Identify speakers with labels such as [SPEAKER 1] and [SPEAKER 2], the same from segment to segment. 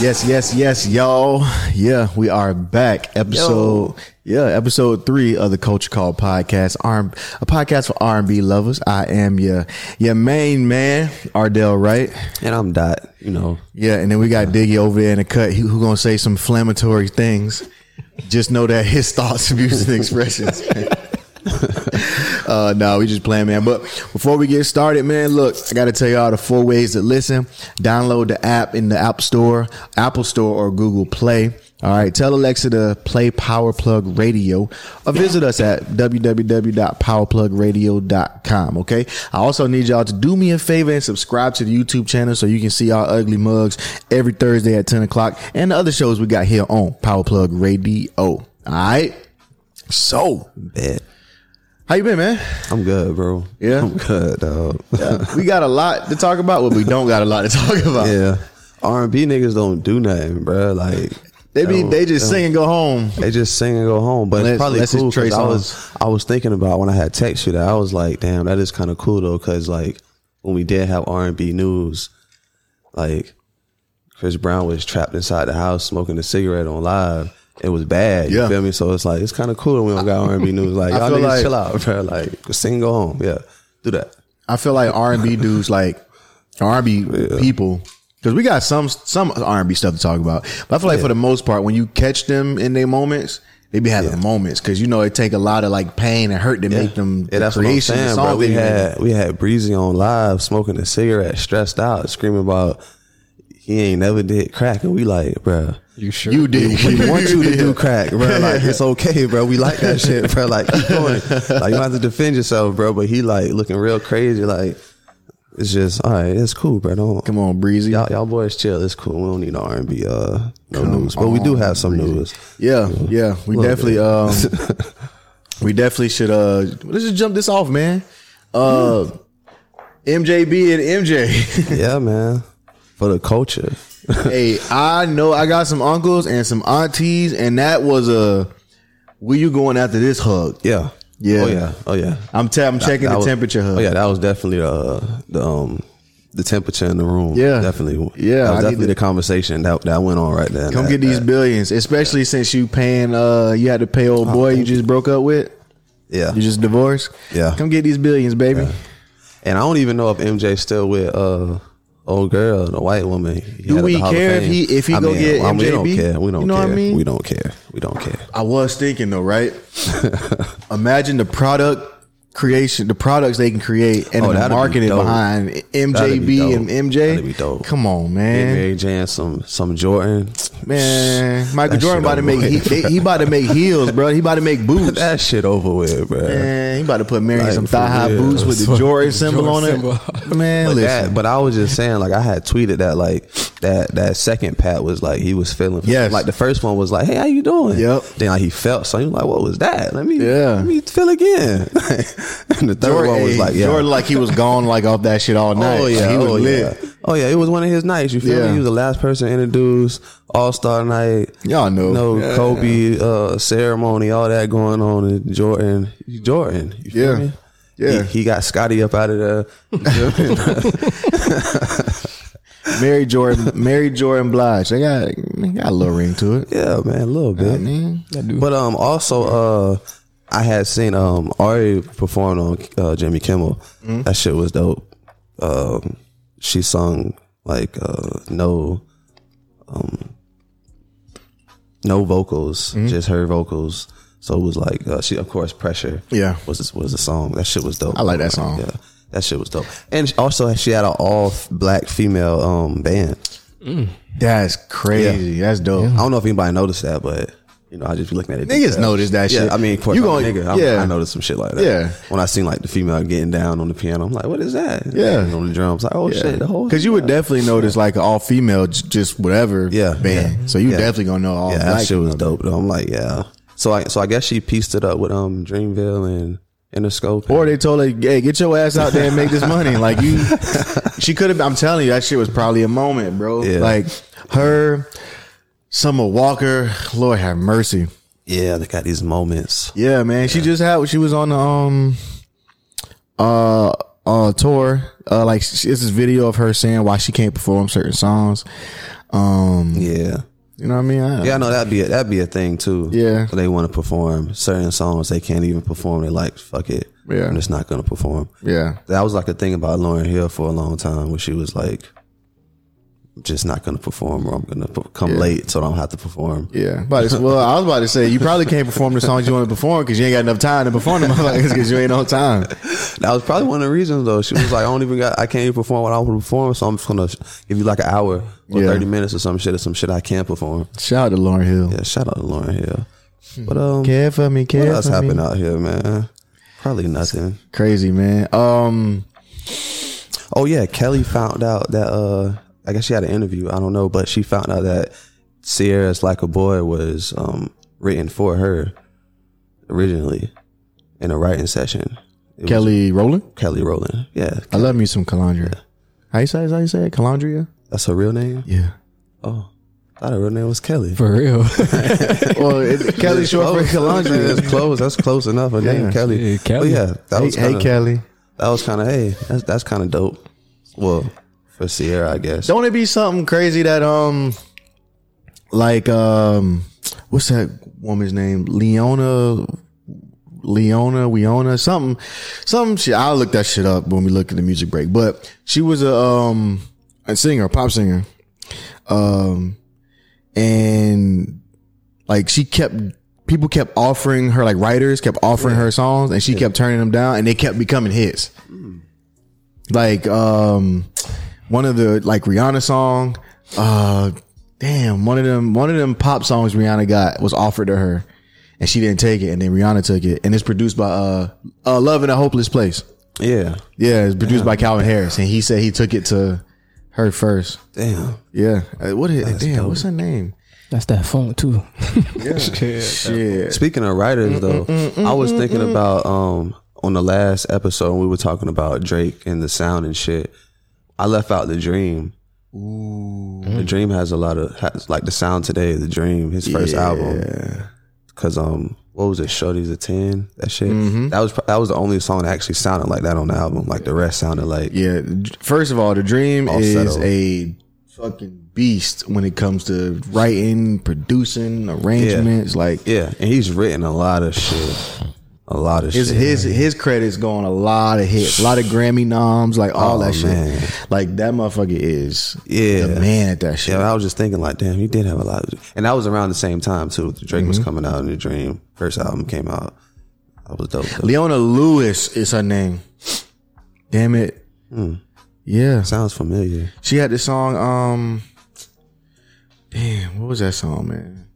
[SPEAKER 1] Yes, yes, yes, y'all. Yeah, we are back. Episode, yeah, episode three of the Culture Call podcast. R- a podcast for R and B lovers. I am your your main man, Ardell Wright.
[SPEAKER 2] And I'm Dot, you know.
[SPEAKER 1] Yeah, and then we got Diggy over there in the cut. He, who gonna say some inflammatory things? Just know that his thoughts, views, and expressions. uh, no, we just playing, man. But before we get started, man, look, I got to tell y'all the four ways to listen. Download the app in the App Store, Apple Store, or Google Play. All right, tell Alexa to play Power Plug Radio or visit us at www.powerplugradio.com. Okay. I also need y'all to do me a favor and subscribe to the YouTube channel so you can see our ugly mugs every Thursday at 10 o'clock and the other shows we got here on Power Plug Radio. All right. So
[SPEAKER 2] Bet.
[SPEAKER 1] how you been, man?
[SPEAKER 2] I'm good, bro.
[SPEAKER 1] Yeah?
[SPEAKER 2] I'm good, dog.
[SPEAKER 1] we got a lot to talk about, but we don't got a lot to talk about.
[SPEAKER 2] yeah. R&B niggas don't do nothing, bro. Like
[SPEAKER 1] They be
[SPEAKER 2] don't-
[SPEAKER 1] they just
[SPEAKER 2] don't-
[SPEAKER 1] sing and go home.
[SPEAKER 2] They just sing and go home, but
[SPEAKER 1] Unless-
[SPEAKER 2] it's probably
[SPEAKER 1] unless it's
[SPEAKER 2] cool. 'cause
[SPEAKER 1] Trey
[SPEAKER 2] I was I was thinking about when I had text you that I was like, damn, that is kind of cool though, because like when we did have R and B news, like Chris Brown was trapped inside the house smoking a cigarette on live. It was bad.
[SPEAKER 1] Yeah.
[SPEAKER 2] You feel me? So it's like it's kind of cool that we don't got R and B news. Like
[SPEAKER 1] I
[SPEAKER 2] y'all
[SPEAKER 1] feel
[SPEAKER 2] niggas
[SPEAKER 1] like-
[SPEAKER 2] chill out, bro. Like sing, and go home. Yeah, do that.
[SPEAKER 1] I feel like R and B dudes like R and B people because we got some some R and B stuff to talk about. But I feel like for the most part, when you catch them in their moments, they be having moments because you know it take a lot of like pain and hurt to make them
[SPEAKER 2] Yeah,
[SPEAKER 1] the
[SPEAKER 2] that's what I'm
[SPEAKER 1] creation.
[SPEAKER 2] saying,
[SPEAKER 1] the song
[SPEAKER 2] bro. We
[SPEAKER 1] they made.
[SPEAKER 2] had we had Breezy on live smoking a cigarette, stressed out, screaming about he ain't never did crack, and we like, bro.
[SPEAKER 3] You sure?
[SPEAKER 1] you did.
[SPEAKER 2] We want you to do
[SPEAKER 1] did.
[SPEAKER 2] crack, bro. Like it's okay, bro. We like that shit, bro. Like keep going. Like you don't have to defend yourself, bro. But he like looking real crazy. Like it's just all right. It's cool, bro. Don't
[SPEAKER 1] Come on, breezy.
[SPEAKER 2] y'all, y'all boys chill. It's cool. We don't need R and B. Uh, no news, but we do have some news.
[SPEAKER 1] Yeah, yeah. We
[SPEAKER 2] Little
[SPEAKER 1] definitely um we definitely should uh let's just jump this off, man. Uh MJB and MJ.
[SPEAKER 2] Yeah, man. For the culture,
[SPEAKER 1] hey, I know I got some uncles and some aunties, and that was a where you going after this hug?
[SPEAKER 2] yeah,
[SPEAKER 1] Yeah.
[SPEAKER 2] oh yeah, oh yeah.
[SPEAKER 1] I'm te- I'm checking
[SPEAKER 2] That
[SPEAKER 1] the
[SPEAKER 2] was-
[SPEAKER 1] temperature hug.
[SPEAKER 2] Oh yeah, that was definitely uh, the um the temperature in the room.
[SPEAKER 1] Yeah.
[SPEAKER 2] definitely.
[SPEAKER 1] Yeah,
[SPEAKER 2] that
[SPEAKER 1] I
[SPEAKER 2] was
[SPEAKER 1] need
[SPEAKER 2] definitely
[SPEAKER 1] to-
[SPEAKER 2] the conversation that that went on right there.
[SPEAKER 1] Come
[SPEAKER 2] That-
[SPEAKER 1] get these
[SPEAKER 2] that-
[SPEAKER 1] billions, especially since you paying uh you had to pay old boy you just broke up with.
[SPEAKER 2] Oh, Yeah,
[SPEAKER 1] You just divorced.
[SPEAKER 2] Yeah.
[SPEAKER 1] Come get these billions, baby.
[SPEAKER 2] And I don't even know if MJ still with uh old girl, the white woman. He
[SPEAKER 1] Do
[SPEAKER 2] had at
[SPEAKER 1] we
[SPEAKER 2] the Hall of
[SPEAKER 1] care if
[SPEAKER 2] Fame.
[SPEAKER 1] he- if he
[SPEAKER 2] I
[SPEAKER 1] go
[SPEAKER 2] mean,
[SPEAKER 1] get
[SPEAKER 2] I mean, We
[SPEAKER 1] MJB?
[SPEAKER 2] don't care. We don't
[SPEAKER 1] You know what I
[SPEAKER 2] care.
[SPEAKER 1] mean?
[SPEAKER 2] We don't care. We don't care.
[SPEAKER 1] I was thinking though, right? Imagine the product creation, the products they can create, and
[SPEAKER 2] Oh,
[SPEAKER 1] the
[SPEAKER 2] that'd be
[SPEAKER 1] marketing
[SPEAKER 2] dope.
[SPEAKER 1] behind
[SPEAKER 2] That'd be
[SPEAKER 1] MJB
[SPEAKER 2] dope.
[SPEAKER 1] and MJ.
[SPEAKER 2] That'd be dope.
[SPEAKER 1] Come on,
[SPEAKER 2] Get
[SPEAKER 1] man,
[SPEAKER 2] Mary Jane some some Jordan.
[SPEAKER 1] man. Michael
[SPEAKER 2] That
[SPEAKER 1] Jordan
[SPEAKER 2] shit
[SPEAKER 1] about to
[SPEAKER 2] over
[SPEAKER 1] make he,
[SPEAKER 2] with.
[SPEAKER 1] he about to make heels, bro. He about to make boots.
[SPEAKER 2] That shit over with, bro.
[SPEAKER 1] Man, he about to put Mary in
[SPEAKER 2] Like,
[SPEAKER 1] some
[SPEAKER 2] for
[SPEAKER 1] thigh high
[SPEAKER 2] real.
[SPEAKER 1] boots with the
[SPEAKER 3] Sorry.
[SPEAKER 1] Jordan symbol on it.
[SPEAKER 3] Jordan
[SPEAKER 1] Man,
[SPEAKER 2] But,
[SPEAKER 1] listen.
[SPEAKER 2] that, but I was just saying, like I had tweeted that, like that that second pat was like he was feeling.
[SPEAKER 1] Yes.
[SPEAKER 2] Like the first one was like, "Hey, how you doing?"
[SPEAKER 1] Yep.
[SPEAKER 2] Then like, he felt something. He was Like, what was that? Let me,
[SPEAKER 1] Yeah.
[SPEAKER 2] let me feel again. and the third one was
[SPEAKER 1] hey,
[SPEAKER 2] like, yeah.
[SPEAKER 1] Jordan like he was gone like off that shit all night.
[SPEAKER 2] Oh yeah,
[SPEAKER 1] he was
[SPEAKER 2] oh
[SPEAKER 1] lit.
[SPEAKER 2] yeah, oh yeah. It was one of his nights. You feel
[SPEAKER 1] Yeah.
[SPEAKER 2] me? He was the last person introduced. All Star night.
[SPEAKER 1] Y'all know.
[SPEAKER 2] no Kobe uh, ceremony, all that going on. And Jordan, Jordan. You feel
[SPEAKER 1] Yeah.
[SPEAKER 2] me?
[SPEAKER 1] Yeah.
[SPEAKER 2] He, he got Scotty up out of there. You feel me?
[SPEAKER 1] Mary Jordan, Mary Jordan Blige. They got, they got a little ring to it.
[SPEAKER 2] yeah, man, a little bit.
[SPEAKER 3] I do.
[SPEAKER 2] But um, also uh, I had seen um Ari perform on uh, Jimmy Kimmel.
[SPEAKER 1] Mm-hmm.
[SPEAKER 2] That shit was dope. Um, she sung like uh no, um, no vocals,
[SPEAKER 1] Mm-hmm.
[SPEAKER 2] just her vocals. So it was like uh, she, of course, pressure.
[SPEAKER 1] Yeah.
[SPEAKER 2] was was the song. That shit was dope.
[SPEAKER 1] I like that song.
[SPEAKER 2] Yeah, that shit was dope. And she- also, she had an all black female um band.
[SPEAKER 1] That's crazy. That's dope.
[SPEAKER 2] I don't know if anybody noticed that, but you know, I just be looking at it.
[SPEAKER 1] Niggas notice that
[SPEAKER 2] yeah,
[SPEAKER 1] shit.
[SPEAKER 2] I mean, of course,
[SPEAKER 1] You
[SPEAKER 2] you I'm a
[SPEAKER 1] gonna-
[SPEAKER 2] nigga. I'm,
[SPEAKER 1] yeah.
[SPEAKER 2] I noticed some shit like that.
[SPEAKER 1] Yeah.
[SPEAKER 2] when I seen like the female getting down on the piano, I'm like, what is that?
[SPEAKER 1] Yeah.
[SPEAKER 2] And on the drums, like, oh shit, the whole
[SPEAKER 1] Because you would definitely notice like all female, just whatever
[SPEAKER 2] Yeah,
[SPEAKER 1] band.
[SPEAKER 2] yeah.
[SPEAKER 1] so you
[SPEAKER 2] Yeah.
[SPEAKER 1] definitely gonna know all
[SPEAKER 2] yeah, that
[SPEAKER 1] black
[SPEAKER 2] shit was
[SPEAKER 1] people.
[SPEAKER 2] dope. Though. I'm like, yeah. So I so I guess she pieced it up with um Dreamville and Interscope.
[SPEAKER 1] Or they told her, "Hey, get your ass out there and make this money." Like you, she could have. I'm telling you, that shit was probably a moment, bro.
[SPEAKER 2] Yeah.
[SPEAKER 1] Like her, Summer Walker. Lord have mercy.
[SPEAKER 2] yeah, they got these moments.
[SPEAKER 1] Yeah, man. She just had. She was on the um, uh, uh, tour. Uh, like she, it's this video of her saying why she can't perform certain songs. Um,
[SPEAKER 2] Yeah.
[SPEAKER 1] you know what I mean? I,
[SPEAKER 2] Yeah, I know that'd be a, that'd be a thing too.
[SPEAKER 1] Yeah.
[SPEAKER 2] Where they want to perform certain songs they can't even perform. They like fuck it.
[SPEAKER 1] Yeah.
[SPEAKER 2] I'm just not gonna perform.
[SPEAKER 1] yeah,
[SPEAKER 2] That was like a thing about Lauren Hill for a long time, where she was like, just not gonna perform, or I'm gonna p- come late, so I don't have to perform.
[SPEAKER 1] yeah. But it's- well, I was about to say you probably can't perform the songs you want to perform because you ain't got enough time to perform them because you ain't on time.
[SPEAKER 2] That was probably one of the reasons though. She was like, I don't even got, I can't even perform what I want to perform, so I'm just gonna sh- give you like an hour or
[SPEAKER 1] Yeah.
[SPEAKER 2] thirty minutes or some shit or some shit I can perform.
[SPEAKER 1] Shout out to Lauren Hill.
[SPEAKER 2] Yeah, shout out to Lauren Hill. But um,
[SPEAKER 1] Care for me, care
[SPEAKER 2] what else
[SPEAKER 1] for me.
[SPEAKER 2] happened out here, man? Probably nothing.
[SPEAKER 1] Crazy man. Um,
[SPEAKER 2] Oh yeah, Kelly found out that uh I guess she had an interview, I don't know, but she found out that Sierra's Like a Boy was um written for her originally in a writing session. It was
[SPEAKER 1] Kelly Rowland.
[SPEAKER 2] Kelly Rowland. Yeah.
[SPEAKER 1] I love me some Calandria. How you say? How you say? it? Calandria.
[SPEAKER 2] That's her real name?
[SPEAKER 1] Yeah,
[SPEAKER 2] Oh. I thought her real name was Kelly.
[SPEAKER 3] For real.
[SPEAKER 1] well, it's Kelly short for Calandria.
[SPEAKER 2] That's close. That's close enough. Her name
[SPEAKER 1] Yeah.
[SPEAKER 2] Kelly.
[SPEAKER 3] Yeah, Kelly.
[SPEAKER 2] But yeah, that
[SPEAKER 1] Hey,
[SPEAKER 2] was kinda,
[SPEAKER 1] hey, Kelly.
[SPEAKER 2] that was kind of hey. That's that's kind of dope. Well, for Sierra, I guess.
[SPEAKER 1] Don't it be something crazy that um, like um, what's that woman's name? Leona, Leona, Weona, something, some shit. I'll look that shit up when we look at the music break. But she was a um, a singer, a pop singer, um, and like she kept. People kept offering her, like writers kept offering her songs, and she kept turning them down, and they kept becoming hits. Like, um, one of the like Rihanna song. Uh, damn, one of them one of them pop songs Rihanna got was offered to her, and she didn't take it, and then Rihanna took it, and it's produced by uh, uh Love in a Hopeless Place.
[SPEAKER 2] Yeah.
[SPEAKER 1] Yeah, it's produced by Calvin Harris, and he said he took it to her first.
[SPEAKER 2] Damn.
[SPEAKER 1] Yeah, Uh, what is damn? What's her name?
[SPEAKER 3] That's that phone too. Yeah.
[SPEAKER 1] Shit. Mm,
[SPEAKER 2] Speaking of writers, though, I was thinking about um on the last episode when we were talking about Drake and the sound and shit. I left out the Dream. Ooh, the Dream has a lot of has, like the sound today. The Dream, his first album, because um, what was it? Shorty's a ten. That shit.
[SPEAKER 1] Mm-hmm.
[SPEAKER 2] That was pro- that was the only song that actually sounded like that on the album. Like the rest sounded like
[SPEAKER 1] Yeah. d- First of all, the dream is
[SPEAKER 2] Falsetto.
[SPEAKER 1] a fucking beast when it comes to writing, producing, arrangements. Like
[SPEAKER 2] yeah. And he's written a lot of shit, a lot of
[SPEAKER 1] His
[SPEAKER 2] shit.
[SPEAKER 1] his his credits go on a lot of hits, a lot of Grammy noms, like all
[SPEAKER 2] Oh,
[SPEAKER 1] that shit.
[SPEAKER 2] man.
[SPEAKER 1] Like that motherfucker is
[SPEAKER 2] Yeah.
[SPEAKER 1] the man at that shit.
[SPEAKER 2] Yeah, I was just thinking like, damn, he did have a lot. Of, and that was around the same time too. Drake
[SPEAKER 1] Mm-hmm.
[SPEAKER 2] was coming out, and the Dream first album came out. That was dope. though.
[SPEAKER 1] Leona Lewis is her name. Damn it. Yeah,
[SPEAKER 2] Hmm. Sounds familiar.
[SPEAKER 1] she had this song. Um, damn, what was that song, man?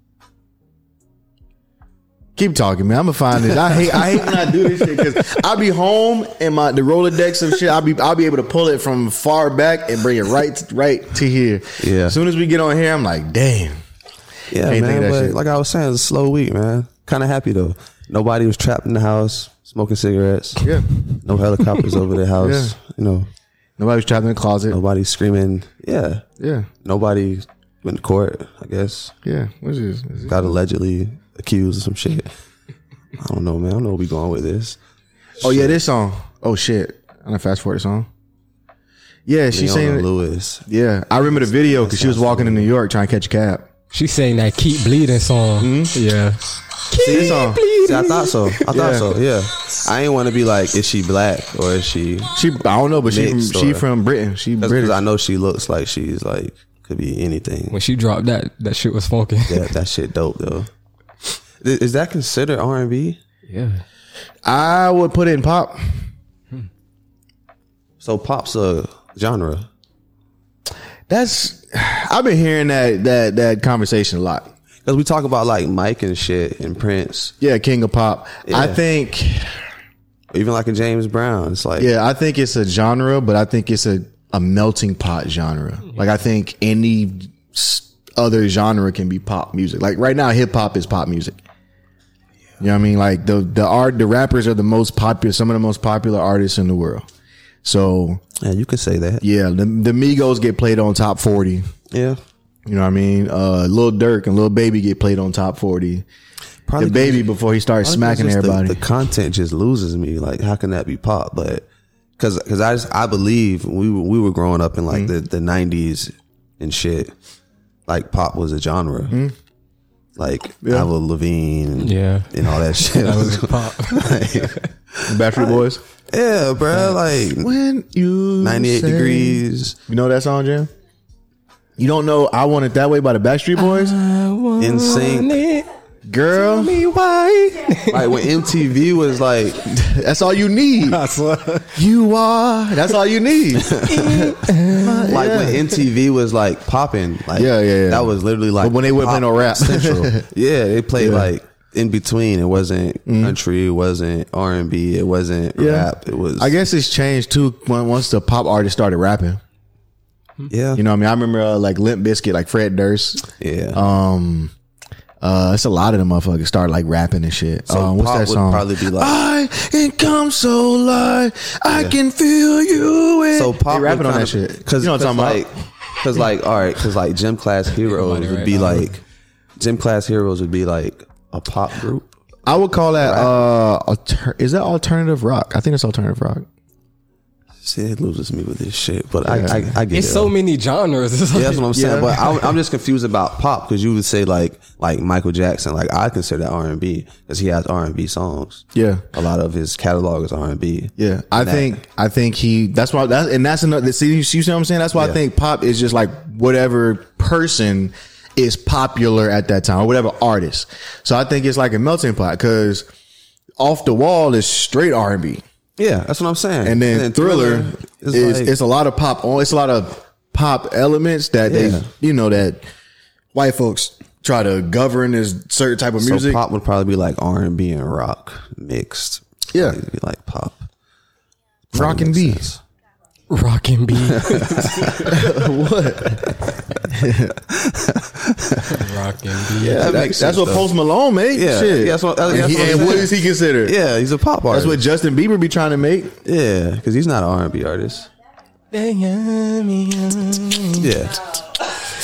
[SPEAKER 1] Keep talking, man. I'm gonna find this. I hate I hate when I do this shit because I be home and my the Rolodex of shit. I be I'll be able to pull it from far back and bring it right right to here.
[SPEAKER 2] Yeah.
[SPEAKER 1] As soon as we get on here, I'm like, damn.
[SPEAKER 2] Yeah,
[SPEAKER 1] Can't think
[SPEAKER 2] man.
[SPEAKER 1] of that
[SPEAKER 2] But
[SPEAKER 1] shit.
[SPEAKER 2] like I was saying, it's a slow week, man. Kind of happy though. Nobody was trapped in the house smoking cigarettes.
[SPEAKER 1] Yeah.
[SPEAKER 2] No helicopters over the house. You know,
[SPEAKER 1] Nobody's trapped in the closet.
[SPEAKER 2] nobody screaming. Yeah.
[SPEAKER 1] Yeah.
[SPEAKER 2] Nobody went to court. I guess
[SPEAKER 1] Yeah. What is this?
[SPEAKER 2] got allegedly accused of some shit. I don't know, man. I don't know where we going with this.
[SPEAKER 1] Oh yeah, this song. Oh shit. I'm gonna fast forward the song. Yeah, she
[SPEAKER 2] Leona
[SPEAKER 1] saying
[SPEAKER 2] Lewis.
[SPEAKER 1] Yeah. I remember the video because she was walking in New York trying to catch a cab.
[SPEAKER 3] She sang that keep bleeding song.
[SPEAKER 2] Hmm?
[SPEAKER 3] Yeah.
[SPEAKER 1] This song.
[SPEAKER 2] See, I thought so. I thought
[SPEAKER 1] Yeah.
[SPEAKER 2] so. Yeah. I ain't want to be like, is she black or is she?
[SPEAKER 1] She I don't know, but she from,
[SPEAKER 2] Mixed
[SPEAKER 1] she
[SPEAKER 2] or-
[SPEAKER 1] from Britain. She
[SPEAKER 2] Because
[SPEAKER 1] British.
[SPEAKER 2] I know she looks like she's like could be anything.
[SPEAKER 3] When she dropped that, that shit was funky.
[SPEAKER 2] That that shit dope though. Th- Is that considered R and B?
[SPEAKER 3] Yeah.
[SPEAKER 1] I would put it in pop.
[SPEAKER 2] So pop's a genre.
[SPEAKER 1] That's I've been hearing that that that conversation a lot.
[SPEAKER 2] Because we talk about like Mike and shit and Prince,
[SPEAKER 1] Yeah, King of Pop. I
[SPEAKER 2] Yeah.
[SPEAKER 1] think
[SPEAKER 2] even like a James Brown. It's like
[SPEAKER 1] Yeah, I think it's a genre, but I think it's a, a melting pot genre. Like I think any s- other genre can be pop music. Like right now, hip hop is pop music. You know what I mean? Like the the art, the rappers are the most popular, some of the most popular artists in the world. So
[SPEAKER 2] yeah, you could say that.
[SPEAKER 1] yeah, the, the Migos get played on top forty.
[SPEAKER 2] Yeah,
[SPEAKER 1] You know what I mean? Uh, Lil Durk and Lil Baby get played on top forty.
[SPEAKER 2] Probably
[SPEAKER 1] the baby before he starts
[SPEAKER 2] It's
[SPEAKER 1] smacking
[SPEAKER 2] just the-
[SPEAKER 1] everybody.
[SPEAKER 2] The, content just loses me. Like, how can that be pop? But Cause, cause I just, I believe we were, we were growing up in
[SPEAKER 1] Mm.
[SPEAKER 2] like the, the nineties and shit. Like pop was a genre.
[SPEAKER 1] Mm.
[SPEAKER 2] Like Avril Lavigne and,
[SPEAKER 3] Yeah.
[SPEAKER 2] and all that shit.
[SPEAKER 3] That was a pop.
[SPEAKER 2] Like,
[SPEAKER 1] Battery Boys.
[SPEAKER 2] yeah, bro. Like
[SPEAKER 1] When you
[SPEAKER 2] ninety eight
[SPEAKER 1] say-
[SPEAKER 2] degrees
[SPEAKER 1] You know that song, Jim? You don't know I Want It That Way by the Backstreet Boys?
[SPEAKER 2] in sync.
[SPEAKER 1] Girl,
[SPEAKER 3] Me why?
[SPEAKER 2] Like when MTV was like
[SPEAKER 1] that's all you need. You are. That's all you need.
[SPEAKER 2] like when MTV was like popping, like
[SPEAKER 1] Yeah, yeah, yeah.
[SPEAKER 2] that was literally like.
[SPEAKER 1] But when they wouldn't play
[SPEAKER 2] pop
[SPEAKER 1] no rap.
[SPEAKER 2] central, yeah, they played like in between. It wasn't
[SPEAKER 1] Mm-hmm.
[SPEAKER 2] country, it wasn't R and B, it wasn't rap. It was,
[SPEAKER 1] I guess it's changed too when, once the pop artists started rapping.
[SPEAKER 2] yeah,
[SPEAKER 1] You know what I mean? I remember uh, like Limp Bizkit, like Fred Durst.
[SPEAKER 2] yeah.
[SPEAKER 1] Um, uh, it's a lot of them motherfuckers started like rapping and shit.
[SPEAKER 2] So
[SPEAKER 1] um, what's
[SPEAKER 2] pop
[SPEAKER 1] that
[SPEAKER 2] would
[SPEAKER 1] song? Ah,
[SPEAKER 2] probably be like-
[SPEAKER 1] I can come so light, I can feel you. In.
[SPEAKER 2] so pop
[SPEAKER 1] they
[SPEAKER 2] would
[SPEAKER 1] rapping on
[SPEAKER 2] kinda-
[SPEAKER 1] that shit.
[SPEAKER 2] Cause,
[SPEAKER 1] you know what I'm talking
[SPEAKER 2] like,
[SPEAKER 1] about?
[SPEAKER 2] Cause like, all right, cause like gym class heroes would
[SPEAKER 3] right
[SPEAKER 2] be
[SPEAKER 3] now.
[SPEAKER 2] like, gym class heroes would be like a pop group.
[SPEAKER 1] I would call that uh, alter- is that alternative rock? I think it's alternative rock.
[SPEAKER 2] Sid loses me with this shit, but I, I, I get
[SPEAKER 3] It's
[SPEAKER 2] it.
[SPEAKER 3] so many genres. It's
[SPEAKER 2] Yeah, that's what
[SPEAKER 3] like-
[SPEAKER 2] I'm saying.
[SPEAKER 1] Yeah.
[SPEAKER 2] But I, I'm just confused about pop because you would say like like Michael Jackson. Like I consider that R and B because he has R and B songs.
[SPEAKER 1] Yeah.
[SPEAKER 2] a lot of his catalog is R and B.
[SPEAKER 1] Yeah, I
[SPEAKER 2] That-
[SPEAKER 1] think I think he. That's why that and that's another. See, you see what I'm saying? That's why I
[SPEAKER 2] Yeah.
[SPEAKER 1] think pop is just like whatever person is popular at that time or whatever artist. So I think it's like a melting pot because off the wall is straight R and B,
[SPEAKER 2] Yeah, that's what I'm saying.
[SPEAKER 1] and then Thriller,
[SPEAKER 2] is,
[SPEAKER 1] is
[SPEAKER 2] like-
[SPEAKER 1] it's a lot of pop. on It's a lot of pop elements that
[SPEAKER 2] Yeah.
[SPEAKER 1] they you know that white folks try to govern as certain type of
[SPEAKER 2] so
[SPEAKER 1] music.
[SPEAKER 2] pop would probably be like R and B and rock mixed.
[SPEAKER 1] Yeah.
[SPEAKER 2] it'd be like pop,
[SPEAKER 1] Rock and B.
[SPEAKER 2] beats.
[SPEAKER 3] Rockin' B.
[SPEAKER 1] what?
[SPEAKER 3] Rockin' B.
[SPEAKER 1] Yeah,
[SPEAKER 2] that makes
[SPEAKER 1] that's
[SPEAKER 2] sense,
[SPEAKER 1] what
[SPEAKER 2] though.
[SPEAKER 1] Post Malone made.
[SPEAKER 2] Yeah,
[SPEAKER 1] Shit.
[SPEAKER 2] yeah, that's what-
[SPEAKER 1] and
[SPEAKER 2] that's
[SPEAKER 1] he-
[SPEAKER 2] what I'm
[SPEAKER 1] and what
[SPEAKER 2] saying.
[SPEAKER 1] is he considered?
[SPEAKER 2] Yeah, he's a pop
[SPEAKER 1] That's
[SPEAKER 2] artist.
[SPEAKER 1] what Justin Bieber be trying to make.
[SPEAKER 2] yeah, because he's not an R and B artist. Yeah,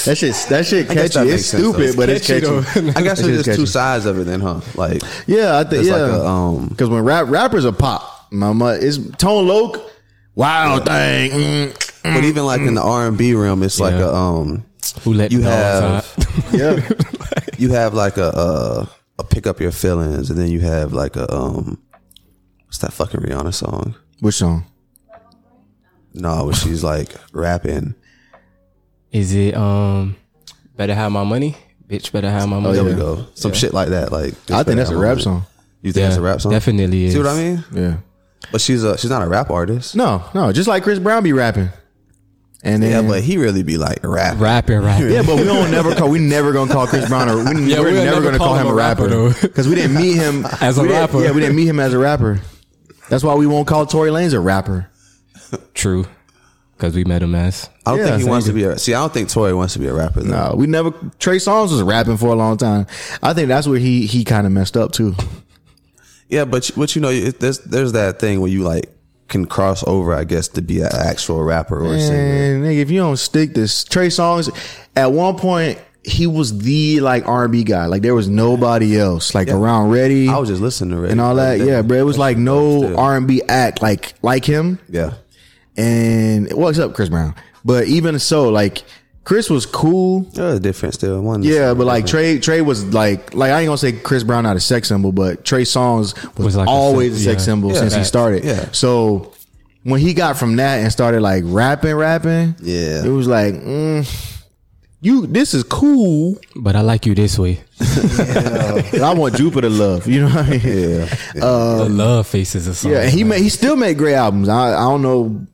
[SPEAKER 1] That shit, that
[SPEAKER 2] guess
[SPEAKER 1] shit catchy.
[SPEAKER 2] that
[SPEAKER 1] it's
[SPEAKER 2] makes sense, though.
[SPEAKER 1] stupid,
[SPEAKER 2] It's
[SPEAKER 1] but it's
[SPEAKER 3] catchy,
[SPEAKER 1] catchy.
[SPEAKER 3] though.
[SPEAKER 2] I guess
[SPEAKER 1] That
[SPEAKER 2] there's
[SPEAKER 1] shit is
[SPEAKER 2] just two
[SPEAKER 1] catchy.
[SPEAKER 2] sides of it, then, huh? Like,
[SPEAKER 1] Yeah, I think
[SPEAKER 2] it's
[SPEAKER 1] yeah.
[SPEAKER 2] like a um,
[SPEAKER 1] Because when rap rappers are pop, my mu- it's Tone Loc, wild thing. mm,
[SPEAKER 2] But even like in the R and B realm, it's like
[SPEAKER 3] Yeah.
[SPEAKER 2] a um,
[SPEAKER 3] Who let
[SPEAKER 2] you
[SPEAKER 3] the dogs
[SPEAKER 2] have
[SPEAKER 1] Yeah,
[SPEAKER 2] you have like a, a a pick up your feelings, and then you have like a um, what's that fucking Rihanna song?
[SPEAKER 1] which song?
[SPEAKER 2] No, where she's like rapping.
[SPEAKER 3] Is it um better have my money? Bitch better have my money.
[SPEAKER 2] Oh, There we go, some shit like that. Like
[SPEAKER 1] I think that's a rap song.
[SPEAKER 2] You think that's a rap song?
[SPEAKER 3] Definitely is.
[SPEAKER 2] See what I mean?
[SPEAKER 1] Yeah.
[SPEAKER 2] But she's a she's not a rap artist.
[SPEAKER 1] No, no, just like Chris Brown be rapping, and then
[SPEAKER 2] Yeah, but he really be like rap.
[SPEAKER 3] Rapping, rapping.
[SPEAKER 1] Yeah, but we don't never call. We never gonna call Chris Brown. Or we,
[SPEAKER 3] Yeah,
[SPEAKER 1] we're
[SPEAKER 3] we'll
[SPEAKER 1] never
[SPEAKER 3] never
[SPEAKER 1] gonna
[SPEAKER 3] call
[SPEAKER 1] call
[SPEAKER 3] him
[SPEAKER 1] him
[SPEAKER 3] a
[SPEAKER 1] a
[SPEAKER 3] rapper,
[SPEAKER 1] rapper
[SPEAKER 3] though.
[SPEAKER 1] because we didn't meet him
[SPEAKER 3] As a
[SPEAKER 1] we didn't-
[SPEAKER 3] rapper.
[SPEAKER 1] Yeah, we didn't meet him as a rapper. That's why we won't call Tory Lanez a rapper.
[SPEAKER 3] True. Cause we met him as.
[SPEAKER 2] I don't
[SPEAKER 1] Yeah,
[SPEAKER 2] think he
[SPEAKER 1] thank
[SPEAKER 2] wants to be. a See, I don't think Tori wants to be a rapper. Though.
[SPEAKER 1] No, uh, we never. Trey Songz was rapping for a long time. I think that's where he he kind of messed up too.
[SPEAKER 2] Yeah, but but you know, it, there's there's that thing where you like can cross over, I guess, to be an actual rapper or a singer.
[SPEAKER 1] And nigga, if you don't stick this, Trey Songz, at one point he was the like R and B guy. Like there was nobody else like around Ready
[SPEAKER 2] I was just listening to it
[SPEAKER 1] and all that. Yeah, bro, it was like no R and B act like like him.
[SPEAKER 2] Yeah,
[SPEAKER 1] And well, except Chris Brown, but even so, like Chris was cool.
[SPEAKER 2] it was different still. One,
[SPEAKER 1] Yeah, but like Trey, Trey was like, like I ain't gonna say Chris Brown not a sex symbol, but Trey Songz was,
[SPEAKER 3] Was like a
[SPEAKER 1] always a
[SPEAKER 3] sex-
[SPEAKER 1] sex
[SPEAKER 3] yeah.
[SPEAKER 1] symbol
[SPEAKER 2] Yeah,
[SPEAKER 1] since he
[SPEAKER 2] facts.
[SPEAKER 1] started.
[SPEAKER 2] Yeah.
[SPEAKER 1] So when he got from that and started like rapping, rapping,
[SPEAKER 2] Yeah.
[SPEAKER 1] it was like, mm, you, this is cool.
[SPEAKER 3] But I like you this way.
[SPEAKER 1] And I want Jupiter love. You know what I mean? Yeah. Um,
[SPEAKER 3] the love faces or something.
[SPEAKER 1] Yeah, and he made, he still made great albums. I, I don't know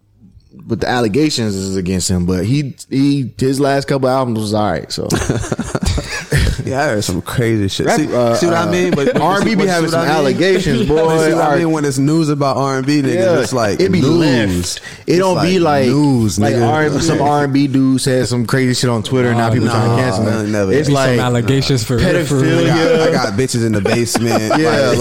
[SPEAKER 1] what the allegations is against him, but he he his last couple albums was all right. So
[SPEAKER 2] yeah, I heard some crazy shit.
[SPEAKER 1] Rap-
[SPEAKER 2] see,
[SPEAKER 1] uh,
[SPEAKER 2] see what I
[SPEAKER 1] uh,
[SPEAKER 2] mean? But but see-
[SPEAKER 1] R&B be
[SPEAKER 2] but
[SPEAKER 1] having
[SPEAKER 2] see what
[SPEAKER 1] some
[SPEAKER 2] I mean?
[SPEAKER 1] allegations,
[SPEAKER 2] But
[SPEAKER 1] boy.
[SPEAKER 2] see what
[SPEAKER 1] Our-
[SPEAKER 2] I mean when it's news about R and B niggas, it's like
[SPEAKER 1] it be
[SPEAKER 2] news.
[SPEAKER 1] left. It don't
[SPEAKER 2] It's
[SPEAKER 1] be like
[SPEAKER 2] news.
[SPEAKER 1] Like
[SPEAKER 2] nigga.
[SPEAKER 1] R- some R and B dude said some crazy shit on Twitter, and now people
[SPEAKER 2] no,
[SPEAKER 1] trying to cancel
[SPEAKER 2] no,
[SPEAKER 1] him.
[SPEAKER 2] never.
[SPEAKER 1] It's
[SPEAKER 2] Some
[SPEAKER 1] like
[SPEAKER 3] allegations for
[SPEAKER 1] pedophilia.
[SPEAKER 3] pedophilia.
[SPEAKER 2] I got bitches in the basement.
[SPEAKER 1] Yeah,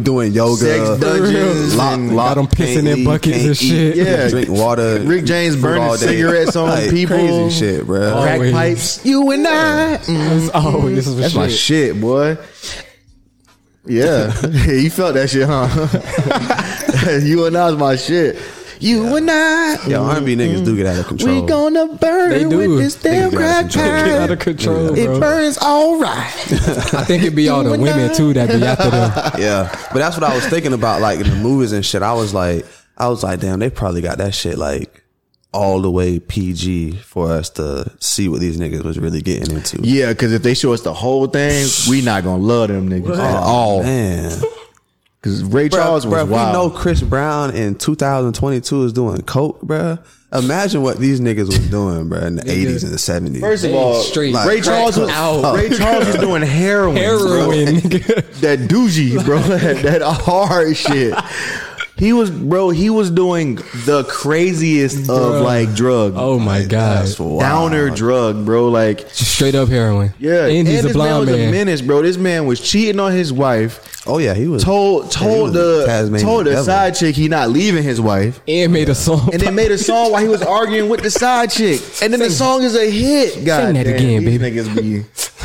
[SPEAKER 2] doing yoga,
[SPEAKER 1] Sex dungeons
[SPEAKER 2] Lock,
[SPEAKER 1] and-
[SPEAKER 2] lock,
[SPEAKER 3] Got 'em pissing
[SPEAKER 2] can't
[SPEAKER 3] in
[SPEAKER 2] eat,
[SPEAKER 3] buckets
[SPEAKER 2] can't
[SPEAKER 3] and
[SPEAKER 2] eat,
[SPEAKER 3] shit.
[SPEAKER 1] Yeah.
[SPEAKER 2] drink water.
[SPEAKER 1] Rick James
[SPEAKER 2] food
[SPEAKER 1] burning
[SPEAKER 2] all day.
[SPEAKER 1] cigarettes on
[SPEAKER 2] Like,
[SPEAKER 1] people.
[SPEAKER 2] Crazy shit, bro.
[SPEAKER 1] crack
[SPEAKER 3] Always.
[SPEAKER 1] pipes. You and I. Mm,
[SPEAKER 3] Oh, this is
[SPEAKER 1] that's my shit, boy. Yeah, you felt that shit, huh? you and I's my shit. you and I.
[SPEAKER 2] Yeah, R&B niggas do get out of control.
[SPEAKER 1] We gonna burn
[SPEAKER 3] They do.
[SPEAKER 1] with this damn
[SPEAKER 2] Niggas out of
[SPEAKER 1] rap
[SPEAKER 2] control.
[SPEAKER 3] Get out
[SPEAKER 1] pie.
[SPEAKER 3] of control,
[SPEAKER 1] It
[SPEAKER 3] bro.
[SPEAKER 1] burns all right.
[SPEAKER 3] I think it'd be all the
[SPEAKER 1] You and I.
[SPEAKER 3] women too that be after them.
[SPEAKER 2] yeah, but that's what I was thinking about, like in the movies and shit. I was like, I was like, damn, they probably got that shit like all the way PG for us to see what these niggas was really getting into.
[SPEAKER 1] Yeah, because if they show us the whole thing, Oh, we not gonna love them niggas at all.
[SPEAKER 2] man.
[SPEAKER 1] Because Ray
[SPEAKER 2] Bruh,
[SPEAKER 1] Charles was
[SPEAKER 2] bruh, if we know
[SPEAKER 1] wild.
[SPEAKER 2] Chris Brown in 2022 is doing coke, bruh. Imagine what these niggas was doing, bruh, in the 80s and the 70s.
[SPEAKER 1] First of
[SPEAKER 3] They
[SPEAKER 1] all,
[SPEAKER 3] straight
[SPEAKER 1] Ray
[SPEAKER 3] crack
[SPEAKER 1] Charles was
[SPEAKER 3] out.
[SPEAKER 1] Ray Charles was doing heroin. bro.
[SPEAKER 3] Heroin, nigga.
[SPEAKER 1] that doozy, bro, that, that hard shit. He was, bro, he was doing the craziest of like drug,
[SPEAKER 3] Oh my god.
[SPEAKER 2] That's wild.
[SPEAKER 1] downer drug, bro. Like,
[SPEAKER 3] Straight up heroin.
[SPEAKER 1] yeah,
[SPEAKER 3] And he's a
[SPEAKER 1] this man
[SPEAKER 3] blind
[SPEAKER 1] was a
[SPEAKER 3] man.
[SPEAKER 1] menace, bro. This man was cheating on his wife.
[SPEAKER 2] oh yeah, he was
[SPEAKER 1] Told
[SPEAKER 2] he
[SPEAKER 1] told
[SPEAKER 2] was
[SPEAKER 1] the
[SPEAKER 2] a Tasmanian
[SPEAKER 1] told the
[SPEAKER 2] devil.
[SPEAKER 1] side chick he not leaving his wife,
[SPEAKER 3] and made a song.
[SPEAKER 1] and then made a song while he was arguing with the side chick, and then the song is a hit. God
[SPEAKER 3] that
[SPEAKER 1] damn,
[SPEAKER 3] again,
[SPEAKER 1] these
[SPEAKER 3] baby.
[SPEAKER 1] Niggas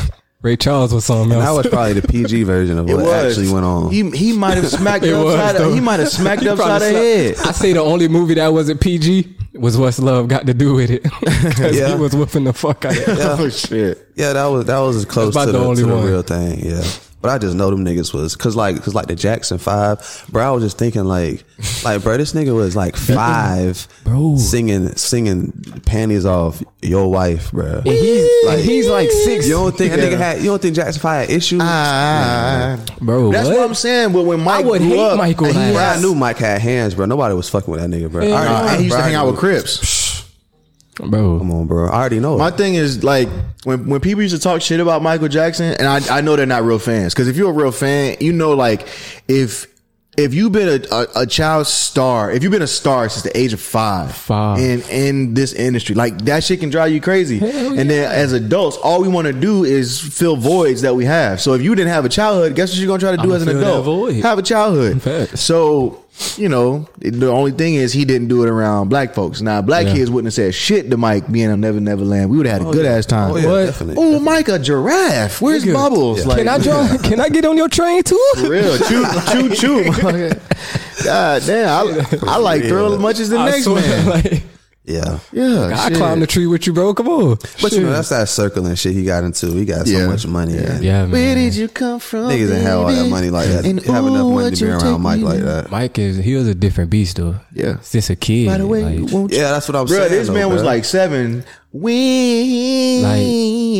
[SPEAKER 1] be,
[SPEAKER 3] Ray Charles was something
[SPEAKER 2] That
[SPEAKER 3] else.
[SPEAKER 2] was probably the PG version of
[SPEAKER 1] it
[SPEAKER 2] what
[SPEAKER 1] was
[SPEAKER 2] actually went on.
[SPEAKER 1] He he might have smacked
[SPEAKER 3] It was,
[SPEAKER 1] upside.
[SPEAKER 3] though.
[SPEAKER 1] he might have smacked
[SPEAKER 3] He
[SPEAKER 1] upside
[SPEAKER 3] probably
[SPEAKER 1] the
[SPEAKER 3] slapped-
[SPEAKER 1] head.
[SPEAKER 3] I say the only movie that wasn't PG was What's Love Got to Do with It. 'Cause
[SPEAKER 2] Yeah.
[SPEAKER 3] he was whooping the fuck out of it.
[SPEAKER 1] Oh shit.
[SPEAKER 2] Yeah, that was that was as close
[SPEAKER 3] about
[SPEAKER 2] to,
[SPEAKER 3] the
[SPEAKER 2] the,
[SPEAKER 3] only
[SPEAKER 2] to the
[SPEAKER 3] one.
[SPEAKER 2] real thing. Yeah, but I just know them niggas was cause like cause like the Jackson Five, bro. I was just thinking like like bro, this nigga was like five,
[SPEAKER 3] Bro.
[SPEAKER 2] singing singing panties off your wife, bro.
[SPEAKER 3] And he's like, he's like six. Ah,
[SPEAKER 2] You don't think that nigga had you don't think Jackson Five had issues?
[SPEAKER 3] bro,
[SPEAKER 1] That's what? I'm saying. But when Mike
[SPEAKER 3] would
[SPEAKER 1] grew
[SPEAKER 3] hate
[SPEAKER 1] up,
[SPEAKER 3] Michael
[SPEAKER 1] and he
[SPEAKER 3] Lang.
[SPEAKER 2] Bro, I
[SPEAKER 1] had-
[SPEAKER 2] knew Mike had hands, bro. Nobody was fucking with that nigga, bro. I
[SPEAKER 3] Yeah.
[SPEAKER 2] already-
[SPEAKER 1] and he used to
[SPEAKER 2] bro, I
[SPEAKER 1] hang out
[SPEAKER 2] already
[SPEAKER 1] with Crips.
[SPEAKER 3] bro.
[SPEAKER 2] Come on, bro. I already know.
[SPEAKER 1] My
[SPEAKER 2] it.
[SPEAKER 1] thing is like when when people used to talk shit about Michael Jackson, and I I know they're not real fans because if you're a real fan, you know like if. If you've been a, a, a child star, if you've been a star since the age of five,
[SPEAKER 3] Five.
[SPEAKER 1] in in this industry, like that shit can drive you crazy.
[SPEAKER 3] Hell
[SPEAKER 1] And then as adults, all we want to do is fill voids that we have. So if you didn't have a childhood, guess what you're gonna try to do
[SPEAKER 3] I'ma
[SPEAKER 1] as an
[SPEAKER 3] fill that
[SPEAKER 1] adult?
[SPEAKER 3] void.
[SPEAKER 1] Have a childhood.
[SPEAKER 3] Facts.
[SPEAKER 1] So, you know, the only thing is he didn't do it around black folks. Now, black
[SPEAKER 3] Yeah.
[SPEAKER 1] kids wouldn't have said shit to Mike being on Never Never Land. We would have had a good ass time.
[SPEAKER 2] Oh, yeah,
[SPEAKER 3] What?
[SPEAKER 2] definitely.
[SPEAKER 1] Oh, Mike, a giraffe. Where's
[SPEAKER 3] Nigga.
[SPEAKER 1] Bubbles?
[SPEAKER 3] Can I draw? Can I get on your train too?
[SPEAKER 1] For real. Choo, choo, choo. motherfucker. God damn. I, I like Thrill as much as the
[SPEAKER 3] I
[SPEAKER 1] next
[SPEAKER 3] swear,
[SPEAKER 1] man.
[SPEAKER 3] like,
[SPEAKER 2] Yeah.
[SPEAKER 1] Yeah.
[SPEAKER 3] I
[SPEAKER 1] shit.
[SPEAKER 3] climbed the tree with you, bro. Come on.
[SPEAKER 2] But you know,
[SPEAKER 3] Shit.
[SPEAKER 2] that's that circling shit he got into. He got so
[SPEAKER 1] Yeah.
[SPEAKER 2] much money. and
[SPEAKER 3] yeah,
[SPEAKER 1] Where
[SPEAKER 3] man.
[SPEAKER 1] did you come from?
[SPEAKER 2] Niggas didn't have all that
[SPEAKER 1] baby?
[SPEAKER 2] money like that.
[SPEAKER 1] And
[SPEAKER 2] have enough
[SPEAKER 1] ooh,
[SPEAKER 2] money
[SPEAKER 1] what
[SPEAKER 2] to be
[SPEAKER 1] you take
[SPEAKER 2] around Mike
[SPEAKER 1] me
[SPEAKER 2] like
[SPEAKER 1] to-
[SPEAKER 2] that.
[SPEAKER 3] Mike is he was a different beast though.
[SPEAKER 1] Yeah.
[SPEAKER 3] since a kid.
[SPEAKER 1] By the way,
[SPEAKER 3] like,
[SPEAKER 1] won't you?
[SPEAKER 2] Yeah, that's what I'm
[SPEAKER 1] Bro,
[SPEAKER 2] saying.
[SPEAKER 1] this
[SPEAKER 2] though,
[SPEAKER 1] man was
[SPEAKER 2] bruh.
[SPEAKER 1] like seven. We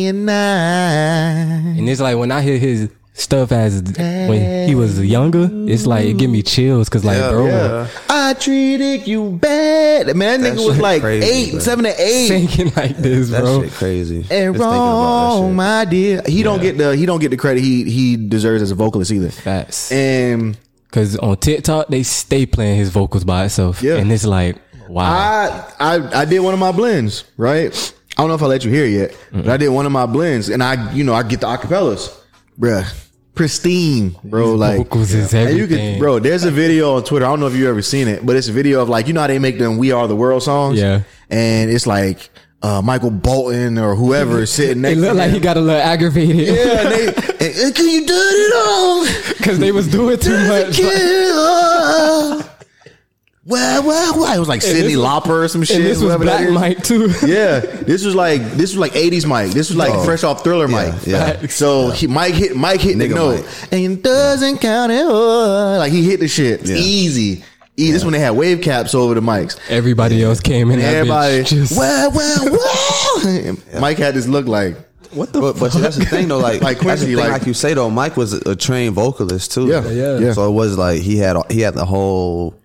[SPEAKER 1] and I.
[SPEAKER 3] and it's like when I hear his stuff as when he was younger, it's like it give me chills because like
[SPEAKER 2] Yeah,
[SPEAKER 3] bro,
[SPEAKER 2] yeah.
[SPEAKER 1] I treated you bad. Man, that
[SPEAKER 2] That
[SPEAKER 1] nigga was
[SPEAKER 2] shit
[SPEAKER 1] like
[SPEAKER 2] crazy,
[SPEAKER 1] eight,
[SPEAKER 2] bro.
[SPEAKER 1] seven to eight.
[SPEAKER 3] thinking like this,
[SPEAKER 2] that
[SPEAKER 3] bro.
[SPEAKER 2] shit crazy. Just thinking
[SPEAKER 1] And
[SPEAKER 2] about that
[SPEAKER 1] wrong,
[SPEAKER 2] shit.
[SPEAKER 1] my dear. He don't get the he don't get the credit he he deserves as a vocalist either.
[SPEAKER 3] Facts.
[SPEAKER 1] And
[SPEAKER 3] Because on TikTok they stay playing his vocals by itself,
[SPEAKER 1] Yeah.
[SPEAKER 3] and it's like wow,
[SPEAKER 1] I I I did one of my blends, right? I don't know if I let you hear it yet, but I did one of my blends, and I you know I get the acapellas, bruh, pristine, bro. Like
[SPEAKER 3] vocals is
[SPEAKER 1] And you
[SPEAKER 3] everything,
[SPEAKER 1] could, bro. There's a video on Twitter. I don't know if you ever seen it, but it's a video of like you know how they make them "We Are the World" songs.
[SPEAKER 3] Yeah.
[SPEAKER 1] and it's like uh, Michael Bolton or whoever is sitting next.
[SPEAKER 3] It
[SPEAKER 1] to
[SPEAKER 3] looked like
[SPEAKER 1] him.
[SPEAKER 3] he got a little aggravated.
[SPEAKER 1] Yeah, and they, and, and can you do it all?
[SPEAKER 3] because they was doing too much.
[SPEAKER 1] Kill.
[SPEAKER 3] like-
[SPEAKER 1] Well, well, well. It was like Sidney
[SPEAKER 3] this was-
[SPEAKER 1] Lauper or some shit.
[SPEAKER 3] and this was
[SPEAKER 1] whoever that
[SPEAKER 3] Black
[SPEAKER 1] is.
[SPEAKER 3] Mike too.
[SPEAKER 1] Yeah, this was like this was like '80s Mike. This was like fresh off Thriller Mike.
[SPEAKER 2] yeah.
[SPEAKER 1] Like, So he, Mike hit Mike hit the
[SPEAKER 2] Nigga
[SPEAKER 1] note,
[SPEAKER 2] Mike.
[SPEAKER 1] and it doesn't count at all. Like he hit the shit
[SPEAKER 2] Yeah.
[SPEAKER 1] easy. E- This when they had wave caps over the mics.
[SPEAKER 3] Everybody else came in.
[SPEAKER 1] And
[SPEAKER 3] that bitch
[SPEAKER 1] everybody,
[SPEAKER 3] just,
[SPEAKER 1] wow, wow, wow. Mike had this look like,
[SPEAKER 3] what the
[SPEAKER 2] But, but that's the thing though, like,
[SPEAKER 1] Like
[SPEAKER 2] like that's the thing,
[SPEAKER 1] Quincy, like-
[SPEAKER 2] like, you say though, Mike was a trained vocalist too.
[SPEAKER 1] Yeah,
[SPEAKER 3] Yeah. yeah.
[SPEAKER 2] So it was like he had he had the whole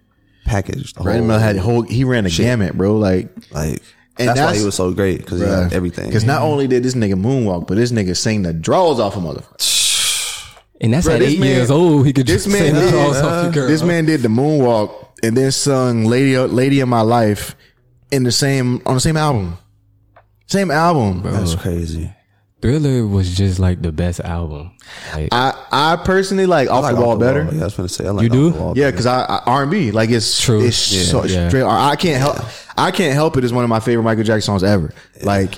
[SPEAKER 2] package. The
[SPEAKER 1] Randy
[SPEAKER 2] whole,
[SPEAKER 1] Miller had whole. He ran the gamut, bro. Like,
[SPEAKER 2] like that's,
[SPEAKER 1] And
[SPEAKER 2] why
[SPEAKER 1] that's-
[SPEAKER 2] he was so great because he had everything.
[SPEAKER 1] Because not only did this nigga moonwalk, but this nigga sang the draws off a motherfucker.
[SPEAKER 3] And that's
[SPEAKER 1] Bruh,
[SPEAKER 3] at
[SPEAKER 1] this
[SPEAKER 3] eight
[SPEAKER 1] man-
[SPEAKER 3] years old. He could
[SPEAKER 1] this
[SPEAKER 3] just say
[SPEAKER 1] man
[SPEAKER 3] that
[SPEAKER 1] did,
[SPEAKER 3] all off your girl.
[SPEAKER 1] This man did the moonwalk and then sung "Lady Lady of My Life" in the same on the same album, same album.
[SPEAKER 2] that's crazy.
[SPEAKER 3] Thriller was just like the best album. Like,
[SPEAKER 1] I I personally like off
[SPEAKER 2] I
[SPEAKER 1] the
[SPEAKER 2] Off
[SPEAKER 1] wall
[SPEAKER 2] the
[SPEAKER 1] better.
[SPEAKER 2] Wall. Yeah, I was gonna say. I like
[SPEAKER 3] You
[SPEAKER 2] Off
[SPEAKER 3] do?
[SPEAKER 2] The wall
[SPEAKER 1] Yeah,
[SPEAKER 2] better.
[SPEAKER 1] because I, I R and B like it's
[SPEAKER 3] True.
[SPEAKER 1] It's so
[SPEAKER 3] yeah.
[SPEAKER 1] straight. I can't help. I can't help it. It's one of my favorite Michael Jackson songs ever. Like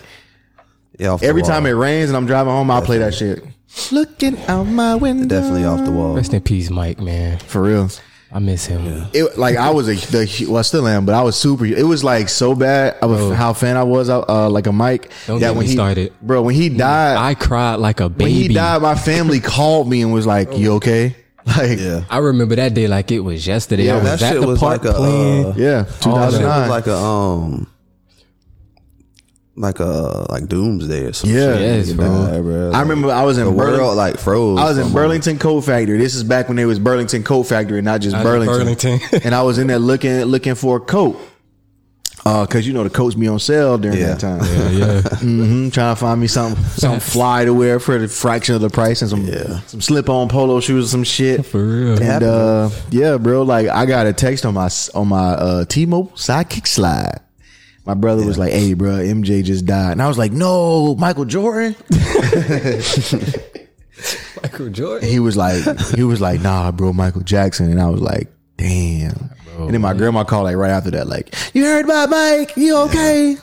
[SPEAKER 2] yeah, Off the
[SPEAKER 1] every
[SPEAKER 2] Wall.
[SPEAKER 1] time it rains and I'm driving home, I play that shit. Looking out my window.
[SPEAKER 2] definitely off the wall.
[SPEAKER 3] rest in peace, Mike. Man,
[SPEAKER 1] For real.
[SPEAKER 3] I miss him.
[SPEAKER 1] it like I was a the hu- well I still am, but I was super. It was like so bad of a- how fan I was uh, uh, like a Mike
[SPEAKER 3] Oh. Don't
[SPEAKER 1] that
[SPEAKER 3] get
[SPEAKER 1] when
[SPEAKER 3] me
[SPEAKER 1] he
[SPEAKER 3] started.
[SPEAKER 1] bro when he died
[SPEAKER 3] I cried like a baby.
[SPEAKER 1] when he died my family called me and was like
[SPEAKER 2] Oh.
[SPEAKER 1] you okay like yeah
[SPEAKER 3] I remember that day like it was yesterday. I was
[SPEAKER 2] that
[SPEAKER 3] at
[SPEAKER 2] shit
[SPEAKER 3] the
[SPEAKER 2] was
[SPEAKER 3] park
[SPEAKER 2] like a,
[SPEAKER 3] playing.
[SPEAKER 2] uh,
[SPEAKER 1] yeah
[SPEAKER 2] That shit
[SPEAKER 1] 2009
[SPEAKER 2] was like a um, like a like doomsday or something.
[SPEAKER 1] Yeah.
[SPEAKER 3] Yes, bro.
[SPEAKER 1] I remember I was in
[SPEAKER 2] the
[SPEAKER 1] Burlington.
[SPEAKER 2] world like froze.
[SPEAKER 1] I was in
[SPEAKER 2] from-
[SPEAKER 1] Burlington Coat Factory. This is back when they was Burlington Coat Factory, not just
[SPEAKER 3] was in
[SPEAKER 1] Burlington.
[SPEAKER 3] Burlington.
[SPEAKER 1] and I was in there looking looking for a coat. Uh, cause you know the coats be on sale during
[SPEAKER 2] Yeah.
[SPEAKER 1] that time.
[SPEAKER 3] yeah.
[SPEAKER 1] hmm Trying to find me something, some fly to wear for the fraction of the price, and some some slip on polo shoes or some shit.
[SPEAKER 3] For real.
[SPEAKER 1] And uh, yeah, bro, like I got a text on my s- on my uh, T-Mobile sidekick slide. My brother was like, "Hey, bro, MJ just died," and I was like, "No, Michael Jordan."
[SPEAKER 3] Michael Jordan.
[SPEAKER 1] he was like, he was like, nah, bro, Michael Jackson, and I was like, damn. and then my grandma called like right after that, like, you heard about Mike? You okay?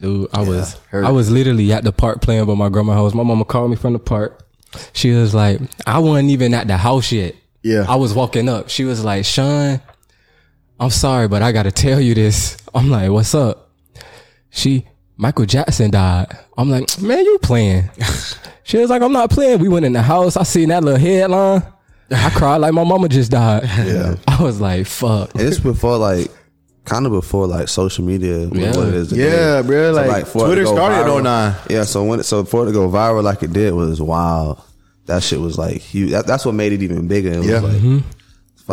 [SPEAKER 3] Dude, I was I was literally at the park playing by my grandma's house. My mama called me from the park. She was like, I wasn't even at the house yet.
[SPEAKER 1] Yeah.
[SPEAKER 3] I was walking up. She was like, Sean, I'm sorry, but I gotta tell you this. I'm like, what's up? She Michael Jackson died. I'm like, man, you playing. she was like, I'm not playing. We went in the house. I seen that little headline. I cried like my mama just died. Yeah. I was like, fuck.
[SPEAKER 2] It's before like kind of before like social media. was
[SPEAKER 3] Yeah.
[SPEAKER 2] what it is today.
[SPEAKER 1] Yeah, bro. Like,
[SPEAKER 2] for it to
[SPEAKER 1] Twitter
[SPEAKER 2] go
[SPEAKER 1] started
[SPEAKER 2] viral-
[SPEAKER 1] on nine.
[SPEAKER 2] Yeah, so when it, so for it to go viral like it did was wild. That shit was like huge. That, that's what made it even bigger. It was
[SPEAKER 1] Yeah.
[SPEAKER 2] like
[SPEAKER 3] Mm-hmm.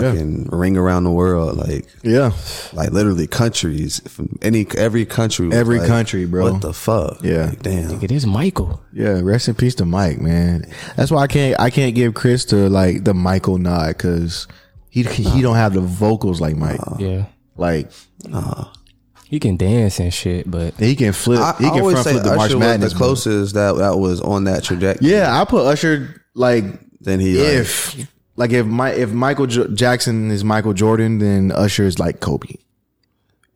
[SPEAKER 2] fucking ring around the world, like
[SPEAKER 1] Yeah,
[SPEAKER 2] like literally countries from any every country, was
[SPEAKER 1] Every
[SPEAKER 2] like,
[SPEAKER 1] country, bro.
[SPEAKER 2] What the fuck?
[SPEAKER 1] Yeah.
[SPEAKER 2] Like, damn.
[SPEAKER 3] It is Michael.
[SPEAKER 1] yeah. Rest in peace to Mike, man. That's why I can't, I can't give Chris to like the Michael nod because he he don't have the vocals like Mike.
[SPEAKER 3] Yeah.
[SPEAKER 1] Like
[SPEAKER 3] He can dance and shit, but
[SPEAKER 1] he can flip,
[SPEAKER 2] I,
[SPEAKER 1] he
[SPEAKER 2] I
[SPEAKER 1] can
[SPEAKER 2] always
[SPEAKER 1] front
[SPEAKER 2] say
[SPEAKER 1] flip the
[SPEAKER 2] Usher
[SPEAKER 1] March
[SPEAKER 2] was
[SPEAKER 1] Madness.
[SPEAKER 2] the
[SPEAKER 1] bro.
[SPEAKER 2] closest that that was on that trajectory.
[SPEAKER 1] Yeah, I put Usher like
[SPEAKER 2] Then he like,
[SPEAKER 1] if like if my if Michael J- Jackson is Michael Jordan, then Usher is like Kobe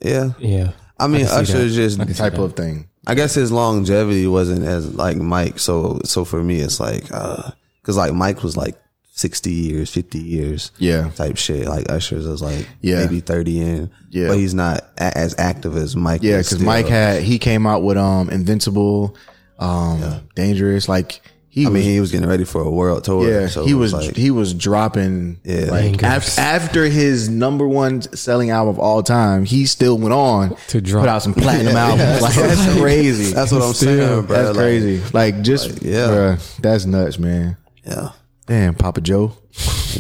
[SPEAKER 2] yeah.
[SPEAKER 3] yeah.
[SPEAKER 2] I mean, Usher is just
[SPEAKER 1] type of thing.
[SPEAKER 2] I guess his longevity wasn't as like Mike. So so for me, it's like because like Mike was like sixty years, fifty years,
[SPEAKER 1] Yeah.
[SPEAKER 2] type shit. Like Usher's is like
[SPEAKER 1] Yeah.
[SPEAKER 2] maybe thirty in,
[SPEAKER 1] Yeah.
[SPEAKER 2] but he's not a- as active as Mike.
[SPEAKER 1] Yeah,
[SPEAKER 2] is
[SPEAKER 1] because
[SPEAKER 2] still.
[SPEAKER 1] Mike had he came out with um Invincible, um Dangerous. Like he
[SPEAKER 2] I
[SPEAKER 1] was
[SPEAKER 2] mean, he was getting ready for a world tour.
[SPEAKER 1] yeah
[SPEAKER 2] so
[SPEAKER 1] he
[SPEAKER 2] it
[SPEAKER 1] was
[SPEAKER 2] like,
[SPEAKER 1] he was dropping
[SPEAKER 2] Yeah.
[SPEAKER 1] like af- after his number one selling album of all time, he still went on
[SPEAKER 3] To drop.
[SPEAKER 1] put out some platinum albums. Like that's crazy.
[SPEAKER 2] that's what I'm saying, bro.
[SPEAKER 1] That's
[SPEAKER 2] like,
[SPEAKER 1] crazy. Like just yeah,
[SPEAKER 2] yeah.
[SPEAKER 1] that's nuts, man.
[SPEAKER 2] Yeah,
[SPEAKER 1] Damn, Papa Joe.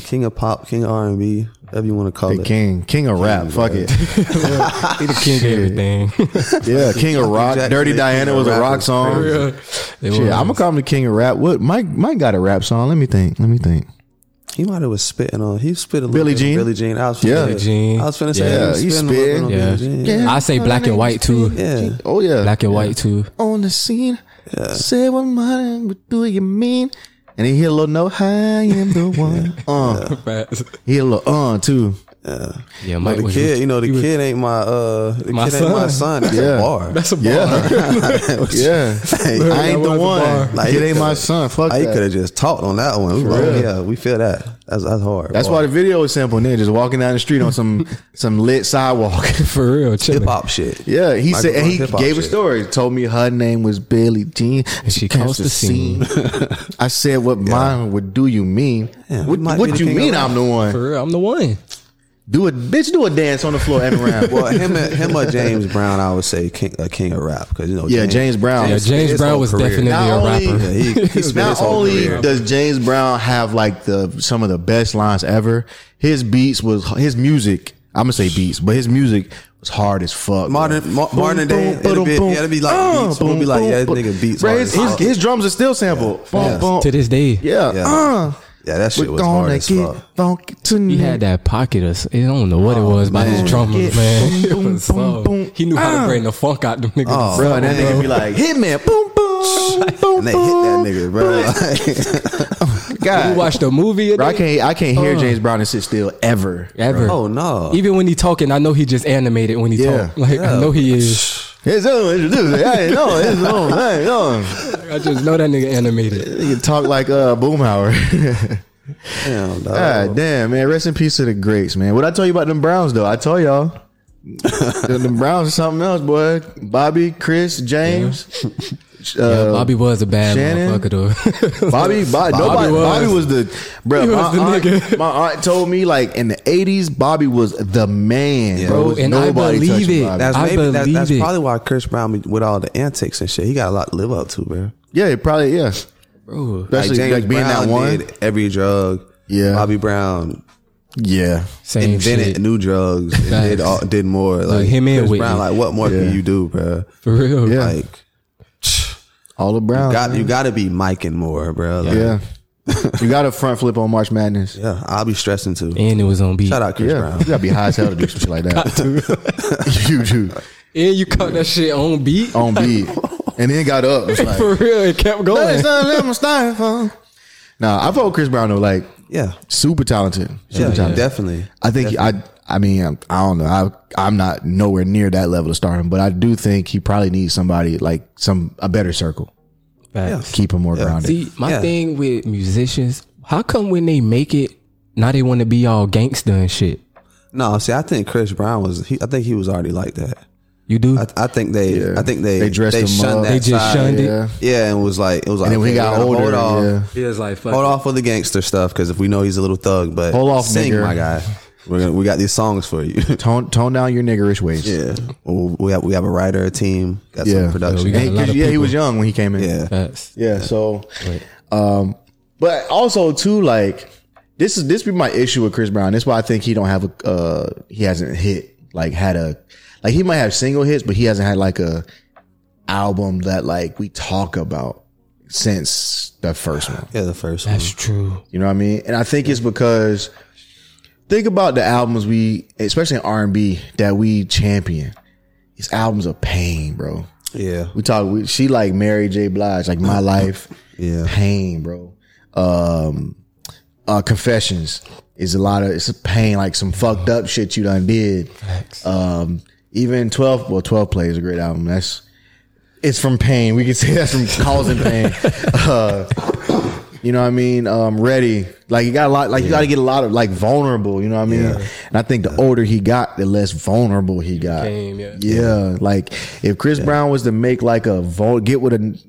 [SPEAKER 2] king of pop, king of R and B, whatever you want to call
[SPEAKER 1] The
[SPEAKER 2] it.
[SPEAKER 1] king, king of rap. Fuck it.
[SPEAKER 3] He the king of everything.
[SPEAKER 1] Yeah, King of Rock.
[SPEAKER 2] Jackson,
[SPEAKER 1] Dirty
[SPEAKER 2] the
[SPEAKER 1] Diana
[SPEAKER 2] King of
[SPEAKER 1] was a
[SPEAKER 2] Rap
[SPEAKER 1] rock
[SPEAKER 2] is
[SPEAKER 1] song.
[SPEAKER 2] crazy.
[SPEAKER 3] It
[SPEAKER 1] Shit,
[SPEAKER 3] was.
[SPEAKER 1] I'm gonna call him the King of Rap. What Mike? Mike got a rap song. Let me think. Let me think.
[SPEAKER 2] He might have was spitting on. He spit a little
[SPEAKER 1] Billie
[SPEAKER 2] bit of
[SPEAKER 1] Jean?
[SPEAKER 2] Billie Jean. I was
[SPEAKER 1] Yeah.
[SPEAKER 2] finna-
[SPEAKER 1] Billie
[SPEAKER 3] Jean.
[SPEAKER 2] I was finna say
[SPEAKER 1] Yeah,
[SPEAKER 2] he was
[SPEAKER 1] he
[SPEAKER 2] spitting a little
[SPEAKER 1] spit.
[SPEAKER 2] bit
[SPEAKER 3] yeah.
[SPEAKER 2] on Billie Jean.
[SPEAKER 3] I say black and white too.
[SPEAKER 2] Yeah.
[SPEAKER 1] Oh yeah.
[SPEAKER 3] Black and white too.
[SPEAKER 1] on the scene.
[SPEAKER 2] Uh.
[SPEAKER 1] Say what mine? What do you mean? And he hit a little note. I am the one. Uh, he hit a little uh too.
[SPEAKER 3] Yeah, Mike
[SPEAKER 2] The
[SPEAKER 3] was
[SPEAKER 2] kid, you know, the kid ain't my uh, the
[SPEAKER 3] My
[SPEAKER 2] kid ain't my son. That's
[SPEAKER 1] Yeah.
[SPEAKER 2] a bar.
[SPEAKER 3] That's a bar.
[SPEAKER 1] Yeah, yeah. I ain't the
[SPEAKER 3] was a
[SPEAKER 1] one.
[SPEAKER 3] bar.
[SPEAKER 1] Like, it ain't my son. Fuck
[SPEAKER 2] I could
[SPEAKER 1] that.
[SPEAKER 2] have just talked on that one. We like,
[SPEAKER 1] real.
[SPEAKER 2] yeah, we feel that. That's that's hard.
[SPEAKER 1] That's why the video is simple. Then just walking down the street on some some lit sidewalk.
[SPEAKER 3] For real,
[SPEAKER 2] hip
[SPEAKER 3] chillin'.
[SPEAKER 2] hop shit.
[SPEAKER 1] Yeah, he
[SPEAKER 2] Michael
[SPEAKER 1] said and
[SPEAKER 2] Jordan
[SPEAKER 1] he
[SPEAKER 2] hip-hop
[SPEAKER 1] gave a
[SPEAKER 2] shit.
[SPEAKER 1] story. Told me her name was Billie Jean, and
[SPEAKER 3] she caused the scene.
[SPEAKER 1] I said, "What mine would do you mean?
[SPEAKER 2] Yeah,
[SPEAKER 1] what
[SPEAKER 2] we might be
[SPEAKER 1] what
[SPEAKER 2] the
[SPEAKER 1] you
[SPEAKER 2] king of
[SPEAKER 1] mean?
[SPEAKER 2] rap.
[SPEAKER 1] I'm the one.
[SPEAKER 3] For real, I'm the one.
[SPEAKER 1] Do a bitch, do a dance on the floor and around.
[SPEAKER 2] Well, him and, him or James Brown, I would say king, a king of rap because you know.
[SPEAKER 1] yeah, Oh, James Brown.
[SPEAKER 3] Yeah,
[SPEAKER 2] James
[SPEAKER 3] James
[SPEAKER 2] his
[SPEAKER 3] Brown
[SPEAKER 2] whole
[SPEAKER 3] was
[SPEAKER 2] career.
[SPEAKER 3] definitely
[SPEAKER 1] Not
[SPEAKER 3] a
[SPEAKER 1] only-
[SPEAKER 3] rapper.
[SPEAKER 2] Yeah, he, he spent his
[SPEAKER 1] Not
[SPEAKER 2] whole
[SPEAKER 1] only
[SPEAKER 2] career.
[SPEAKER 1] does James Brown have like the some of the best lines ever, his beats was his music. I'm gonna say beats, but his music was hard as fuck. bro.
[SPEAKER 2] Modern, mo-
[SPEAKER 1] Boom,
[SPEAKER 2] modern day,
[SPEAKER 1] boom,
[SPEAKER 2] it'd be,
[SPEAKER 1] boom,
[SPEAKER 2] yeah, it'd be like
[SPEAKER 1] uh,
[SPEAKER 2] beats. We'll be like, yeah, this
[SPEAKER 1] boom.
[SPEAKER 2] nigga beats.
[SPEAKER 1] Bro,
[SPEAKER 2] hard
[SPEAKER 1] his,
[SPEAKER 2] as fuck.
[SPEAKER 1] his, his drums are still sampled. Boom,
[SPEAKER 2] Yeah.
[SPEAKER 1] boom.
[SPEAKER 3] To this day,
[SPEAKER 1] Yeah.
[SPEAKER 2] Yeah.
[SPEAKER 1] Uh,
[SPEAKER 2] yeah, that shit
[SPEAKER 1] we're
[SPEAKER 2] was hard
[SPEAKER 1] gonna
[SPEAKER 2] as fuck. Oh,
[SPEAKER 1] get funky
[SPEAKER 3] he
[SPEAKER 1] tonight.
[SPEAKER 3] had that pocket of. I don't know what it was about his drummer,
[SPEAKER 1] Yeah.
[SPEAKER 3] man. It
[SPEAKER 1] Boom,
[SPEAKER 3] was
[SPEAKER 1] boom,
[SPEAKER 3] so-
[SPEAKER 1] boom.
[SPEAKER 3] He knew how to bring the funk out them niggas.
[SPEAKER 2] Oh,
[SPEAKER 1] Bro, and that nigga be like, Hitman, boom, boom, boom,
[SPEAKER 2] And they hit
[SPEAKER 1] boom.
[SPEAKER 2] that nigga, bro. Like,
[SPEAKER 1] God.
[SPEAKER 3] you watched a movie, a
[SPEAKER 1] Bro, I
[SPEAKER 3] day?
[SPEAKER 1] can't, I can't hear James Brown and sit still ever.
[SPEAKER 3] ever.
[SPEAKER 2] oh no,
[SPEAKER 3] Even when he talking, I know he just animated when he
[SPEAKER 1] Yeah.
[SPEAKER 3] talk. Like I know he is.
[SPEAKER 1] It's on, it's on, hey, no, it's on, hey, no.
[SPEAKER 3] I just know that nigga animated.
[SPEAKER 1] Nigga talk like uh, Boomhauer.
[SPEAKER 2] Damn, dog.
[SPEAKER 1] God damn, man. Rest in peace to the greats, man. What I tell you about them Browns, though, I tell y'all. them them Browns are something else, boy. Bobby, Chris, James, uh,
[SPEAKER 3] Yeah, Bobby was a bad
[SPEAKER 1] Shannon?
[SPEAKER 3] motherfucker though.
[SPEAKER 1] Bobby, Bobby, nobody,
[SPEAKER 3] was.
[SPEAKER 1] Bobby was the bro.
[SPEAKER 3] He was
[SPEAKER 1] my,
[SPEAKER 3] the
[SPEAKER 1] aunt,
[SPEAKER 3] nigga.
[SPEAKER 1] my aunt told me like in the '80s, Bobby was the man, bro.
[SPEAKER 3] and I believe
[SPEAKER 1] touching
[SPEAKER 3] it.
[SPEAKER 1] Bobby.
[SPEAKER 2] That's
[SPEAKER 3] I
[SPEAKER 2] maybe that,
[SPEAKER 3] believe
[SPEAKER 2] that's
[SPEAKER 3] it.
[SPEAKER 2] probably why Chris Brown with all the antics and shit, he got a lot to live up to, bro.
[SPEAKER 1] Yeah, it probably yeah.
[SPEAKER 3] Bro,
[SPEAKER 1] Especially like, being
[SPEAKER 2] Brown
[SPEAKER 1] that one.
[SPEAKER 2] did every drug.
[SPEAKER 1] Yeah.
[SPEAKER 2] Bobby Brown
[SPEAKER 1] Yeah,
[SPEAKER 3] same
[SPEAKER 2] invented
[SPEAKER 3] shit.
[SPEAKER 2] new drugs and did
[SPEAKER 3] Facts.
[SPEAKER 2] all, did more. Like,
[SPEAKER 3] him and
[SPEAKER 2] Chris
[SPEAKER 3] Whitney.
[SPEAKER 2] Brown, like what more
[SPEAKER 1] Yeah.
[SPEAKER 2] can you do, bro?
[SPEAKER 3] For real.
[SPEAKER 1] Yeah.
[SPEAKER 2] Like
[SPEAKER 1] all the Browns.
[SPEAKER 2] got
[SPEAKER 1] man.
[SPEAKER 2] you got to be miking more, bro. Like,
[SPEAKER 1] Yeah, you got a front flip on March Madness.
[SPEAKER 2] yeah, I'll be stressing too.
[SPEAKER 3] And it was on beat.
[SPEAKER 2] Shout out Chris
[SPEAKER 1] Yeah,
[SPEAKER 2] Brown.
[SPEAKER 1] you gotta be high as hell to do some shit like that. you do
[SPEAKER 3] And you caught that shit on beat.
[SPEAKER 1] on beat, and then got up. It's like,
[SPEAKER 3] For real, it kept going.
[SPEAKER 1] nah, I vote Chris Brown though. Like
[SPEAKER 2] Yeah,
[SPEAKER 1] super talented, super
[SPEAKER 2] yeah,
[SPEAKER 1] talented.
[SPEAKER 2] definitely.
[SPEAKER 1] I think I. I mean, I'm- I don't know. I I'm not nowhere near that level of stardom, but I do think he probably needs somebody like some a better circle,
[SPEAKER 3] Facts.
[SPEAKER 1] keep him more grounded.
[SPEAKER 3] See, my
[SPEAKER 2] Yeah.
[SPEAKER 3] thing with musicians, how come when they make it, now they want to be all gangster and shit?
[SPEAKER 2] No, see, I think Chris Brown was. He, I think he was already like that.
[SPEAKER 3] You do?
[SPEAKER 2] I, I think they. I think they.
[SPEAKER 1] They dressed him
[SPEAKER 2] shunned
[SPEAKER 1] up.
[SPEAKER 2] that
[SPEAKER 3] They just
[SPEAKER 2] side.
[SPEAKER 3] shunned it.
[SPEAKER 1] yeah,
[SPEAKER 2] Yeah, and was like, it was like,
[SPEAKER 1] and then when he
[SPEAKER 2] okay,
[SPEAKER 1] got
[SPEAKER 2] we gotta
[SPEAKER 1] older,
[SPEAKER 2] hold off,
[SPEAKER 1] yeah.
[SPEAKER 3] He was like, fuck.
[SPEAKER 2] hold off with the gangster stuff because if we know he's a little thug, but
[SPEAKER 1] Hold off,
[SPEAKER 2] sing,
[SPEAKER 1] nigger.
[SPEAKER 2] my guy. We're gonna, we got these songs for you.
[SPEAKER 1] tone tone down your niggerish ways.
[SPEAKER 2] yeah, Well, we have we have a writer, a team, got
[SPEAKER 1] yeah,
[SPEAKER 2] some production.
[SPEAKER 3] we got
[SPEAKER 1] And-
[SPEAKER 3] a lot
[SPEAKER 1] 'cause,
[SPEAKER 3] of
[SPEAKER 1] yeah, he was young when he came in.
[SPEAKER 2] yeah,
[SPEAKER 3] Facts.
[SPEAKER 1] Yeah. So, um, but also too, like this is this be my issue with Chris Brown. That's why I think he don't have a uh, he hasn't hit like had a like he might have single hits, but he hasn't had like a album that like we talk about since the first one.
[SPEAKER 2] yeah, the first one.
[SPEAKER 3] That's true.
[SPEAKER 1] You know what I mean? And I think it's because think about the albums we, especially in R and B, that we champion. These albums are pain, bro.
[SPEAKER 2] Yeah,
[SPEAKER 1] We talk. We, she like Mary J. Blige, like my life.
[SPEAKER 2] Yeah.
[SPEAKER 1] pain, bro. Um, uh, confessions is a lot of it's a pain, like some fucked up shit you done did. Um, even twelve, well, twelve play is a great album. That's it's from pain. We can say that's from causing pain. Uh, you know what I mean? Um, ready. Like you got a lot. Like you got to get a lot of like vulnerable. You know what I mean? And I think the older he got, the less vulnerable he got.
[SPEAKER 3] Game, yeah.
[SPEAKER 1] Yeah, like if Chris Brown was to make like a vol- get with a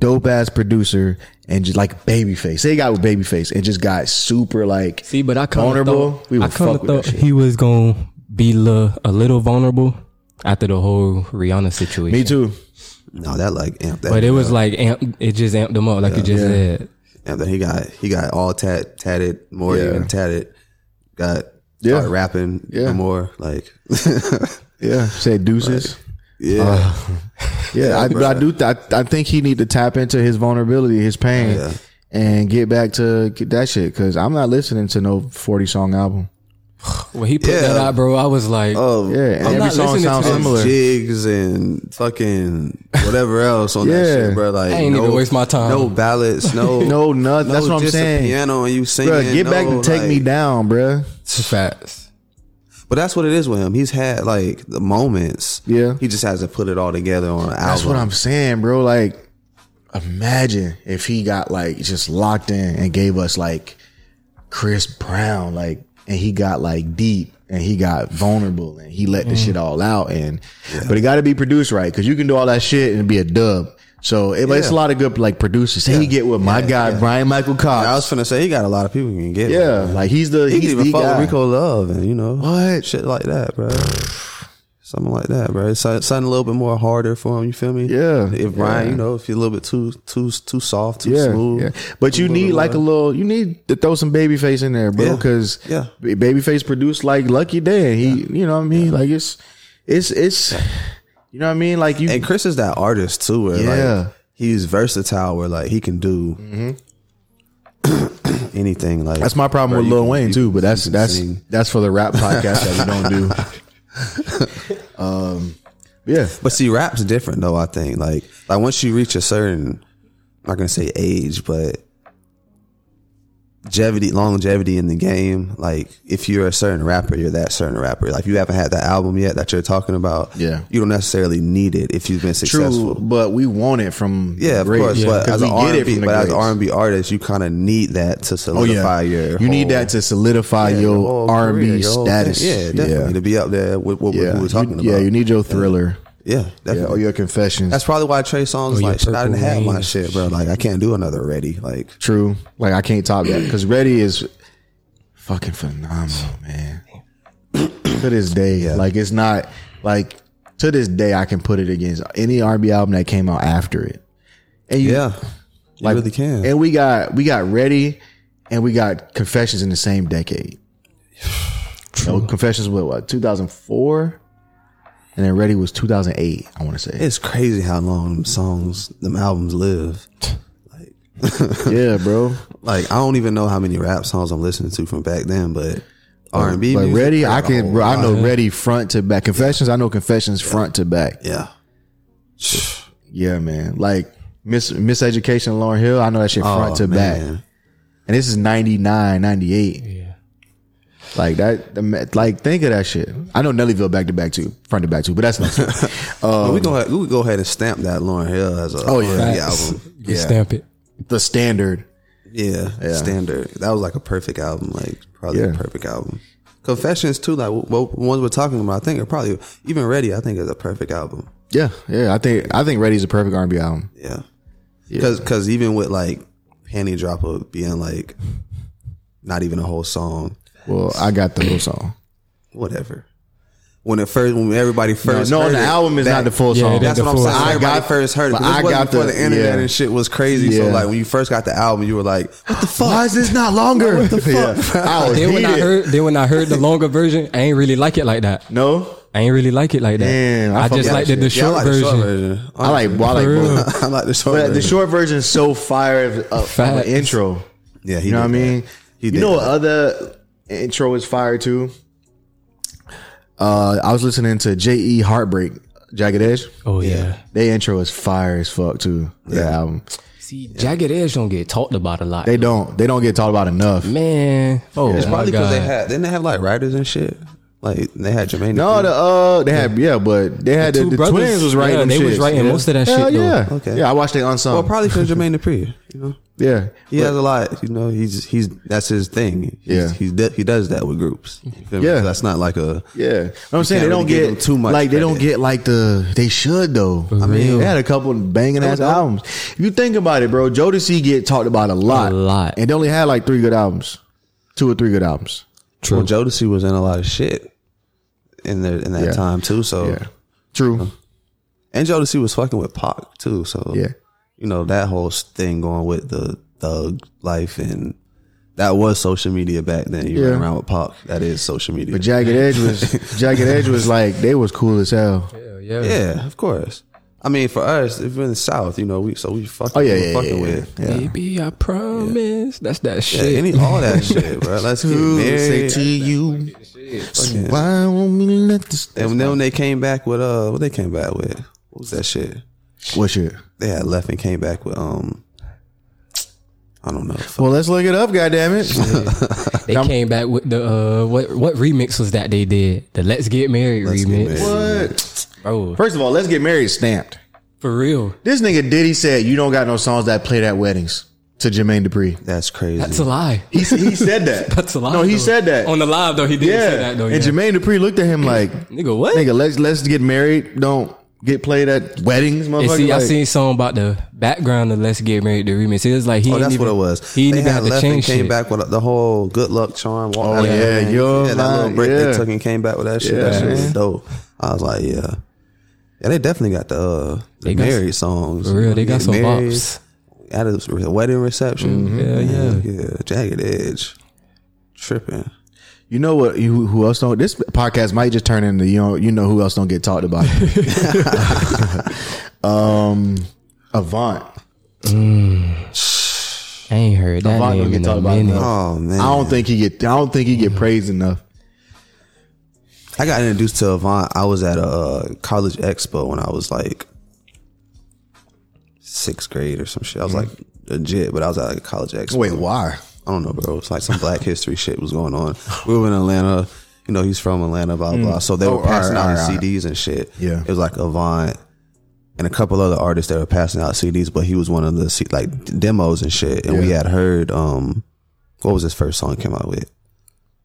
[SPEAKER 1] dope ass producer and just like Babyface, say he got with Babyface and just got super like
[SPEAKER 3] See, but I kind
[SPEAKER 1] Vulnerable,
[SPEAKER 3] Thought,
[SPEAKER 1] we
[SPEAKER 3] I
[SPEAKER 1] would
[SPEAKER 3] kind
[SPEAKER 1] fuck
[SPEAKER 3] of
[SPEAKER 1] with that
[SPEAKER 3] thought
[SPEAKER 1] shit.
[SPEAKER 3] he was gonna be li- a little vulnerable after the whole Rihanna situation.
[SPEAKER 1] me too.
[SPEAKER 2] no, that like amped that.
[SPEAKER 3] But it was like amp, it just amped him up, like you just said.
[SPEAKER 2] And then he got he got all tat tatted more
[SPEAKER 1] Yeah.
[SPEAKER 2] even tatted. Got
[SPEAKER 1] Yeah.
[SPEAKER 2] started rapping
[SPEAKER 1] Yeah.
[SPEAKER 2] more like
[SPEAKER 3] Uh,
[SPEAKER 1] Yeah, say deuces. Uh,
[SPEAKER 2] yeah
[SPEAKER 1] yeah, I, but I do. Th- I, I think he need to tap into his vulnerability, his pain,
[SPEAKER 2] Yeah.
[SPEAKER 1] and get back to get that shit. Because I'm not listening to no 40 song album.
[SPEAKER 3] When he put
[SPEAKER 2] Yeah.
[SPEAKER 3] that out, bro, I was like,
[SPEAKER 2] oh
[SPEAKER 1] Yeah, and every
[SPEAKER 3] not
[SPEAKER 1] song
[SPEAKER 3] listening to
[SPEAKER 1] sounds
[SPEAKER 3] this.
[SPEAKER 1] similar.
[SPEAKER 2] jigs and fucking whatever else on that
[SPEAKER 1] Yeah.
[SPEAKER 2] shit, bro. Like
[SPEAKER 3] I ain't
[SPEAKER 2] no,
[SPEAKER 3] even waste my time.
[SPEAKER 2] No ballads, no
[SPEAKER 1] No, nothing. That's what I'm
[SPEAKER 2] just a
[SPEAKER 1] saying.
[SPEAKER 2] Piano and you singing.
[SPEAKER 1] Bruh, get
[SPEAKER 2] no,
[SPEAKER 1] back to take me
[SPEAKER 2] like-
[SPEAKER 1] down, bruh.
[SPEAKER 3] facts.
[SPEAKER 2] But that's what it is with him. He's had like the moments.
[SPEAKER 1] Yeah.
[SPEAKER 2] he just has to put it all together on an
[SPEAKER 1] That's
[SPEAKER 2] album.
[SPEAKER 1] what I'm saying, bro. Like, imagine if he got like just locked in and gave us like Chris Brown, like, and he got like deep and he got vulnerable and he let the
[SPEAKER 2] Mm.
[SPEAKER 1] shit all out. And but it got to be produced right because you can do all that shit and be a dub. So it, it's a lot of good like producers. Say he get with my guy Brian Michael Cox.
[SPEAKER 2] I was finna say he got a lot of people who can get. with
[SPEAKER 1] yeah,
[SPEAKER 2] him.
[SPEAKER 1] like he's the
[SPEAKER 2] he can
[SPEAKER 1] he's
[SPEAKER 2] even
[SPEAKER 1] the
[SPEAKER 2] fuck with
[SPEAKER 1] guy.
[SPEAKER 2] Rico Love and you know
[SPEAKER 1] What?
[SPEAKER 2] shit like that, bro. Something like that, bro. It's so- something a little bit more harder for him. You feel me?
[SPEAKER 1] Yeah.
[SPEAKER 2] If Brian, you know, if you're a little bit too too too soft, too
[SPEAKER 1] Yeah,
[SPEAKER 2] smooth,
[SPEAKER 1] yeah. but you need like a little. You need to throw some babyface in there, bro,
[SPEAKER 2] Yeah,
[SPEAKER 1] because
[SPEAKER 2] yeah.
[SPEAKER 1] babyface produced like Lucky Day, and he, you know what I mean. Like it's, it's, it's, you know what I mean. Like you,
[SPEAKER 2] And Chris is that artist too, where
[SPEAKER 1] Yeah.
[SPEAKER 2] like he's versatile, where like he can do anything. Like
[SPEAKER 1] Mm-hmm. that's my problem with
[SPEAKER 2] you
[SPEAKER 1] Lil
[SPEAKER 2] can-
[SPEAKER 1] Wayne
[SPEAKER 2] you
[SPEAKER 1] too.
[SPEAKER 2] can-
[SPEAKER 1] But that's
[SPEAKER 2] you can
[SPEAKER 1] that's
[SPEAKER 2] sing.
[SPEAKER 1] that's for the rap podcast that we don't do. Um, yeah,
[SPEAKER 2] But see, rap's different though. I think like like once you reach a certain, I'm not gonna say age, but longevity longevity in the game. Like if you're a certain rapper, you're that certain rapper. Like if you haven't had that album yet that you're talking about,
[SPEAKER 1] Yeah.
[SPEAKER 2] you don't necessarily need it if you've been
[SPEAKER 1] True,
[SPEAKER 2] successful.
[SPEAKER 1] but we want it from the
[SPEAKER 2] Yeah, of
[SPEAKER 1] greats,
[SPEAKER 2] course. But
[SPEAKER 1] 'cause
[SPEAKER 2] as an
[SPEAKER 1] we get it
[SPEAKER 2] R&B,
[SPEAKER 1] from the
[SPEAKER 2] but as an
[SPEAKER 1] greats.
[SPEAKER 2] R&B artist, you kind of need that to
[SPEAKER 1] Oh
[SPEAKER 2] solidify
[SPEAKER 1] yeah,
[SPEAKER 2] your.
[SPEAKER 1] you need
[SPEAKER 2] whole-
[SPEAKER 1] that to solidify
[SPEAKER 2] yeah,
[SPEAKER 1] your,
[SPEAKER 2] whole
[SPEAKER 1] R and
[SPEAKER 2] career,
[SPEAKER 1] B
[SPEAKER 2] your whole
[SPEAKER 1] status.
[SPEAKER 2] thing. Yeah, definitely to be up there with what we
[SPEAKER 1] Yeah,
[SPEAKER 2] we were talking
[SPEAKER 1] you,
[SPEAKER 2] about.
[SPEAKER 1] yeah, you need your thriller,
[SPEAKER 2] yeah,
[SPEAKER 1] yeah,
[SPEAKER 2] definitely.
[SPEAKER 1] or your confessions.
[SPEAKER 2] That's probably why Trey Songz
[SPEAKER 1] Oh,
[SPEAKER 3] your
[SPEAKER 2] like shit, I didn't
[SPEAKER 3] Oh, Purple
[SPEAKER 2] have my
[SPEAKER 3] Rain.
[SPEAKER 2] shit, bro. Like I can't do another ready. Like
[SPEAKER 1] True. Like I can't top that because Ready is fucking phenomenal, man. to this day, like it's not like to this day I can put it against any R&B album that came out after it. And you,
[SPEAKER 2] yeah, you really can.
[SPEAKER 1] And we got we got Ready, and we got Confessions in the same decade. True. Confessions was what 2004, and then Ready was 2008. I want to say.
[SPEAKER 2] it's crazy how long them songs, them albums live.
[SPEAKER 1] yeah, bro.
[SPEAKER 2] Like I don't even know how many rap songs I'm listening to from back then, but R and B.
[SPEAKER 1] But ready, I can. bro, I know ready front to back. Confessions, I know confessions front to back.
[SPEAKER 2] Yeah,
[SPEAKER 1] Yeah, man. Like Miss Miseducation, Lauren Hill. I know that shit
[SPEAKER 2] Oh,
[SPEAKER 1] front to back.
[SPEAKER 2] man.
[SPEAKER 1] And this is 99, 98. Yeah. Like that. the ma- Like think of that shit. I know Nellyville back to back too, front to back too. But that's not. Um,
[SPEAKER 2] we go ahead, we could go ahead and stamp that Lauren Hill as a
[SPEAKER 1] Oh, yeah.
[SPEAKER 2] R&B
[SPEAKER 3] Facts.
[SPEAKER 2] album.
[SPEAKER 3] You stamp it.
[SPEAKER 1] the standard.
[SPEAKER 2] Yeah, standard. That was like a perfect album, like probably a
[SPEAKER 1] Yeah.
[SPEAKER 2] perfect album. Confessions too, like well, ones we're talking about. I think are probably even Ready. I think is a perfect album.
[SPEAKER 1] Yeah, yeah. I think I think Ready's a perfect R and B album.
[SPEAKER 2] Yeah, because because even with like Panty Dropper being like not even a whole song,
[SPEAKER 1] Well, I got the whole song.
[SPEAKER 2] whatever. When it first, when everybody first,
[SPEAKER 1] No,
[SPEAKER 2] heard
[SPEAKER 1] the
[SPEAKER 2] it,
[SPEAKER 1] album is
[SPEAKER 2] that-
[SPEAKER 1] not the full
[SPEAKER 3] Yeah,
[SPEAKER 1] song.
[SPEAKER 3] that's
[SPEAKER 2] That's what I'm
[SPEAKER 3] Before-
[SPEAKER 2] saying.
[SPEAKER 1] I
[SPEAKER 2] I
[SPEAKER 1] got-
[SPEAKER 2] got first heard it. 'cause
[SPEAKER 1] but
[SPEAKER 2] this
[SPEAKER 1] I
[SPEAKER 2] wasn't
[SPEAKER 1] got
[SPEAKER 2] before
[SPEAKER 1] the-
[SPEAKER 2] the, internet
[SPEAKER 1] yeah.
[SPEAKER 2] and shit was crazy. So
[SPEAKER 1] Yeah.
[SPEAKER 2] like when you first got the album, you were like, "What the fuck?
[SPEAKER 1] Why is this not longer? what the fuck? I was
[SPEAKER 3] Then when I
[SPEAKER 1] heated.
[SPEAKER 3] heard, then when I heard the longer version, I ain't really like it like that.
[SPEAKER 1] no,
[SPEAKER 3] I ain't really like it like that.
[SPEAKER 1] Damn, I
[SPEAKER 3] I,
[SPEAKER 1] fuck
[SPEAKER 3] just
[SPEAKER 1] with
[SPEAKER 3] liked
[SPEAKER 1] that
[SPEAKER 3] it the
[SPEAKER 2] Yeah, I
[SPEAKER 3] short
[SPEAKER 2] like the
[SPEAKER 3] version.
[SPEAKER 2] short version.
[SPEAKER 1] I like well, I like
[SPEAKER 3] For real.
[SPEAKER 1] both.
[SPEAKER 2] I like the short
[SPEAKER 1] But
[SPEAKER 2] version.
[SPEAKER 1] the short version is so fire of, of, of an
[SPEAKER 3] Facts.
[SPEAKER 1] intro.
[SPEAKER 2] yeah, he
[SPEAKER 1] You know what I
[SPEAKER 2] did that.
[SPEAKER 1] mean?
[SPEAKER 2] He
[SPEAKER 1] you
[SPEAKER 2] did
[SPEAKER 1] know what
[SPEAKER 2] that.
[SPEAKER 1] other intro is fire too? Uh, I was listening to J.E. Heartbreak, Jagged Edge.
[SPEAKER 3] Oh yeah.
[SPEAKER 1] They intro is fire as fuck too. Their album.
[SPEAKER 3] See, Jagged Edge don't get talked about a lot.
[SPEAKER 1] They don't they don't get talked about enough.
[SPEAKER 3] man. Oh,
[SPEAKER 2] It's
[SPEAKER 3] my
[SPEAKER 2] probably because they
[SPEAKER 3] God.
[SPEAKER 2] had didn't they have like writers and shit. Like they had Jermaine.
[SPEAKER 1] No,
[SPEAKER 2] Dupri.
[SPEAKER 1] the uh, they had yeah, but they had the,
[SPEAKER 3] two
[SPEAKER 1] the
[SPEAKER 3] brothers,
[SPEAKER 1] twins was writing.
[SPEAKER 3] yeah,
[SPEAKER 1] them
[SPEAKER 3] they was
[SPEAKER 1] shits.
[SPEAKER 3] writing most of that
[SPEAKER 1] Hell
[SPEAKER 3] shit, though.
[SPEAKER 1] Yeah,
[SPEAKER 2] Okay.
[SPEAKER 1] yeah, I watched they unsung.
[SPEAKER 2] well, probably because Jermaine Dupri. You know,
[SPEAKER 1] yeah,
[SPEAKER 2] he has a lot. You know, he's he's that's his thing. He's,
[SPEAKER 1] Yeah.
[SPEAKER 2] he's de- he does that with groups. You feel me?
[SPEAKER 1] Yeah.
[SPEAKER 2] So that's not like a
[SPEAKER 1] Yeah, what I'm saying they
[SPEAKER 2] can't
[SPEAKER 1] don't
[SPEAKER 2] really give
[SPEAKER 1] get
[SPEAKER 2] them too much
[SPEAKER 1] Like they don't
[SPEAKER 2] credit.
[SPEAKER 1] get like the they should though. I mean, they had a couple banging ass albums. If you think about it, bro, Jodeci get talked about a lot,
[SPEAKER 3] A lot.
[SPEAKER 1] and they only had like three good albums, two or three good albums.
[SPEAKER 2] true. Well, Jodeci was in a lot of shit in the in that
[SPEAKER 1] Yeah.
[SPEAKER 2] time too. So
[SPEAKER 1] Yeah, true.
[SPEAKER 2] and Jodeci was fucking with Pac too. So
[SPEAKER 1] Yeah.
[SPEAKER 2] you know that whole thing going with the thug life and. That was social media back then. You
[SPEAKER 1] Yeah.
[SPEAKER 2] ran around with Pac. That is social media.
[SPEAKER 1] But Jagged Edge was Jagged Edge was like they was cool as hell.
[SPEAKER 3] Hell yeah.
[SPEAKER 2] Yeah, of course. I mean, for us, if we're in the South, you know, we so we fucking,
[SPEAKER 1] Oh yeah,
[SPEAKER 2] we're
[SPEAKER 1] yeah,
[SPEAKER 2] fucking
[SPEAKER 1] yeah, yeah.
[SPEAKER 2] with
[SPEAKER 1] yeah.
[SPEAKER 3] Baby, I promise. That's that shit.
[SPEAKER 2] yeah, any all that shit, bro. Let's get
[SPEAKER 1] Say
[SPEAKER 2] married.
[SPEAKER 1] to you, so why won't we let this?
[SPEAKER 2] and then when they came back with uh, what they came back with? What was that shit?
[SPEAKER 1] What shit?
[SPEAKER 2] They had left and came back with um, I don't know. Fuck.
[SPEAKER 1] Well, let's look it up. Goddamn it!
[SPEAKER 3] they came back with the uh, what what remix was that they did? The Let's Get Married
[SPEAKER 2] Let's Get
[SPEAKER 3] remix,
[SPEAKER 2] Married.
[SPEAKER 1] What?
[SPEAKER 3] bro.
[SPEAKER 1] First of all, let's get married stamped.
[SPEAKER 3] For real,
[SPEAKER 1] This nigga Diddy said, "You don't got no songs that played at weddings." To Jermaine Dupri,
[SPEAKER 2] That's crazy.
[SPEAKER 3] that's a lie.
[SPEAKER 1] he he said that.
[SPEAKER 3] That's a lie.
[SPEAKER 1] No, he
[SPEAKER 3] though.
[SPEAKER 1] said that.
[SPEAKER 3] on the live though. He did
[SPEAKER 1] yeah,
[SPEAKER 3] say that though. Yeah.
[SPEAKER 1] and Jermaine Dupri looked at him like,
[SPEAKER 3] Nigga, what?
[SPEAKER 1] "Nigga, let's let's get married. Don't get played at weddings,
[SPEAKER 3] And
[SPEAKER 1] motherfucker."
[SPEAKER 3] see, I
[SPEAKER 1] Like,
[SPEAKER 3] seen something about the background of Let's Get Married the remix. It was like he
[SPEAKER 2] oh,
[SPEAKER 3] didn't
[SPEAKER 2] that's
[SPEAKER 3] even,
[SPEAKER 2] what it was.
[SPEAKER 3] He
[SPEAKER 2] they
[SPEAKER 3] didn't even
[SPEAKER 2] had
[SPEAKER 3] have to
[SPEAKER 2] left and
[SPEAKER 3] change
[SPEAKER 2] came
[SPEAKER 3] shit.
[SPEAKER 2] back with the whole good luck charm. Walk
[SPEAKER 1] Oh,
[SPEAKER 2] That-
[SPEAKER 1] yeah, you're
[SPEAKER 2] yeah, that
[SPEAKER 1] mine,
[SPEAKER 2] little break.
[SPEAKER 1] yeah.
[SPEAKER 2] They took and came back with that shit.
[SPEAKER 1] Yeah,
[SPEAKER 2] that shit
[SPEAKER 1] man.
[SPEAKER 2] was dope. I was like, yeah, yeah. They definitely got the uh, the
[SPEAKER 3] They got-
[SPEAKER 2] married songs.
[SPEAKER 3] For real, they got
[SPEAKER 2] Get
[SPEAKER 3] some
[SPEAKER 2] married.
[SPEAKER 3] bops. Mm-hmm.
[SPEAKER 2] At a wedding reception.
[SPEAKER 3] yeah.
[SPEAKER 2] yeah, yeah. Jagged Edge, tripping.
[SPEAKER 1] you know what? You, who else don't? This podcast might just turn into you know you know who else don't get talked about. um, Avant.
[SPEAKER 3] Mm. I ain't heard that
[SPEAKER 1] Avant don't
[SPEAKER 3] name
[SPEAKER 1] get
[SPEAKER 3] in
[SPEAKER 1] talked
[SPEAKER 3] a
[SPEAKER 1] about
[SPEAKER 3] minute.
[SPEAKER 1] enough.
[SPEAKER 2] Oh man,
[SPEAKER 1] I don't think he get. I don't think he get praised enough.
[SPEAKER 2] I got introduced to Avant. I was at a uh, college expo when I was like sixth grade or some shit. I was like legit, but I was at like, a college expo.
[SPEAKER 1] Mm-hmm. Wait, why?
[SPEAKER 2] I don't know, bro. It's like some Black History shit was going on. We were in Atlanta. You know, he's from Atlanta, blah blah. So they
[SPEAKER 1] Oh,
[SPEAKER 2] were passing
[SPEAKER 1] alright,
[SPEAKER 2] out
[SPEAKER 1] alright,
[SPEAKER 2] his CDs and shit.
[SPEAKER 1] Yeah.
[SPEAKER 2] it was like Avant and a couple other artists that were passing out CDs, but he was one of the C- like demos and shit. And we
[SPEAKER 1] Yeah.
[SPEAKER 2] had heard um, what was his first song he came out with?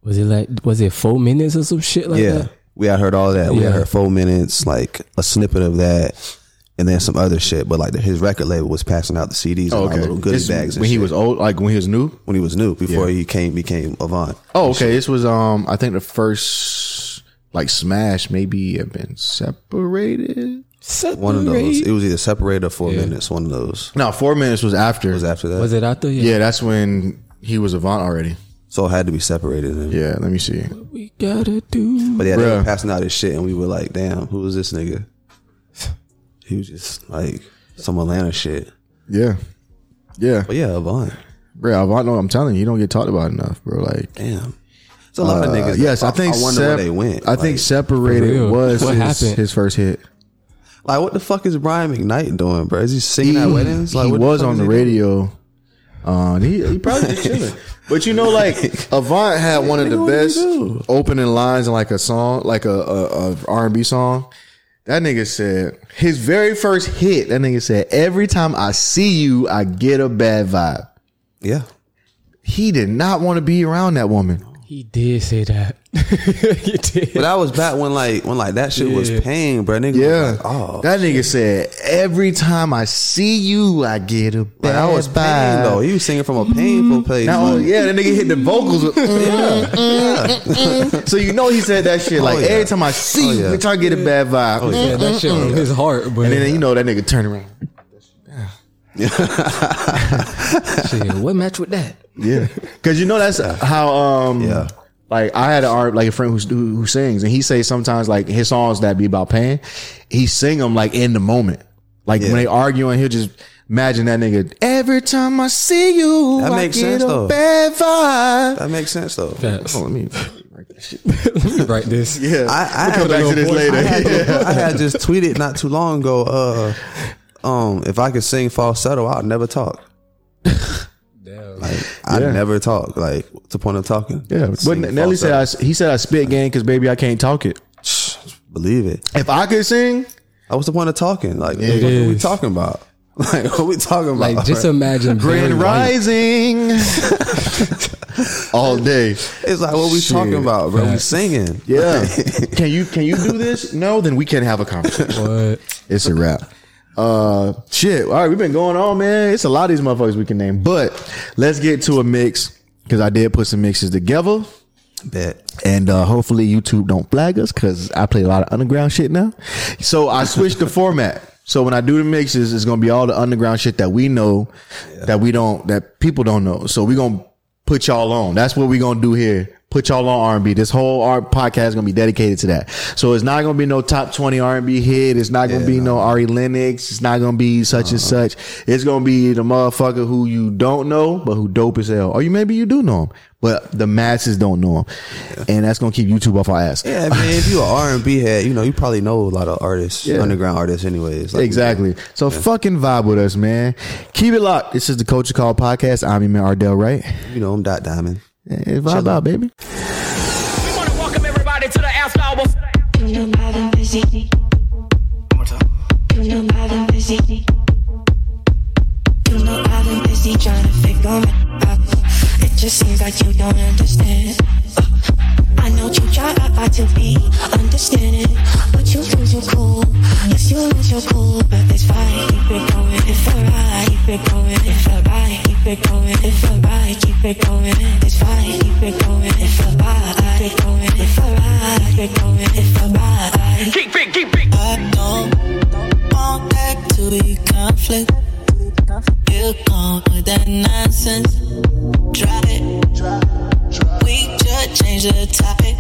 [SPEAKER 3] Was it like was it four minutes or some shit like
[SPEAKER 2] yeah,
[SPEAKER 3] that?
[SPEAKER 2] we had heard all that. We had
[SPEAKER 3] Yeah.
[SPEAKER 2] heard four minutes, like a snippet of that, and then some other shit. But like his record label was passing out the CDs and like little goodie
[SPEAKER 1] This-
[SPEAKER 2] bags. And
[SPEAKER 1] Oh, when he
[SPEAKER 2] shit
[SPEAKER 1] was old, like when he was new.
[SPEAKER 2] when he was new before he came became Avant.
[SPEAKER 1] Oh, okay. This was um, I think the first like Smash maybe have been separated.
[SPEAKER 2] One of those.
[SPEAKER 3] Separate.
[SPEAKER 2] It was either separated or four minutes. One of those
[SPEAKER 1] No, four minutes was after.
[SPEAKER 2] was after that.
[SPEAKER 3] Was it out there?
[SPEAKER 1] Yeah, that's when he was Avant already.
[SPEAKER 2] So it had to be separated. And,
[SPEAKER 1] Yeah, let me see.
[SPEAKER 3] We gotta do.
[SPEAKER 2] But yeah, they
[SPEAKER 1] Bruh.
[SPEAKER 2] were passing out his shit, and we were like, "Damn, who was this nigga?" He was just like some Atlanta shit.
[SPEAKER 1] Yeah, yeah,
[SPEAKER 2] But yeah, Avant.
[SPEAKER 1] bro. Avant, no, I'm telling you, you don't get talked about enough, bro. Like.
[SPEAKER 2] Damn, it's a lot of
[SPEAKER 1] uh,
[SPEAKER 2] niggas.
[SPEAKER 1] yes, I
[SPEAKER 2] that-
[SPEAKER 1] think
[SPEAKER 2] I wonder
[SPEAKER 1] sep-
[SPEAKER 2] where they went.
[SPEAKER 1] I think
[SPEAKER 2] Like-
[SPEAKER 3] For
[SPEAKER 1] separated
[SPEAKER 3] real.
[SPEAKER 1] was
[SPEAKER 3] What
[SPEAKER 1] his,
[SPEAKER 3] happened?
[SPEAKER 1] his first hit.
[SPEAKER 2] Like, what the fuck is Brian McKnight doing, bro? Is he singing
[SPEAKER 1] he,
[SPEAKER 2] at weddings? Like,
[SPEAKER 1] he
[SPEAKER 2] what
[SPEAKER 1] was
[SPEAKER 2] fuck
[SPEAKER 1] on
[SPEAKER 2] is
[SPEAKER 1] the
[SPEAKER 2] he doing?
[SPEAKER 1] radio. Uh, and he, he probably just chilling. But you know, like Avant had one of the
[SPEAKER 2] Nigga, what
[SPEAKER 1] best
[SPEAKER 2] he do?
[SPEAKER 1] opening lines in like a song, like a, a, a R and B song. That nigga said his very first hit. That nigga said, "Every time I see you, I get a bad vibe."
[SPEAKER 2] Yeah,
[SPEAKER 1] He did not want to be around that woman.
[SPEAKER 3] He did say that. he did.
[SPEAKER 2] but that was back when like when like that shit was
[SPEAKER 3] Yeah.
[SPEAKER 2] pain, bro. Nigga, was
[SPEAKER 1] Yeah,
[SPEAKER 2] like, oh,
[SPEAKER 1] that nigga said, "Every time I see you, I get a
[SPEAKER 2] Like,
[SPEAKER 1] bad
[SPEAKER 2] I was pain
[SPEAKER 1] vibe." Mm-hmm. oh,
[SPEAKER 2] though. He was singing from a painful place.
[SPEAKER 1] Not
[SPEAKER 2] like-
[SPEAKER 1] only- yeah, that nigga hit the vocals with. mm, mm, mm. so you know he said that shit like
[SPEAKER 2] Oh, yeah.
[SPEAKER 1] every time I see
[SPEAKER 2] Oh,
[SPEAKER 1] you,
[SPEAKER 2] yeah. Oh,
[SPEAKER 1] bitch, I get a bad vibe.
[SPEAKER 3] yeah, that shit from his heart, but
[SPEAKER 1] And then you know that nigga turn around.
[SPEAKER 3] shit, what match with that?
[SPEAKER 1] Yeah, because you know that's how. um
[SPEAKER 2] Yeah.
[SPEAKER 1] Like I had an art like a friend who's, who who sings, and he say sometimes like his songs that be about pain, he sing them like in the moment, like when
[SPEAKER 2] Yeah.
[SPEAKER 1] they arguing, he'll just imagine that nigga. Every time I see you,
[SPEAKER 2] That
[SPEAKER 1] I
[SPEAKER 2] makes
[SPEAKER 1] get
[SPEAKER 2] sense,
[SPEAKER 1] a
[SPEAKER 2] though.
[SPEAKER 1] bad vibe.
[SPEAKER 2] That makes sense though.
[SPEAKER 3] Facts.
[SPEAKER 1] Hold on, let me.
[SPEAKER 3] Let me write this.
[SPEAKER 1] Yeah,
[SPEAKER 2] I, I
[SPEAKER 1] We'll
[SPEAKER 2] had
[SPEAKER 1] come back to
[SPEAKER 2] a
[SPEAKER 1] this
[SPEAKER 2] little-
[SPEAKER 1] later.
[SPEAKER 2] I had, I had just tweeted not too long ago. Uh, um, if I could sing falsetto, I'd never talk.
[SPEAKER 3] Damn.
[SPEAKER 2] I'd
[SPEAKER 1] Yeah.
[SPEAKER 2] never talk. Like, what's the point of talking?
[SPEAKER 1] Yeah, but
[SPEAKER 2] Sing
[SPEAKER 1] Nelly said I,
[SPEAKER 2] falsetto.
[SPEAKER 1] he said I spit game because baby I can't talk it.
[SPEAKER 2] believe it.
[SPEAKER 1] If I could sing,
[SPEAKER 2] That was the point of talking. Like, what
[SPEAKER 1] It
[SPEAKER 2] are we
[SPEAKER 3] is.
[SPEAKER 2] talking about? Like, what we talking about?
[SPEAKER 3] Like just
[SPEAKER 2] bro?
[SPEAKER 3] imagine Barry
[SPEAKER 1] Grand
[SPEAKER 3] White.
[SPEAKER 1] Rising, all day.
[SPEAKER 2] it's like what we talking about, bro? We
[SPEAKER 3] Facts.
[SPEAKER 2] singing.
[SPEAKER 1] Yeah, can you can you do this? No, then we can't have a conversation.
[SPEAKER 3] What?
[SPEAKER 1] It's a wrap. Uh, shit. All right, we've been going on, man. It's a lot of these motherfuckers we can name, but let's get to a mix because I did put some mixes together.
[SPEAKER 2] Bet.
[SPEAKER 1] And uh, hopefully YouTube don't flag us because I play a lot of underground shit now. So I switched the format. So when I do the mixes, it's gonna be all the underground shit that we know, that we don't, that people don't know. So we gonna put y'all on. That's what we gonna do here. Put y'all on R&B. This whole R podcast is gonna be dedicated to that. So it's not gonna be no top twenty R&B hit. It's not gonna be no Ari Lennox. It's not gonna be such and
[SPEAKER 2] Uh-huh.
[SPEAKER 1] such. It's gonna be the motherfucker who you don't know, but who dope as hell. Or you maybe you do know him, but the masses don't know him, and that's gonna keep YouTube off our ass.
[SPEAKER 2] Yeah, man. If you are R and B head, you know you probably know a lot of artists, underground artists, anyways. Like,
[SPEAKER 1] Exactly. So fucking vibe with us, man. Keep it locked. This is the Culture Call podcast. I'm your man Ardell, right?
[SPEAKER 2] You know, I'm Dot Diamond.
[SPEAKER 1] Hey, vibe out, baby.
[SPEAKER 4] We want to welcome everybody to the after hour.
[SPEAKER 5] You know how to visit me. You know how to visit me. You know I'm busy trying to figure it out. It just seems like you don't understand. Uh, I know you try hard to be understanding, but you lose your cool. Yes, you lose your cool, but it's fine. Keep it going, it's alright. Keep it going, it's alright. Keep it going, it's alright. Keep it going, it's fine. Keep it going, it's alright. Keep it going, it's alright. Keep it going, it's alright.
[SPEAKER 4] Keep it, keep it.
[SPEAKER 6] I don't want that to be conflict. You come with that nonsense. Drop it. We should change the topic.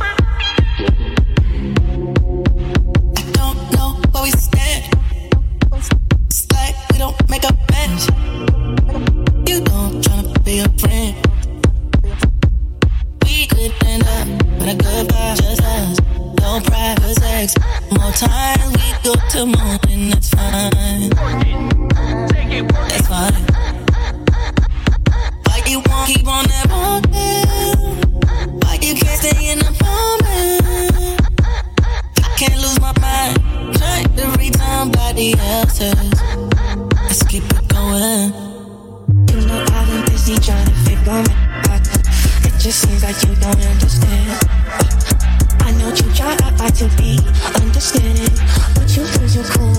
[SPEAKER 6] I don't know where we stand. It's like we don't make a match. You don't tryna be a friend. We could end up with a good vibe, just us. No private sex. More time, we go to more, and that's fine.
[SPEAKER 4] Take it, work it.
[SPEAKER 6] That's fine. Like you want, keep on that
[SPEAKER 7] busy trying to figure it out. It just seems like you don't understand. I know you try to fight to be understanding, but you lose your cool.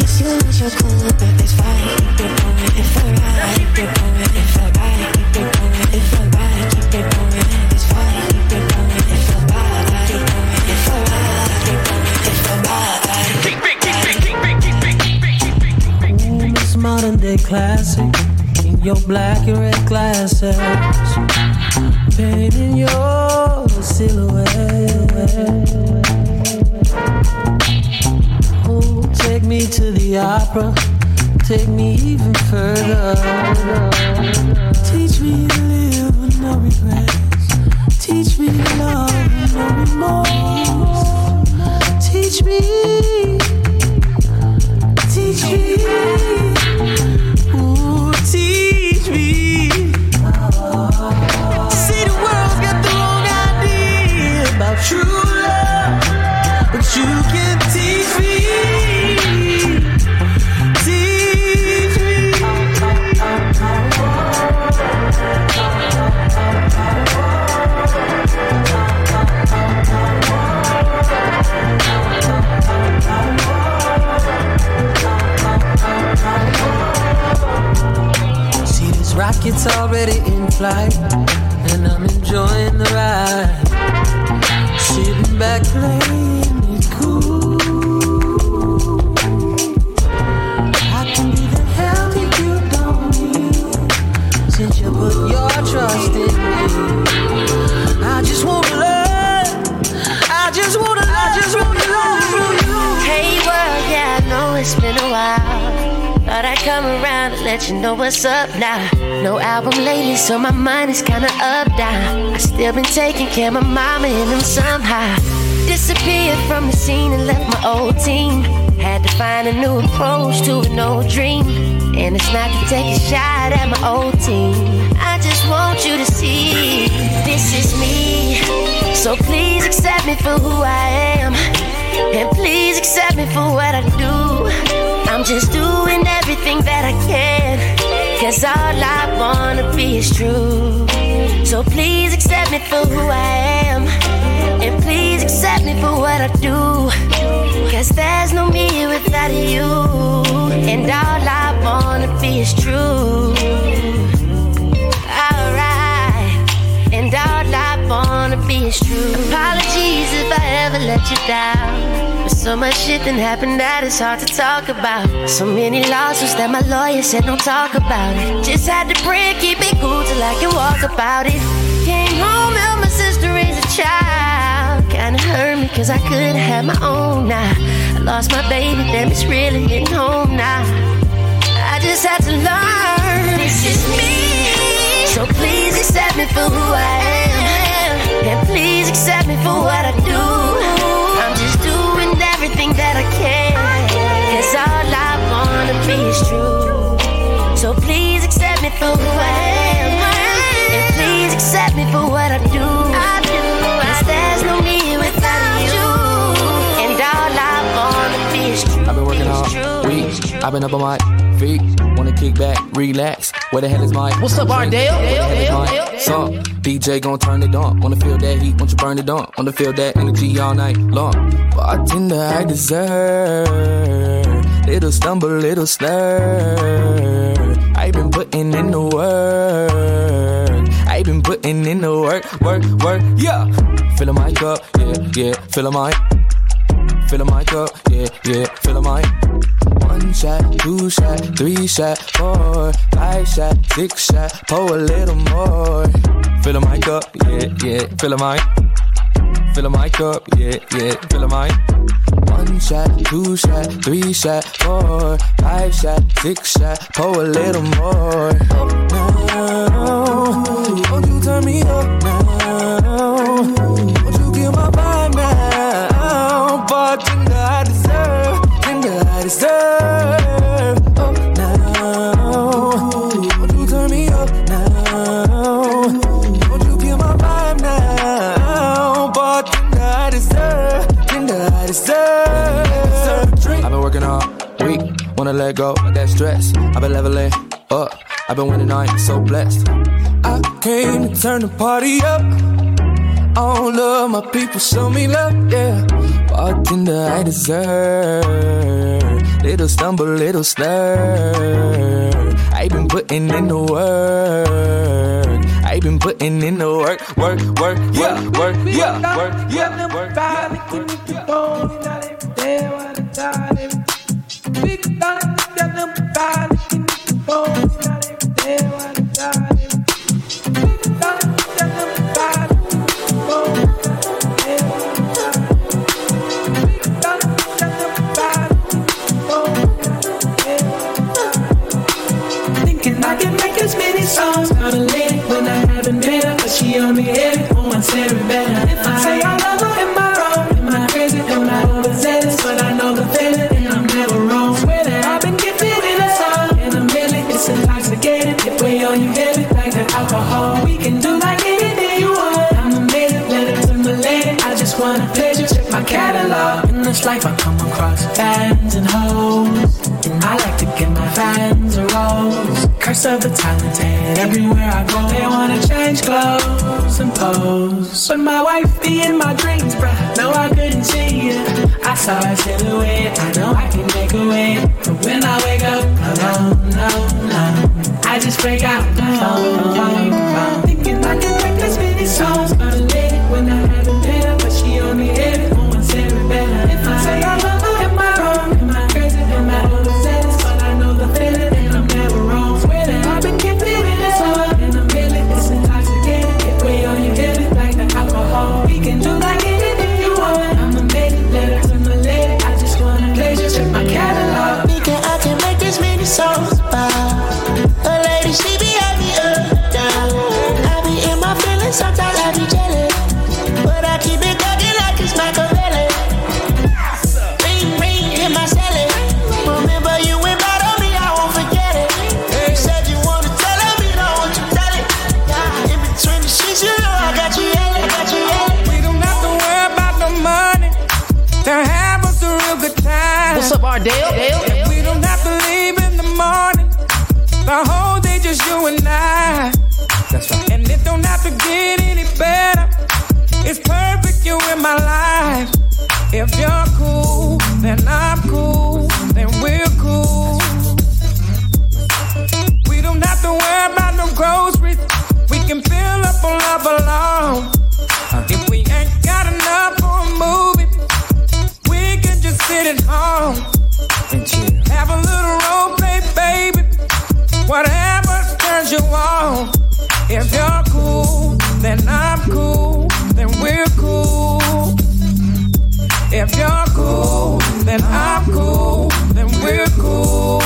[SPEAKER 7] Yes, you lose your cool, but it's fine. Keep it going, it's alright. Keep it going, it's alright. Keep it going, it's alright. Keep it going, it's fine. Keep it going, it's alright. Keep it going, it's alright. Keep it going, it's alright.
[SPEAKER 6] Keep it, keep it, keep it, keep it, keep it, keep it, keep it, keep it.
[SPEAKER 5] It's modern day classic in your black and red glasses, painting your silhouette. Oh, take me to the opera, take me even further. Teach me to live with no regrets, teach me to love with no remorse. Teach me teach me. Ooh, teach me. See, the world's got the wrong idea about true love, but you can teach me. Teach me. See, this rocket's already in flight, and I'm enjoying the ride. Sitting back, playing it cool. I can be the help that you don't need, since you put your trust in me. I just wanna learn. I just wanna. I just wanna learn.
[SPEAKER 8] Hey world, yeah, I know it's been a while. Thought I'd come around and let you know what's up now. No album lately, so my mind is kinda up down. I still been taking care of my mama and them somehow. Disappeared from the scene and left my old team. Had to find a new approach to an old dream. And it's not to take a shot at my old team. I just want you to see this is me. So please accept me for who I am. And please accept me for what I do. I'm just doing everything that I can. Cause all I wanna be is true. So please accept me for who I am. And please accept me for what I do. Cause there's no me without you. And all I wanna be is true. Alright. And all I wanna be is true. Apologies if I ever let you down. But so much shit done happened that it's hard to talk about. So many lawsuits that my lawyer said don't talk about it. Just had to pray, and keep it cool till I can walk about it. Came home, held my sister as a child. Kinda hurt me cause I could've had my own now. I lost my baby, damn it's really hitting home now. I just had to learn. This is me. So please accept me for who I am. And please accept me for what I do. I'm just doing everything that I can. Cause all I wanna be is true. So please accept me for who I am. And please accept me for what I do. Cause there's no me without you. And all I wanna be is true.
[SPEAKER 9] I've been working all week. I've been up on my feet. Wanna kick back, relax. Where the hell is my? What's up, Ardale? So DJ gon' turn it on. Wanna feel that heat? Want you burn it on? Wanna feel that energy all night long? Bartender, I deserve. Little stumble, little slur. I've been putting in the work. I've been putting in the work, work, work. Yeah, filling my cup. Yeah, yeah, filling my. Fill my cup, yeah, yeah, fill my one shot, two shot, three shot, four, five shot, six shot, pour a little more. Fill my cup, yeah, yeah, fill my fill my cup, yeah, yeah, fill my one shot, two shot, three shot, four, five shot, six shot, pour a little more. Up now, won't you turn me up now? Won't you give my vibe now? Bartender, I deserve, tender I deserve.
[SPEAKER 5] oh,
[SPEAKER 9] Up now, won't you turn me up now? Won't you give my vibe now? Bartender, I deserve, tender I deserve. I've been working all week, wanna let go of that stress. I've been leveling up. I've been winning, I am so blessed. I came to turn the party up. All of my people show me love, yeah. Bartender, I deserve. Little stumble, little slur. I've been putting in the work. I've been putting in the work, work, work, yeah, work, yeah, work, yeah, work, yeah.
[SPEAKER 5] Thinking I can make as many songs about a lady when I haven't been her, but she on me every woman's every better. If I say I love her, am I wrong? Am I crazy? Am I overzealous? But I know the feeling, and I'm never wrong. Swear that I've been gifted in a song, and I'm really it's intoxicated. It weigh on you heavy like the alcohol. We can do like anything you want. I'm a minute, let it to my lady. I just wanna pleasure, check my catalog. In this life, I come across fans and hoes. And I like to give my fans a rose. Curse of the talented, everywhere I go, they wanna change clothes and pose. But my wife be in my dreams, bruh. No, I couldn't see you. I saw a silhouette, I know I can make a way. But when I wake up, alone, no, no. I just break out, no, no, Thinking I can make as many songs, but a lady when I haven't been her, but she on me every woman's every better. If I say I love her, am I wrong? Am I crazy? Am I overzealous? But I know the feeling and I'm never wrong. Swear that I've been gifted in this heart and I'm really it's intoxicating. Get way on your head like the alcohol. We can do like anything you want. I'm a lady, letter to my lady. I just wanna pleasure, check my catalog.
[SPEAKER 10] Thinking I can make this many songs about a lady, she be at me up down. I be in my feelings, sometimes I be jealous, but I keep it cooking like it's Machiavelli. Ring ring in my celly. Remember you invited me, I won't forget it. You said you wanna tell it, me don't want you tell it. In between the sheets, you know I got you yelling, got you yelling.
[SPEAKER 5] We don't have to worry about the money. There have us a real good time.
[SPEAKER 10] What's up, Ardell?
[SPEAKER 5] We don't have to leave in the morning. The whole day just you and I. That's right. And it don't have to get any better. It's perfect you in my life. If you're cool, then I'm cool, then we're cool. We don't have to worry about no groceries. We can fill up on love alone. If we ain't got enough for a movie, we can just sit at home. Have a little role play, baby. Whatever turns you on. If you're cool, then I'm cool, then we're cool. If you're cool, then I'm cool, then we're cool.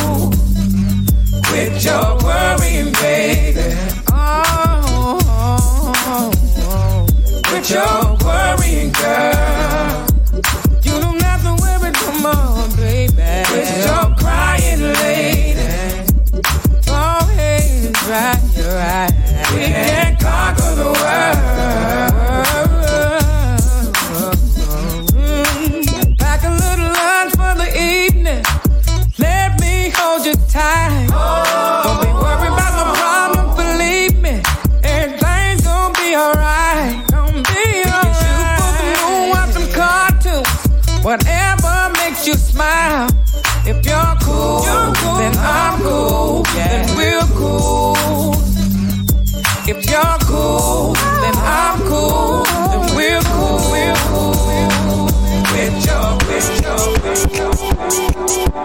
[SPEAKER 5] Quit your worrying, baby. Oh, quit oh, your worrying, girl. You don't have to worry no more, baby. Quit your crying, lady. Go ahead and dry your eyes. We can conquer the world. Pack a little lunch for the evening. Let me hold you tight. Don't be worried about the problem, believe me. Everything's gonna be alright. Gonna be alright. Shoot for the moon, watch some cartoons. Whatever makes you smile. If you're cool, then I'm cool, then we're cool. If you're cool, then I'm cool, then we're cool, we're cool. With your, with your, with your.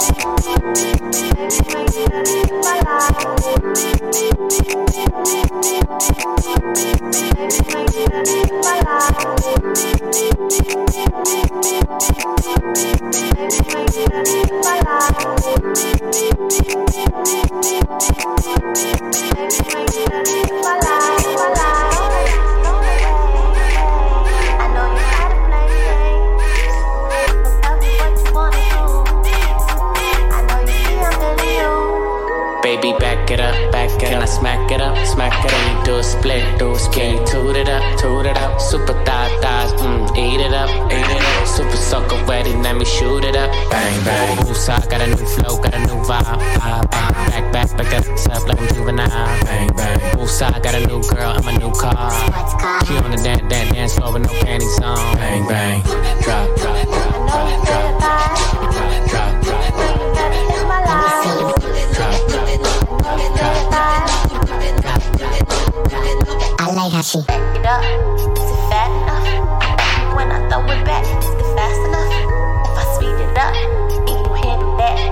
[SPEAKER 11] Baby, back it up, back back it Can I smack it up? Smack it up. You do a split, do a split. You toot it up, toot it up. Super thigh thighs, mm, eat it up, eat it up. Super sucker ready, let me shoot it up. Bang, bang. Woosah, got a new flow, got a new vibe. vibe, vibe. Back, back, back that ass up like I'm juvenile. Bang, bang. Woosah, got a new girl, I'm a new car. She on the dan- dan- dance floor with no panties on. Bang, bang. Drop, drop, drop, drop, drop. Drop, drop, drop, drop.
[SPEAKER 8] I like how she back it up. Is it fat enough? When I throw it back, is it fast enough? If I speed it up, can you handle that? You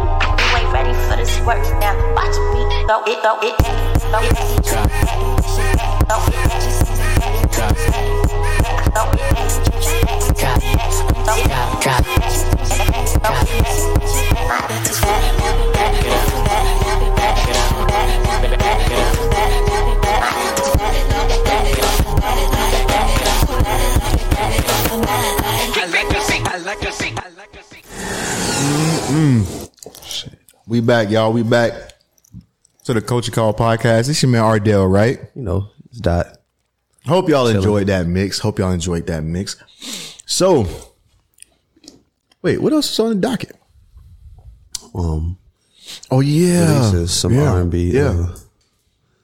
[SPEAKER 8] ain't ready for this work now. Watch me throw it, throw it back, throw it back, throw it back, throw it back, throw it back, throw it back, throw it back, throw it back, throw it back, throw it back, throw it
[SPEAKER 1] Mm-hmm. We back, y'all. We back to the Culture Call podcast. This your man Ardell, right?
[SPEAKER 2] You know, it's dot.
[SPEAKER 1] Hope y'all enjoyed that mix. Hope y'all enjoyed that mix. So, wait, what else is on the docket?
[SPEAKER 2] Um,
[SPEAKER 1] Oh yeah,
[SPEAKER 2] releases some
[SPEAKER 1] yeah.
[SPEAKER 2] R&B.
[SPEAKER 1] Yeah,
[SPEAKER 2] uh,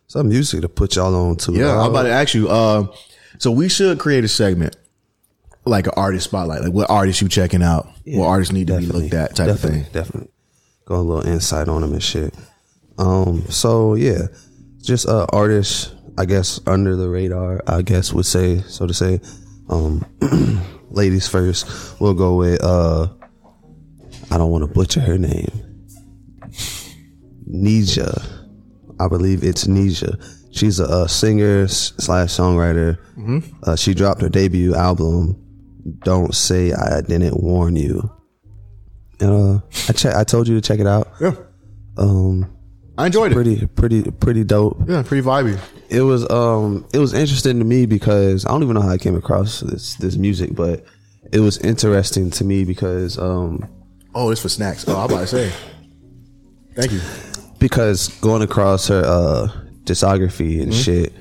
[SPEAKER 2] some music to put y'all on to.
[SPEAKER 1] yeah.
[SPEAKER 2] Uh,
[SPEAKER 1] I'm about to ask you. Uh, so we should create a segment like an artist spotlight, like what artists you checking out, what artists need to be looked at, type
[SPEAKER 2] definitely,
[SPEAKER 1] of thing.
[SPEAKER 2] Definitely. Got a little insight on them and shit. Um, so yeah, just uh artists, I guess under the radar, I guess would say so to say. Um, ladies first, we'll go with uh, I don't want to butcher her name, Nija. I believe it's Nija. She's a, uh singer s- slash songwriter.
[SPEAKER 1] Mm-hmm.
[SPEAKER 2] Uh, she dropped her debut album. Don't say I didn't warn you. And uh, I che- I told you to check it out.
[SPEAKER 1] Yeah,
[SPEAKER 2] Um,
[SPEAKER 1] I enjoyed it.
[SPEAKER 2] pretty, pretty, pretty dope.
[SPEAKER 1] Yeah, pretty vibey.
[SPEAKER 2] It was um, it was interesting to me because I don't even know how I came across this this music, but it was interesting to me because um,
[SPEAKER 1] Oh, it's for snacks. Oh, I'm about to say. Thank you.
[SPEAKER 2] because going across her uh discography
[SPEAKER 1] Mm-hmm.
[SPEAKER 2] and shit,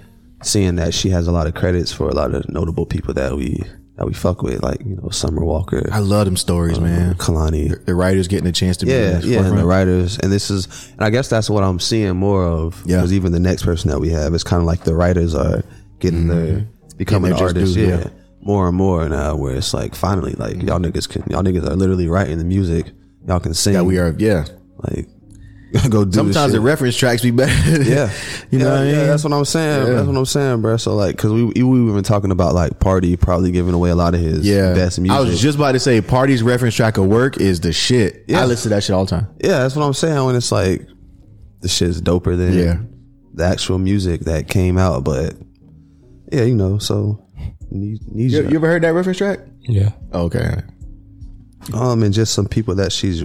[SPEAKER 2] seeing that she has a lot of credits for a lot of notable people that we that we fuck with, like you know Summer Walker, Um,
[SPEAKER 1] I love them stories, man.
[SPEAKER 2] Kalani,
[SPEAKER 1] The writers getting a chance to
[SPEAKER 2] Yeah,
[SPEAKER 1] be
[SPEAKER 2] yeah, and the writers, and this is, and I guess that's what I'm seeing more of.
[SPEAKER 1] Yeah.
[SPEAKER 2] because even the next person that we have, it's kind of like the writers are getting their becoming
[SPEAKER 1] Mm-hmm. Getting their just
[SPEAKER 2] artists,
[SPEAKER 1] due,
[SPEAKER 2] yeah,
[SPEAKER 1] yeah. Mm-hmm.
[SPEAKER 2] more and more now. Where it's like finally, like y'all niggas can, y'all niggas are literally writing the music, y'all can sing.
[SPEAKER 1] that we are. Yeah,
[SPEAKER 2] like go do. this
[SPEAKER 1] sometimes the
[SPEAKER 2] shit.
[SPEAKER 1] reference tracks be better.
[SPEAKER 2] Yeah,
[SPEAKER 1] you know
[SPEAKER 2] Yeah,
[SPEAKER 1] what I mean.
[SPEAKER 2] yeah, that's what I'm saying.
[SPEAKER 1] Yeah.
[SPEAKER 2] That's what I'm saying, bro. So like, because we we we been talking about like party probably giving away a lot of his
[SPEAKER 1] Yeah,
[SPEAKER 2] best music.
[SPEAKER 1] I was just about to say, Party's reference track of work is the shit.
[SPEAKER 2] Yeah.
[SPEAKER 1] I listen to that shit all the time.
[SPEAKER 2] Yeah, that's what I'm saying. When it's like the shit's doper than
[SPEAKER 1] Yeah.
[SPEAKER 2] the actual music that came out, but yeah, you know. So Ne-
[SPEAKER 1] You,
[SPEAKER 2] Nisha,
[SPEAKER 1] you ever heard that reference track?
[SPEAKER 3] Yeah.
[SPEAKER 1] Okay,
[SPEAKER 2] um, and just some people that she's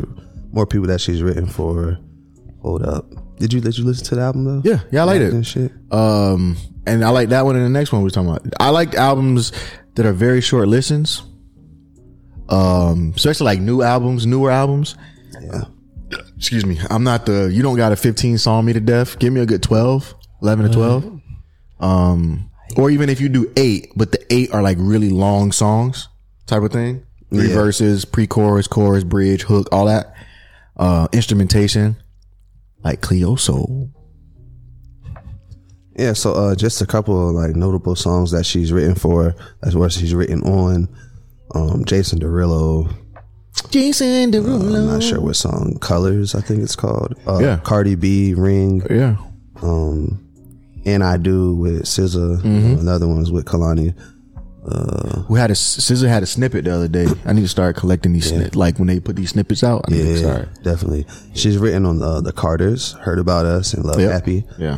[SPEAKER 2] more people that she's written for. Hold up, did you did you listen to the album though?
[SPEAKER 1] yeah, yeah, I like
[SPEAKER 2] and
[SPEAKER 1] it.
[SPEAKER 2] shit.
[SPEAKER 1] Um, and I like that one and the next one we are talking about. I like albums that are very short listens. Um, especially like new albums, newer albums.
[SPEAKER 2] Yeah,
[SPEAKER 1] Excuse me. I'm not the you don't got a 15 song me to death. Give me a good 12, 11 to 12.
[SPEAKER 2] Mm-hmm.
[SPEAKER 1] Um, or even if you do eight, but the eight are like really long songs type of thing. Three
[SPEAKER 2] Yeah.
[SPEAKER 1] verses, pre-chorus, chorus, bridge, hook, all that. Uh, instrumentation like Cleo Soul.
[SPEAKER 2] yeah. So uh, just a couple of like notable songs that she's written for, as well as she's written on. Um, Jason Derulo,
[SPEAKER 1] Jason
[SPEAKER 2] Uh, I'm
[SPEAKER 1] Derulo.
[SPEAKER 2] not sure what song, Colors, I think it's called. Uh,
[SPEAKER 1] Yeah.
[SPEAKER 2] Cardi B, Ring.
[SPEAKER 1] yeah.
[SPEAKER 2] um, and I do with SZA.
[SPEAKER 1] Mm-hmm.
[SPEAKER 2] Another one was with Kalani. Uh,
[SPEAKER 1] We had a Scissor had a snippet the other day. I need to start collecting these snip, like when they put these snippets out. I need to start.
[SPEAKER 2] definitely. She's written on uh, the Carters, "Heard About Us" and "Love
[SPEAKER 1] Yep.
[SPEAKER 2] Happy." Um,
[SPEAKER 1] Yeah,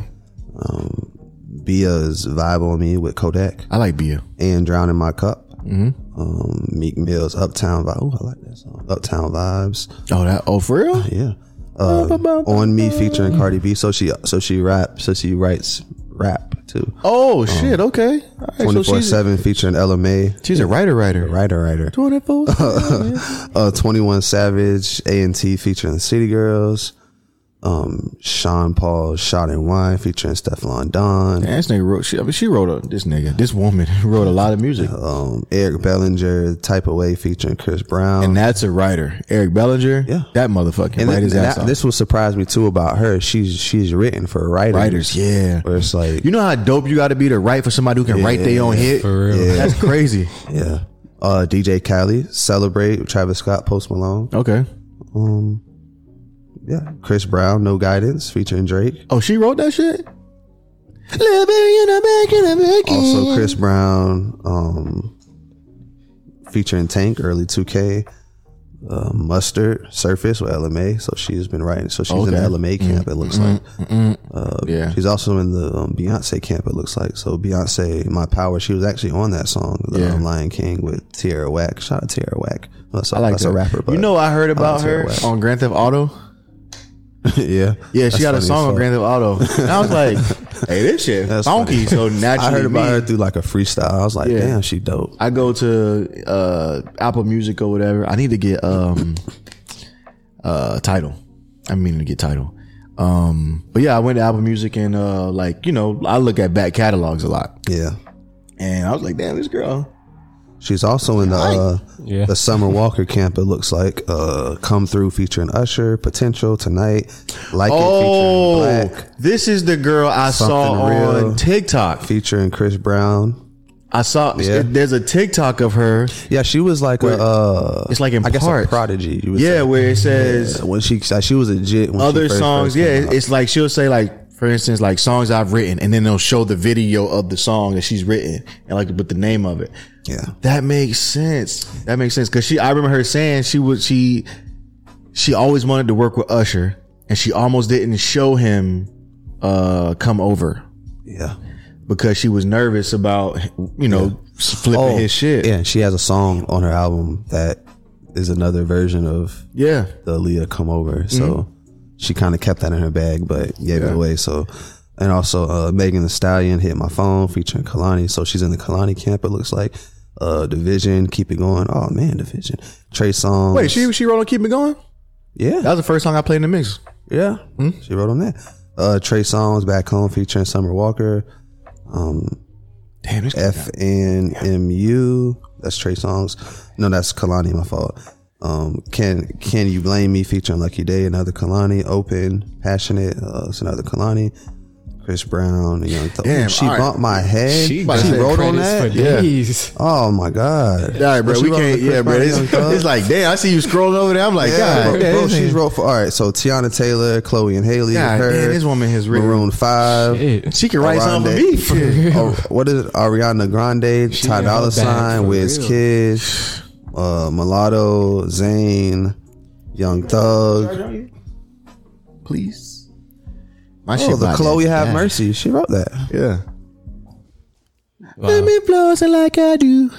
[SPEAKER 2] Bia's "Vibe on Me" with Kodak
[SPEAKER 1] I like Bia.
[SPEAKER 2] and "Drown in My Cup."
[SPEAKER 3] Mm-hmm.
[SPEAKER 2] Um, Meek Mill's "Uptown Vibe." Oh, I like that song. "Uptown Vibes."
[SPEAKER 1] Oh, that. Oh, for real?
[SPEAKER 2] Yeah. Uh, on me featuring Cardi B. So she so she raps. So she writes rap too.
[SPEAKER 1] Oh shit. Okay. All right, so
[SPEAKER 2] Twenty four
[SPEAKER 1] she's-
[SPEAKER 2] Um, seven featuring Ella May.
[SPEAKER 1] She's a writer, writer,
[SPEAKER 2] Writer, writer.
[SPEAKER 1] Twenty four.
[SPEAKER 2] uh, 21 Savage, A and T featuring the City Girls, um, Sean Paul Shot and Wine featuring Stefflon Don,
[SPEAKER 1] Man, this nigga wrote. She, I mean, she wrote a, this nigga. This woman wrote a lot of music,
[SPEAKER 2] um, Eric Bellinger, Type Away featuring Chris Brown.
[SPEAKER 1] and that's a writer, Eric Bellinger.
[SPEAKER 2] Yeah.
[SPEAKER 1] that motherfucking
[SPEAKER 2] And,
[SPEAKER 1] writer's
[SPEAKER 2] that-
[SPEAKER 1] ass off.
[SPEAKER 2] this will surprise me too about her. She's she's written for writers.
[SPEAKER 1] writers, yeah.
[SPEAKER 2] Where it's like
[SPEAKER 1] You know how dope you got to be to write for somebody who can write their own hit.
[SPEAKER 3] for real.
[SPEAKER 1] Yeah. That's crazy.
[SPEAKER 2] yeah. Uh, DJ Khaled, Celebrate, Travis Scott, Post Malone.
[SPEAKER 1] okay.
[SPEAKER 2] Um, yeah, Chris Brown, No Guidance featuring Drake.
[SPEAKER 1] Oh, she wrote that shit. Living in a back in a back.
[SPEAKER 2] Also Chris Brown, um, featuring Tank, early 2K. Uh, Mustard, Surface with LMA. So she's been writing. So she's in the
[SPEAKER 1] Okay. Mm-hmm.
[SPEAKER 2] LMA camp. It looks like.
[SPEAKER 1] yeah.
[SPEAKER 2] Uh, She's also in the um, Beyonce camp. It looks like so. Beyonce, My Power. She was actually on that song, the
[SPEAKER 1] Yeah.
[SPEAKER 2] um, Lion King with Tierra Whack. Shout out Tierra Whack. That's, a-
[SPEAKER 1] I like
[SPEAKER 2] that's
[SPEAKER 1] that.
[SPEAKER 2] a rapper. But
[SPEAKER 1] you know, I heard about
[SPEAKER 2] like
[SPEAKER 1] her
[SPEAKER 2] Tierra Whack.
[SPEAKER 1] on Grand Theft Auto.
[SPEAKER 2] yeah,
[SPEAKER 1] Yeah,
[SPEAKER 2] That's
[SPEAKER 1] she got
[SPEAKER 2] funny
[SPEAKER 1] a
[SPEAKER 2] as
[SPEAKER 1] song on
[SPEAKER 2] fuck.
[SPEAKER 1] Grand Theft Auto. And I was like, hey, this shit
[SPEAKER 2] That's
[SPEAKER 1] funky.
[SPEAKER 2] funny.
[SPEAKER 1] So naturally,
[SPEAKER 2] I heard about
[SPEAKER 1] me,
[SPEAKER 2] her through like a freestyle. I was like,
[SPEAKER 1] Yeah.
[SPEAKER 2] damn, she dope.
[SPEAKER 1] I go to uh, Apple Music or whatever. I need to get um, uh, title. I mean to get title. Um, but yeah, I went to Apple Music and uh, like you know, I look at back catalogs a lot,
[SPEAKER 2] Yeah,
[SPEAKER 1] and I was like, damn, this girl.
[SPEAKER 2] she's also in the uh,
[SPEAKER 3] Yeah.
[SPEAKER 2] the Summer Walker camp. It looks like uh, Come Through featuring Usher, Potential tonight, Like It
[SPEAKER 1] Oh,
[SPEAKER 2] featuring Black,
[SPEAKER 1] this is the girl I saw
[SPEAKER 2] Something real.
[SPEAKER 1] on TikTok.
[SPEAKER 2] featuring Chris Brown.
[SPEAKER 1] I saw
[SPEAKER 2] Yeah.
[SPEAKER 1] there's a TikTok of her.
[SPEAKER 2] Yeah, she was like a uh,
[SPEAKER 1] It's like in
[SPEAKER 2] I guess a
[SPEAKER 1] parts.
[SPEAKER 2] prodigy. You would
[SPEAKER 1] Yeah,
[SPEAKER 2] say.
[SPEAKER 1] where it says
[SPEAKER 2] when she she was a jit. When she
[SPEAKER 1] other
[SPEAKER 2] first-
[SPEAKER 1] songs.
[SPEAKER 2] first
[SPEAKER 1] yeah,
[SPEAKER 2] came out.
[SPEAKER 1] it's like she'll say like, for instance, like songs I've written, and then they'll show the video of the song that she's written, and like with the name of it.
[SPEAKER 2] yeah.
[SPEAKER 1] That makes sense. That makes sense because she. I remember her saying she would she, she always wanted to work with Usher, and she almost didn't show him, uh, come over
[SPEAKER 2] Yeah.
[SPEAKER 1] because she was nervous about you know flipping his shit.
[SPEAKER 2] Oh, Yeah, she has a song on her album that is another version of
[SPEAKER 1] yeah.
[SPEAKER 2] the Leah Come
[SPEAKER 1] Mm-hmm.
[SPEAKER 2] Over. So she kind of kept that in her bag, but gave it away. So, and also uh, Megan The Stallion hit my phone featuring Kalani. So she's in the Kalani camp. It looks like uh, Division. Keep it going. Oh man, Division. Trey Songz.
[SPEAKER 1] Wait, she she wrote on "Keep It Going."
[SPEAKER 2] yeah
[SPEAKER 1] That was the first song I played in the mix. Hmm?
[SPEAKER 2] Yeah, she wrote on that. Uh, Trey Songs back home featuring Summer Walker. Um,
[SPEAKER 1] Damn, this
[SPEAKER 2] F N M U. That's Trey Songs. No, that's Kalani. My fault. Um, can Can you blame me featuring Lucky Day? Another Kalani. Open, passionate. Uh, it's another Kalani. Chris Brown, the Young Thug.
[SPEAKER 1] Damn,
[SPEAKER 2] she
[SPEAKER 1] all right.
[SPEAKER 2] bumped my head. She,
[SPEAKER 1] about to say
[SPEAKER 2] wrote on
[SPEAKER 3] Credits
[SPEAKER 2] that.
[SPEAKER 3] for
[SPEAKER 1] Yeah.
[SPEAKER 3] days.
[SPEAKER 2] Oh my god!
[SPEAKER 1] All right, bro.
[SPEAKER 2] She
[SPEAKER 1] We
[SPEAKER 2] wrote the
[SPEAKER 1] can't.
[SPEAKER 2] Chris
[SPEAKER 1] Yeah, bro.
[SPEAKER 2] Brown,
[SPEAKER 1] It's,
[SPEAKER 2] Young Thug.
[SPEAKER 1] it's like, damn. I see you scrolling over there. I'm like,
[SPEAKER 2] Yeah,
[SPEAKER 1] God,
[SPEAKER 2] bro,
[SPEAKER 1] damn,
[SPEAKER 2] bro,
[SPEAKER 1] this
[SPEAKER 2] she's
[SPEAKER 1] nigga-
[SPEAKER 2] wrote for all right. So Tiana Taylor, Chloe and Haley,
[SPEAKER 1] God
[SPEAKER 2] her,
[SPEAKER 1] damn, this woman has written-
[SPEAKER 2] Maroon Five.
[SPEAKER 3] Shit.
[SPEAKER 1] She can write something for me. Shit.
[SPEAKER 2] Oh, what is it? Ariana Grande, Ty
[SPEAKER 3] in her
[SPEAKER 2] Dolla
[SPEAKER 3] bag
[SPEAKER 2] Sign,
[SPEAKER 3] for
[SPEAKER 2] Wiz
[SPEAKER 3] real.
[SPEAKER 2] Kid, uh, Mulatto, Zayn, Young Thug.
[SPEAKER 1] Please. My
[SPEAKER 2] Oh, the
[SPEAKER 1] about
[SPEAKER 2] Chloe
[SPEAKER 1] that.
[SPEAKER 2] Have
[SPEAKER 1] Yeah.
[SPEAKER 2] Mercy. She wrote that.
[SPEAKER 1] Yeah.
[SPEAKER 2] uh,
[SPEAKER 3] Wow.
[SPEAKER 1] Let me blow it like I do.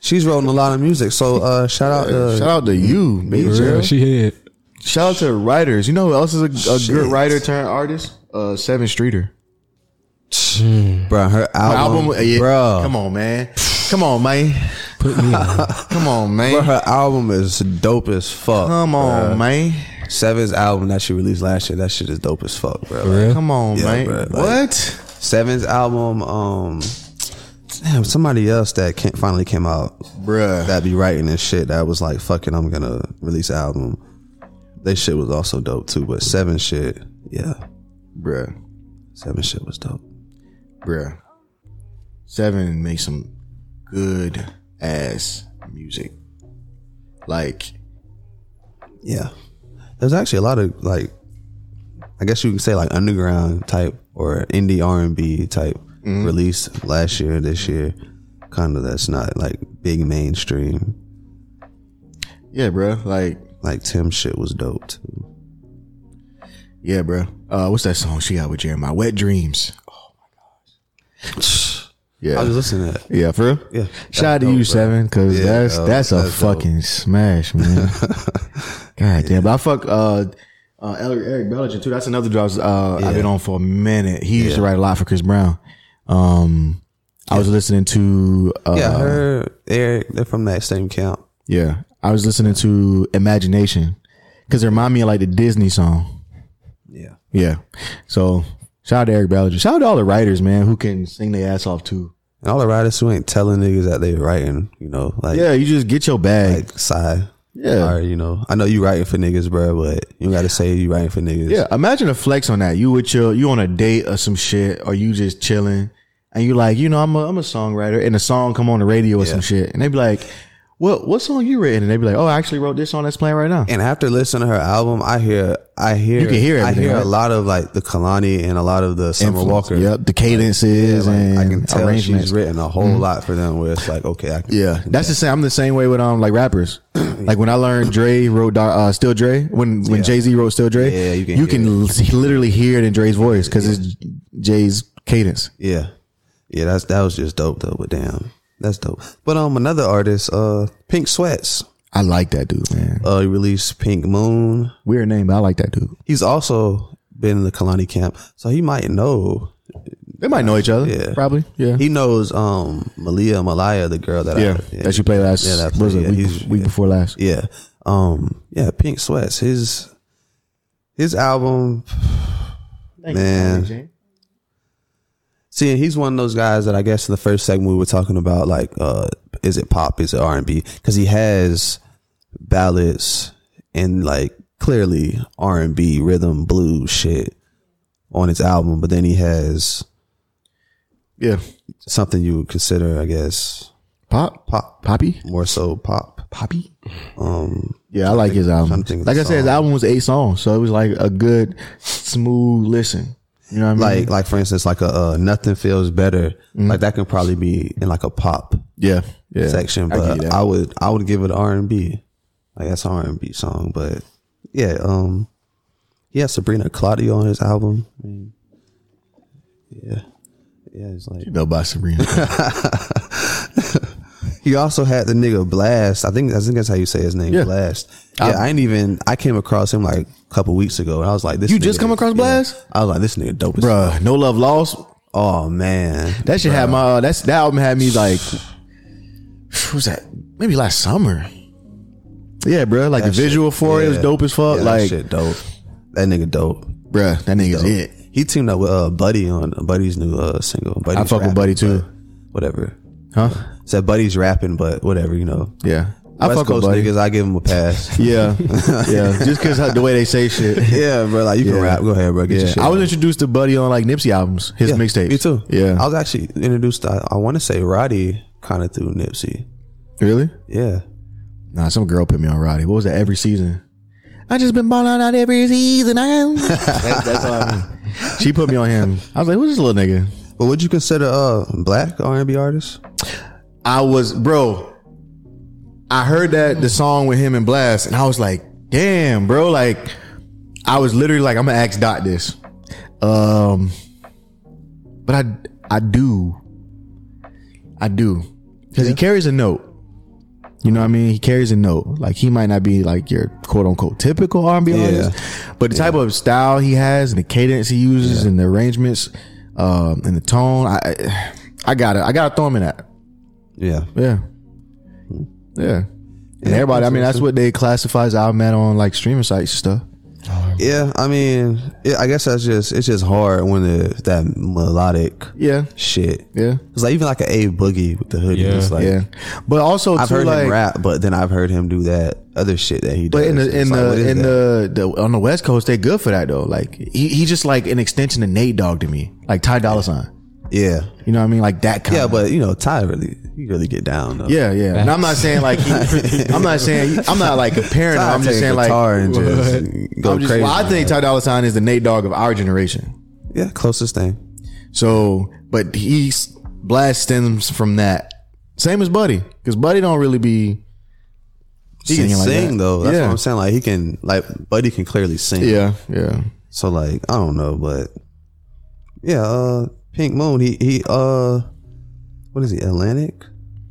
[SPEAKER 2] She's wrote a lot of music. So uh, shout out to
[SPEAKER 1] Shout out to you,
[SPEAKER 3] For real,
[SPEAKER 1] major.
[SPEAKER 3] she hit.
[SPEAKER 1] Shout out to writers. You know who else is a, a
[SPEAKER 2] Shit.
[SPEAKER 1] good writer turned artist? Uh, Seven Streeter.
[SPEAKER 2] bro, her album,
[SPEAKER 1] Album, yeah.
[SPEAKER 2] bro.
[SPEAKER 1] Come on, man. Come on, man.
[SPEAKER 3] Put me on.
[SPEAKER 1] Come on,
[SPEAKER 2] Bro,
[SPEAKER 1] man.
[SPEAKER 2] her album is dope as fuck.
[SPEAKER 1] Come on, man.
[SPEAKER 2] Seven's album that she released last year, that shit is dope as fuck, bro. Like,
[SPEAKER 3] real?
[SPEAKER 1] Come on,
[SPEAKER 2] Yeah,
[SPEAKER 1] man.
[SPEAKER 2] bro, like-
[SPEAKER 1] what?
[SPEAKER 2] Seven's album, um, damn, somebody else that can finally came out
[SPEAKER 1] Bruh.
[SPEAKER 2] that be writing this shit that was like, fucking, I'm gonna release an album. That shit was also dope too, but Seven shit, yeah,
[SPEAKER 1] bruh.
[SPEAKER 2] Seven shit was dope.
[SPEAKER 1] Bruh. Seven makes some good ass music. Like,
[SPEAKER 2] Yeah, there's actually a lot of like, I guess you could say like underground type or indie R and B type
[SPEAKER 1] Mm-hmm.
[SPEAKER 2] release last year, this year, kind of that's not like big mainstream.
[SPEAKER 1] yeah, bruh. Like,
[SPEAKER 2] Like Tim shit was dope too.
[SPEAKER 1] yeah, bruh. Uh, what's that song she got with Jeremiah? Wet Dreams. Oh my
[SPEAKER 2] I
[SPEAKER 1] gosh.
[SPEAKER 2] was
[SPEAKER 1] Yeah.
[SPEAKER 2] listening to that.
[SPEAKER 1] Yeah, for real?
[SPEAKER 2] Yeah.
[SPEAKER 1] Shout out to you, Seven, because
[SPEAKER 2] Yeah,
[SPEAKER 1] that's
[SPEAKER 2] dope.
[SPEAKER 1] that's a
[SPEAKER 2] That's dope.
[SPEAKER 1] fucking smash, man. God damn, but I fuck uh, uh, Eric, Eric Bellinger too. That's another drug uh, I've been on for a minute. He used to write a lot for Chris Brown. Um, I was listening to uh,
[SPEAKER 2] Yeah, her, Eric, they're from that same camp.
[SPEAKER 1] yeah. I was listening to Imagination because it reminded me of like the Disney song.
[SPEAKER 2] Yeah.
[SPEAKER 1] Yeah. So shout out to Eric Ballinger. Shout out to all the writers, man, who can sing their ass off too.
[SPEAKER 2] And all the writers who ain't telling niggas that they writing, you know, like
[SPEAKER 1] Yeah, you just get your bag.
[SPEAKER 2] like sigh.
[SPEAKER 1] Yeah.
[SPEAKER 2] Or, you know, I know you writing for niggas, bro, but you gotta say you writing for niggas.
[SPEAKER 1] Yeah, imagine a flex on that. You with your you on a date or some shit, or you just chilling, and you like, you know, I'm a I'm a songwriter, and a song come on the radio or some shit, and they be like, "What what song you written?" And they be like, "Oh, I actually wrote this song that's playing right now."
[SPEAKER 2] And after listening to her album, I hear, I hear,
[SPEAKER 1] You can hear
[SPEAKER 2] I
[SPEAKER 1] everything,
[SPEAKER 2] hear
[SPEAKER 1] right?
[SPEAKER 2] a lot of like the Kalani and a lot of the Summer
[SPEAKER 1] Influence.
[SPEAKER 2] Walker.
[SPEAKER 1] Yep, the cadences
[SPEAKER 2] Like,
[SPEAKER 1] and
[SPEAKER 2] I can tell
[SPEAKER 1] arrangements. Mm-hmm.
[SPEAKER 2] she's written a whole lot for them. Where it's like, okay, I can,
[SPEAKER 1] Yeah, that's the same. I'm the same way with um like rappers. like when I learned Dre wrote uh, Still Dre, when when Jay Z wrote Still Dre,
[SPEAKER 2] Yeah, you can
[SPEAKER 1] you
[SPEAKER 2] hear
[SPEAKER 1] can l- literally hear it in Dre's voice because it's Jay's cadence.
[SPEAKER 2] yeah, yeah. That's that was just dope though. But damn, that's dope. But um, another artist, uh, Pink Sweats,
[SPEAKER 1] I like that dude, man.
[SPEAKER 2] uh, he released Pink Moon.
[SPEAKER 1] Weird name, but I like that dude.
[SPEAKER 2] He's also been in the Kalani camp, so he might know.
[SPEAKER 1] They might know each other,
[SPEAKER 2] Yeah.
[SPEAKER 1] probably. Yeah,
[SPEAKER 2] He knows um Malia Malaya, the girl that
[SPEAKER 1] yeah.
[SPEAKER 2] I,
[SPEAKER 1] That you played last.
[SPEAKER 2] Yeah, that I
[SPEAKER 1] what
[SPEAKER 2] played,
[SPEAKER 1] was it,
[SPEAKER 2] yeah, he's-
[SPEAKER 1] week, week
[SPEAKER 2] yeah.
[SPEAKER 1] before last.
[SPEAKER 2] Yeah. Um yeah, Pink Sweats. His his album Man. See, and he's one of those guys that I guess in the first segment we were talking about like uh is it pop, is it R and B? Because he has ballads and like clearly R and B, rhythm, blues shit on his album, but then he has
[SPEAKER 1] Yeah,
[SPEAKER 2] something you would consider, I guess,
[SPEAKER 1] pop,
[SPEAKER 2] pop.
[SPEAKER 1] poppy,
[SPEAKER 2] More so pop.
[SPEAKER 1] poppy.
[SPEAKER 2] Um
[SPEAKER 1] Yeah, I like his album.
[SPEAKER 2] trying to think of
[SPEAKER 1] Like
[SPEAKER 2] the
[SPEAKER 1] I said, his
[SPEAKER 2] song.
[SPEAKER 1] album was eight songs, so it was like a good, smooth listen. You know what I mean?
[SPEAKER 2] like like for instance like a uh, nothing feels better like that can probably be in like a pop
[SPEAKER 1] Mm-hmm. yeah, yeah.
[SPEAKER 2] section
[SPEAKER 1] I give you
[SPEAKER 2] but
[SPEAKER 1] that.
[SPEAKER 2] I, would i would give it r&b like that's an r&b song but yeah um yeah sabrina claudio on his album I mean, yeah yeah it's like
[SPEAKER 1] No, by Sabrina.
[SPEAKER 2] he also had the nigga blast i think i think that's how you say his name
[SPEAKER 1] Yeah.
[SPEAKER 2] blast yeah I, ain't even i came across him like a couple weeks ago and i was like this
[SPEAKER 1] You just
[SPEAKER 2] nigga-
[SPEAKER 1] come across
[SPEAKER 2] yeah.
[SPEAKER 1] Blast?
[SPEAKER 2] i was like this nigga dope as fuck.
[SPEAKER 1] Bruh, no love lost.
[SPEAKER 2] oh man
[SPEAKER 1] That shit had my uh, that's that album had me like what was that maybe last summer. Yeah, bruh. Like
[SPEAKER 2] That
[SPEAKER 1] the visual
[SPEAKER 2] shit-
[SPEAKER 1] for it was
[SPEAKER 2] yeah.
[SPEAKER 1] dope as fuck.
[SPEAKER 2] Yeah, that
[SPEAKER 1] like,
[SPEAKER 2] shit dope. That nigga dope.
[SPEAKER 1] bruh, that nigga's it.
[SPEAKER 2] He teamed up with uh, Buddy on Buddy's new uh, single. Buddy's
[SPEAKER 1] I fuck with
[SPEAKER 2] rapping,
[SPEAKER 1] Buddy too,
[SPEAKER 2] but Whatever.
[SPEAKER 1] huh?
[SPEAKER 2] Said Buddy's rapping, but whatever you know.
[SPEAKER 1] Yeah, I
[SPEAKER 2] West
[SPEAKER 1] fuck with
[SPEAKER 2] Coast
[SPEAKER 1] Buddy.
[SPEAKER 2] niggas, I give him a pass.
[SPEAKER 1] Yeah, yeah. Just because the way they say shit.
[SPEAKER 2] yeah, bro. Like you can
[SPEAKER 1] Yeah.
[SPEAKER 2] rap. Go ahead, bro. Get your
[SPEAKER 1] Yeah,
[SPEAKER 2] shit.
[SPEAKER 1] I was
[SPEAKER 2] on.
[SPEAKER 1] introduced to Buddy on like Nipsey albums, his
[SPEAKER 2] Yeah,
[SPEAKER 1] mixtapes.
[SPEAKER 2] Me too.
[SPEAKER 1] Yeah,
[SPEAKER 2] I was actually introduced. To, I, want to say Roddy kind of through Nipsey.
[SPEAKER 1] really?
[SPEAKER 2] Yeah.
[SPEAKER 1] Nah, some girl put me on Roddy. What was that? Every season. I just been balling out every season. I am. That- that's all I mean. She put me on him. I was like, "Who's this little nigga?"
[SPEAKER 2] But would you consider uh black R and B artist?
[SPEAKER 1] I was, bro. I heard that the song with him and Blast, and I was like, "Damn, bro!" Like, I was literally like, "I'm gonna ask Dot this," um, but I, I do, I do, because he carries a note. You know what I mean? He carries a note. Like he might not be like your quote unquote typical R&B
[SPEAKER 2] Yeah.
[SPEAKER 1] artist, but the type of style he has and the cadence he uses and the arrangements um, and the tone, I, I, I gotta, I gotta throw him in that.
[SPEAKER 2] Yeah. Hmm.
[SPEAKER 1] Yeah. Yeah. And everybody, I mean, that's what they classify as album at on like streaming sites and stuff.
[SPEAKER 2] Yeah. I mean, yeah, I guess that's just it's just hard when the, that melodic
[SPEAKER 1] Yeah.
[SPEAKER 2] shit.
[SPEAKER 1] Yeah.
[SPEAKER 2] It's like even like an A Boogie with the hoodie.
[SPEAKER 3] Yeah.
[SPEAKER 2] It's like
[SPEAKER 1] yeah. But also,
[SPEAKER 2] I've
[SPEAKER 1] too,
[SPEAKER 2] heard
[SPEAKER 1] like,
[SPEAKER 2] him rap, but then I've heard him do that other shit that he does.
[SPEAKER 1] But in the
[SPEAKER 2] It's
[SPEAKER 1] in
[SPEAKER 2] like, what
[SPEAKER 1] the
[SPEAKER 2] is
[SPEAKER 1] in
[SPEAKER 2] that?
[SPEAKER 1] the, the on the West Coast, they good for that though. Like he, he just like an extension of Nate Dogg to me, like Ty Dolla Sign.
[SPEAKER 2] yeah
[SPEAKER 1] You know what I mean? Like that kind.
[SPEAKER 2] yeah,
[SPEAKER 1] of,
[SPEAKER 2] but you know Ty really he really get down though.
[SPEAKER 1] yeah, yeah. And I'm not saying like he, I'm not saying I'm not like comparing.
[SPEAKER 2] Ty
[SPEAKER 1] him. I'm
[SPEAKER 2] take
[SPEAKER 1] just
[SPEAKER 2] a
[SPEAKER 1] saying like
[SPEAKER 2] guitar and just go
[SPEAKER 1] I'm just,
[SPEAKER 2] crazy.
[SPEAKER 1] well, I think Ty Dolla Sign is the Nate Dogg of our generation.
[SPEAKER 2] yeah, closest thing.
[SPEAKER 1] So, but he's blast stems from that. Same as Buddy, because Buddy don't really be.
[SPEAKER 2] He
[SPEAKER 1] Singing
[SPEAKER 2] can
[SPEAKER 1] like
[SPEAKER 2] sing
[SPEAKER 1] that.
[SPEAKER 2] though. That's
[SPEAKER 1] Yeah.
[SPEAKER 2] what I'm saying. Like he can like Buddy can clearly sing.
[SPEAKER 1] Yeah, yeah,
[SPEAKER 2] So like I don't know, but yeah, uh Pink Moon. He he uh what is he? Atlantic. Hmm.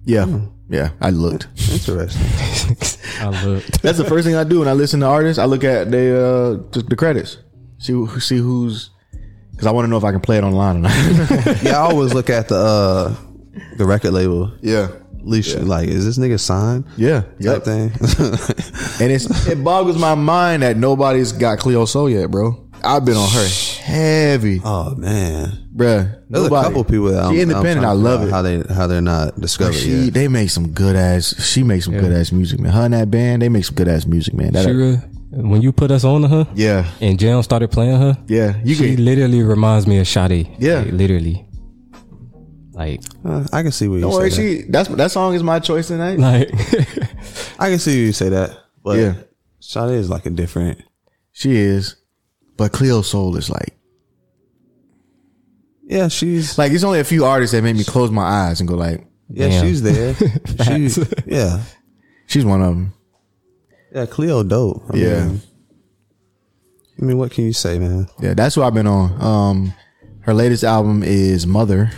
[SPEAKER 1] yeah, yeah. I looked.
[SPEAKER 2] Interesting.
[SPEAKER 3] I looked.
[SPEAKER 1] That's the first thing I do when I listen to artists. I look at they uh the, the credits, see who see who's, because I want to know if I can play it online or not.
[SPEAKER 2] yeah, I always look at the uh the record label.
[SPEAKER 1] yeah,
[SPEAKER 2] least like is this nigga signed?
[SPEAKER 1] Yeah,
[SPEAKER 2] Type
[SPEAKER 1] yep.
[SPEAKER 2] thing.
[SPEAKER 1] And it's it boggles my mind that nobody's got Cleo Soul yet, bro. I've been on her heavy,
[SPEAKER 2] oh man,
[SPEAKER 1] bruh.
[SPEAKER 2] there's
[SPEAKER 1] Nobody.
[SPEAKER 2] a couple people that I'm,
[SPEAKER 1] she
[SPEAKER 2] I'm
[SPEAKER 1] independent.
[SPEAKER 2] trying
[SPEAKER 1] I
[SPEAKER 2] to
[SPEAKER 1] love
[SPEAKER 2] figure
[SPEAKER 1] it.
[SPEAKER 2] out how they how they're not discovered
[SPEAKER 1] she,
[SPEAKER 2] yet.
[SPEAKER 1] They make some good ass. She makes some good ass music, man. Her and that band, they make some good ass music, man. That,
[SPEAKER 3] She re- when you put us on to her
[SPEAKER 1] yeah,
[SPEAKER 3] and Jam started playing her,
[SPEAKER 1] yeah. You
[SPEAKER 3] she
[SPEAKER 1] can,
[SPEAKER 3] literally reminds me of Sade.
[SPEAKER 1] Yeah.
[SPEAKER 3] Like, literally. Like,
[SPEAKER 2] Uh, I can see where you
[SPEAKER 1] don't
[SPEAKER 2] say
[SPEAKER 1] worry.
[SPEAKER 2] that.
[SPEAKER 1] She that's that song is my choice tonight.
[SPEAKER 3] like
[SPEAKER 2] I can see where you say that, but
[SPEAKER 1] Yeah.
[SPEAKER 2] yeah, Sade is like a different.
[SPEAKER 1] She is, but Cleo Soul is like
[SPEAKER 2] Yeah, she's
[SPEAKER 1] like it's only a few artists that made me close my eyes and go like,
[SPEAKER 2] yeah,
[SPEAKER 3] Damn.
[SPEAKER 2] she's there. she, yeah,
[SPEAKER 1] she's one of them.
[SPEAKER 2] yeah, Cleo dope. I
[SPEAKER 1] Yeah.
[SPEAKER 2] mean, I mean, what can you say, man?
[SPEAKER 1] Yeah, that's what I've been on. Um, her latest album is Mother.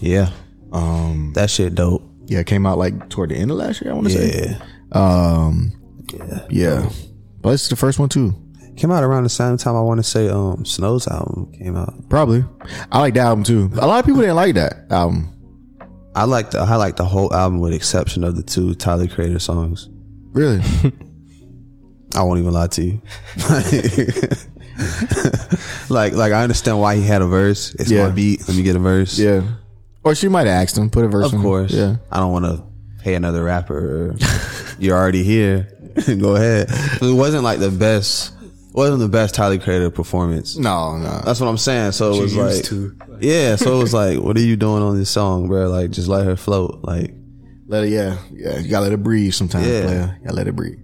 [SPEAKER 2] Yeah, um, that shit dope.
[SPEAKER 1] Yeah, it came out like toward the end of last year. I want to say. Um,
[SPEAKER 2] Yeah,
[SPEAKER 1] Yeah, but it's the first one too.
[SPEAKER 2] came out around the same time I want to say um Snow's album came out.
[SPEAKER 1] Probably. I like that album too. A lot of people didn't like that album.
[SPEAKER 2] I like the I like the whole album with the exception of the two Tyler Creator songs.
[SPEAKER 1] Really?
[SPEAKER 2] I won't even lie to you. like like I understand why he had a verse. It's
[SPEAKER 1] Yeah.
[SPEAKER 2] my beat. Let me get a verse.
[SPEAKER 1] yeah. Or she might have asked him, put a verse
[SPEAKER 2] Of
[SPEAKER 1] on.
[SPEAKER 2] course.
[SPEAKER 1] Yeah.
[SPEAKER 2] I don't want to pay another rapper. You're already here. Go ahead. It wasn't like the best. Wasn't the best Tyler Creator performance.
[SPEAKER 1] No, no.
[SPEAKER 2] That's what I'm saying. So it was like, yeah. So it was like, what are you doing on this song, bro? Like, just let her float. Like,
[SPEAKER 1] Let it, yeah. Yeah. You gotta let it breathe sometimes,
[SPEAKER 2] Yeah.
[SPEAKER 1] player. You gotta let it breathe.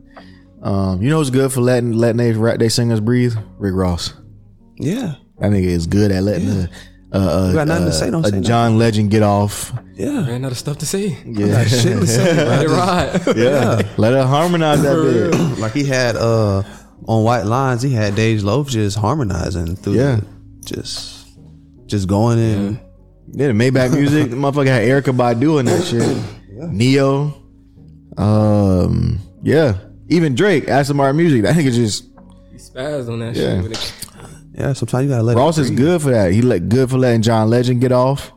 [SPEAKER 1] Um, you know what's good for letting letting they rap they singers breathe? Rick Ross.
[SPEAKER 2] yeah,
[SPEAKER 1] That nigga is good at letting the uh, uh,
[SPEAKER 2] got nothing to say, don't
[SPEAKER 1] a
[SPEAKER 2] say nothing.
[SPEAKER 1] John Legend get off.
[SPEAKER 2] yeah.
[SPEAKER 3] ran out of stuff to say.
[SPEAKER 1] Yeah.
[SPEAKER 2] Shit was so-
[SPEAKER 3] Let it ride.
[SPEAKER 1] yeah. Let her harmonize that bit.
[SPEAKER 2] like he had uh on White Lines, he had Dej Loaf just harmonizing through,
[SPEAKER 1] Yeah.
[SPEAKER 2] the- just just going in.
[SPEAKER 1] Yeah, the Maybach music. the motherfucker had Erica Badu in that shit. Neo. Um, yeah. Even Drake, Aston Martin music. That nigga just
[SPEAKER 3] He spazzed on that
[SPEAKER 1] Yeah.
[SPEAKER 3] shit. With it.
[SPEAKER 2] Yeah, sometimes you gotta let
[SPEAKER 1] Ross
[SPEAKER 2] it.
[SPEAKER 1] is good for that. He let good for letting John Legend get off.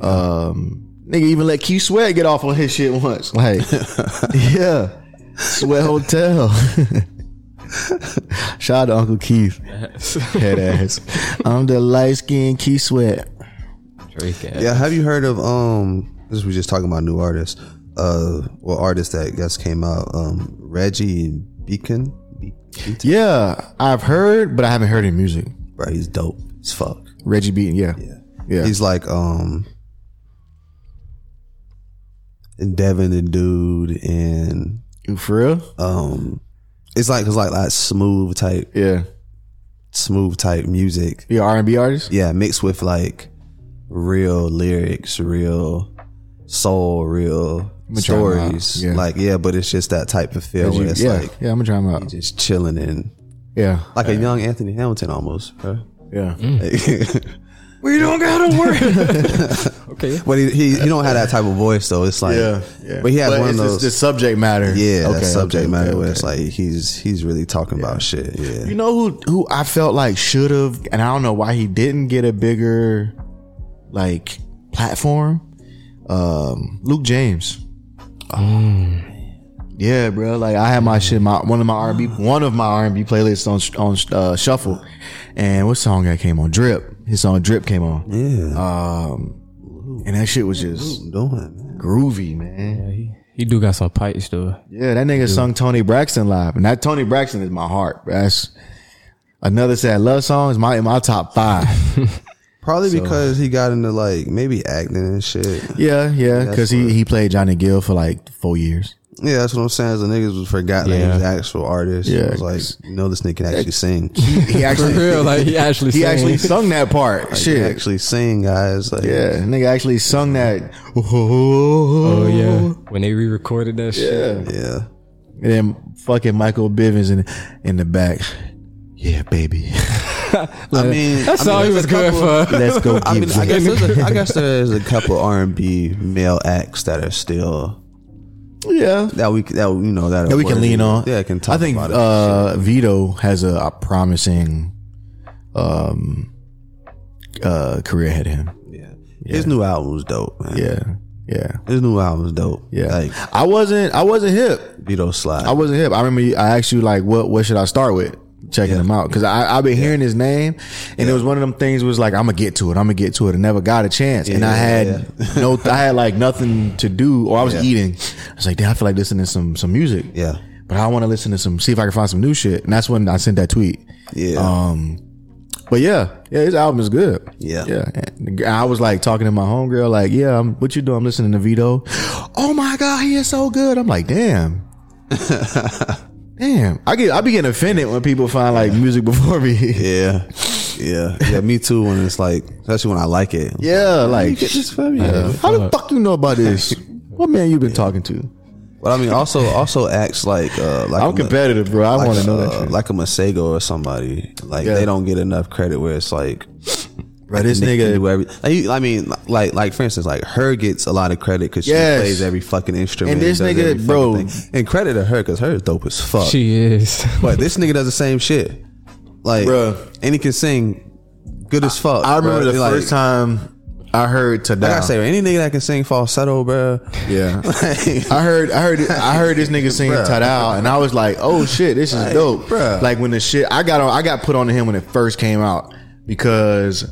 [SPEAKER 1] Um, nigga even let Key Sweat get off on his shit once. Like, yeah, Sweat Hotel. Shout out to Uncle Keith, head ass. I'm the light skinned Key Sweat.
[SPEAKER 3] Drake ass.
[SPEAKER 2] Yeah, have you heard of um? This we just talking about new artists. Uh, well, artists that I guess came out. Um, Reggie Beacon. Be- Beaton?
[SPEAKER 1] Yeah, I've heard, but I haven't heard any music.
[SPEAKER 2] Bro, he's dope as fuck.
[SPEAKER 1] Reggie Beaton, yeah. Yeah.
[SPEAKER 2] He's like um. And Devin the dude and
[SPEAKER 1] You for real?
[SPEAKER 2] um, it's like it's like that smooth type
[SPEAKER 1] Yeah.
[SPEAKER 2] smooth type music.
[SPEAKER 1] You R and B artist?
[SPEAKER 2] Yeah, mixed with like real lyrics, real soul, real
[SPEAKER 1] try 'em out.
[SPEAKER 2] stories.
[SPEAKER 1] Yeah.
[SPEAKER 2] Like yeah, but it's just that type of feel where it's
[SPEAKER 1] yeah,
[SPEAKER 2] like
[SPEAKER 1] yeah. I'm gonna try him out.
[SPEAKER 2] just chilling and
[SPEAKER 1] Yeah,
[SPEAKER 2] like a young Anthony Hamilton almost. Bro.
[SPEAKER 1] yeah.
[SPEAKER 2] we don't gotta worry.
[SPEAKER 3] Okay.
[SPEAKER 2] but he, he he don't have that type of voice though. It's like
[SPEAKER 1] Yeah, yeah.
[SPEAKER 2] But he had one of
[SPEAKER 1] it's
[SPEAKER 2] those.
[SPEAKER 1] Just the subject matter.
[SPEAKER 2] yeah, that
[SPEAKER 1] Okay,
[SPEAKER 2] subject
[SPEAKER 1] okay,
[SPEAKER 2] matter
[SPEAKER 1] okay,
[SPEAKER 2] where
[SPEAKER 1] okay.
[SPEAKER 2] it's like he's he's really talking about shit. Yeah.
[SPEAKER 1] You know who who I felt like should have, and I don't know why he didn't get a bigger like platform. Um, Luke James. Oh, Yeah, bro. Like I had my shit, my one of my R and B, one of my R and B playlists on sh- on sh- uh, shuffle, and what song that came on? Drip. His song Drip came on, Um,
[SPEAKER 2] yeah.
[SPEAKER 1] and that shit was just
[SPEAKER 2] doing man.
[SPEAKER 1] groovy, man.
[SPEAKER 3] He do got some pipes though.
[SPEAKER 1] Yeah, that nigga sung Tony Braxton live, and that Tony Braxton is my heart. bro. That's another sad love song is my in my top five.
[SPEAKER 2] Probably because he got into like maybe acting and shit.
[SPEAKER 1] yeah, yeah, because he
[SPEAKER 2] what-
[SPEAKER 1] he played Johnny Gill for like four years.
[SPEAKER 2] Yeah, that's what I'm saying. Is the niggas was forgot like, he
[SPEAKER 3] Yeah.
[SPEAKER 2] was an actual artist.
[SPEAKER 1] Yeah.
[SPEAKER 2] Yeah, was like you know this nigga can actually sing.
[SPEAKER 1] He
[SPEAKER 3] For
[SPEAKER 1] actually
[SPEAKER 3] real, like he actually
[SPEAKER 1] he
[SPEAKER 3] sang.
[SPEAKER 1] actually sung that part.
[SPEAKER 2] He
[SPEAKER 1] Shit,
[SPEAKER 2] actually sing, guys. Like,
[SPEAKER 1] yeah, nigga actually sung that.
[SPEAKER 3] Oh
[SPEAKER 1] Oh
[SPEAKER 3] yeah. When they re-recorded that shit.
[SPEAKER 1] yeah.
[SPEAKER 2] yeah.
[SPEAKER 1] And then fucking Michael Bivins in in the back. Yeah, baby,
[SPEAKER 2] I mean,
[SPEAKER 3] That's
[SPEAKER 2] I mean,
[SPEAKER 3] all he
[SPEAKER 2] there's
[SPEAKER 3] was
[SPEAKER 2] a
[SPEAKER 3] good
[SPEAKER 2] couple-
[SPEAKER 3] for.
[SPEAKER 1] let's go.
[SPEAKER 2] I mean,
[SPEAKER 1] get
[SPEAKER 2] I
[SPEAKER 1] it.
[SPEAKER 2] guess, there's a, I guess there is a couple R and B male acts that are still
[SPEAKER 1] yeah.
[SPEAKER 2] that we that you know that, are
[SPEAKER 1] that we can
[SPEAKER 2] worthy.
[SPEAKER 1] lean on.
[SPEAKER 2] Yeah, can talk.
[SPEAKER 1] I think
[SPEAKER 2] about it.
[SPEAKER 1] uh, Vito has a, a promising um, uh, career ahead of him.
[SPEAKER 2] yeah. his new album was dope. Man.
[SPEAKER 1] Yeah, Yeah.
[SPEAKER 2] His new album's dope.
[SPEAKER 1] Yeah.
[SPEAKER 2] Like
[SPEAKER 1] I wasn't I wasn't hip.
[SPEAKER 2] Vito Slide.
[SPEAKER 1] I wasn't hip. I remember you- I asked you like what what should I start with? Checking him out because I I've been hearing his name and it was one of them things was like I'm gonna get to it I'm gonna get to it and never got a chance and I
[SPEAKER 2] Yeah,
[SPEAKER 1] had no I had like nothing to do or I was
[SPEAKER 2] Yeah.
[SPEAKER 1] eating I was like damn I feel like listening to some some music
[SPEAKER 2] yeah.
[SPEAKER 1] but I want to listen to some see if I can find some new shit and that's when I sent that tweet Um,
[SPEAKER 2] Yeah.
[SPEAKER 1] But yeah, yeah, his album is good.
[SPEAKER 2] Yeah.
[SPEAKER 1] yeah. And I was like talking to my homegirl, like, yeah, I'm, what you doing? I'm listening to Vito. Oh my god, he is so good. I'm like, damn, damn. I get, I be getting offended when people find like music before me.
[SPEAKER 2] yeah. Yeah. Yeah. Me too when it's like especially when I like it.
[SPEAKER 1] Yeah, like,
[SPEAKER 2] Get this from you.
[SPEAKER 1] how the fuck you know about this? What man you been talking to?
[SPEAKER 2] But I mean also also acts like uh like
[SPEAKER 1] I'm
[SPEAKER 2] a-
[SPEAKER 1] competitive, bro. I
[SPEAKER 2] like
[SPEAKER 1] want
[SPEAKER 2] a,
[SPEAKER 1] to know that.
[SPEAKER 2] uh,
[SPEAKER 1] Shit.
[SPEAKER 2] like a Masego or somebody. Like
[SPEAKER 1] Yeah.
[SPEAKER 2] they don't get enough credit where it's like
[SPEAKER 1] bro, this
[SPEAKER 2] Nick can do
[SPEAKER 1] nigga,
[SPEAKER 2] every, like, you- I mean, like, like for instance, like her gets a lot of credit because
[SPEAKER 1] Yes.
[SPEAKER 2] she plays every fucking instrument.
[SPEAKER 1] And this
[SPEAKER 2] does
[SPEAKER 1] nigga,
[SPEAKER 2] every fucking
[SPEAKER 1] bro.
[SPEAKER 2] thing. and credit to her because her is dope as fuck.
[SPEAKER 3] She is.
[SPEAKER 2] but this nigga does the same shit, like,
[SPEAKER 1] Bruh.
[SPEAKER 2] and he can sing good as fuck.
[SPEAKER 1] I remember
[SPEAKER 2] bruh.
[SPEAKER 1] the
[SPEAKER 2] Like-
[SPEAKER 1] first time I heard to
[SPEAKER 2] Like I
[SPEAKER 1] die.
[SPEAKER 2] say, any nigga that can sing falsetto, bro.
[SPEAKER 1] Yeah. I heard, I heard, I heard this nigga sing
[SPEAKER 2] Bruh.
[SPEAKER 1] "Tada," and I was like, "Oh shit, this is
[SPEAKER 2] Like,
[SPEAKER 1] dope!"
[SPEAKER 2] bruh.
[SPEAKER 1] Like when the shit, I got on, I got put on to him when it first came out because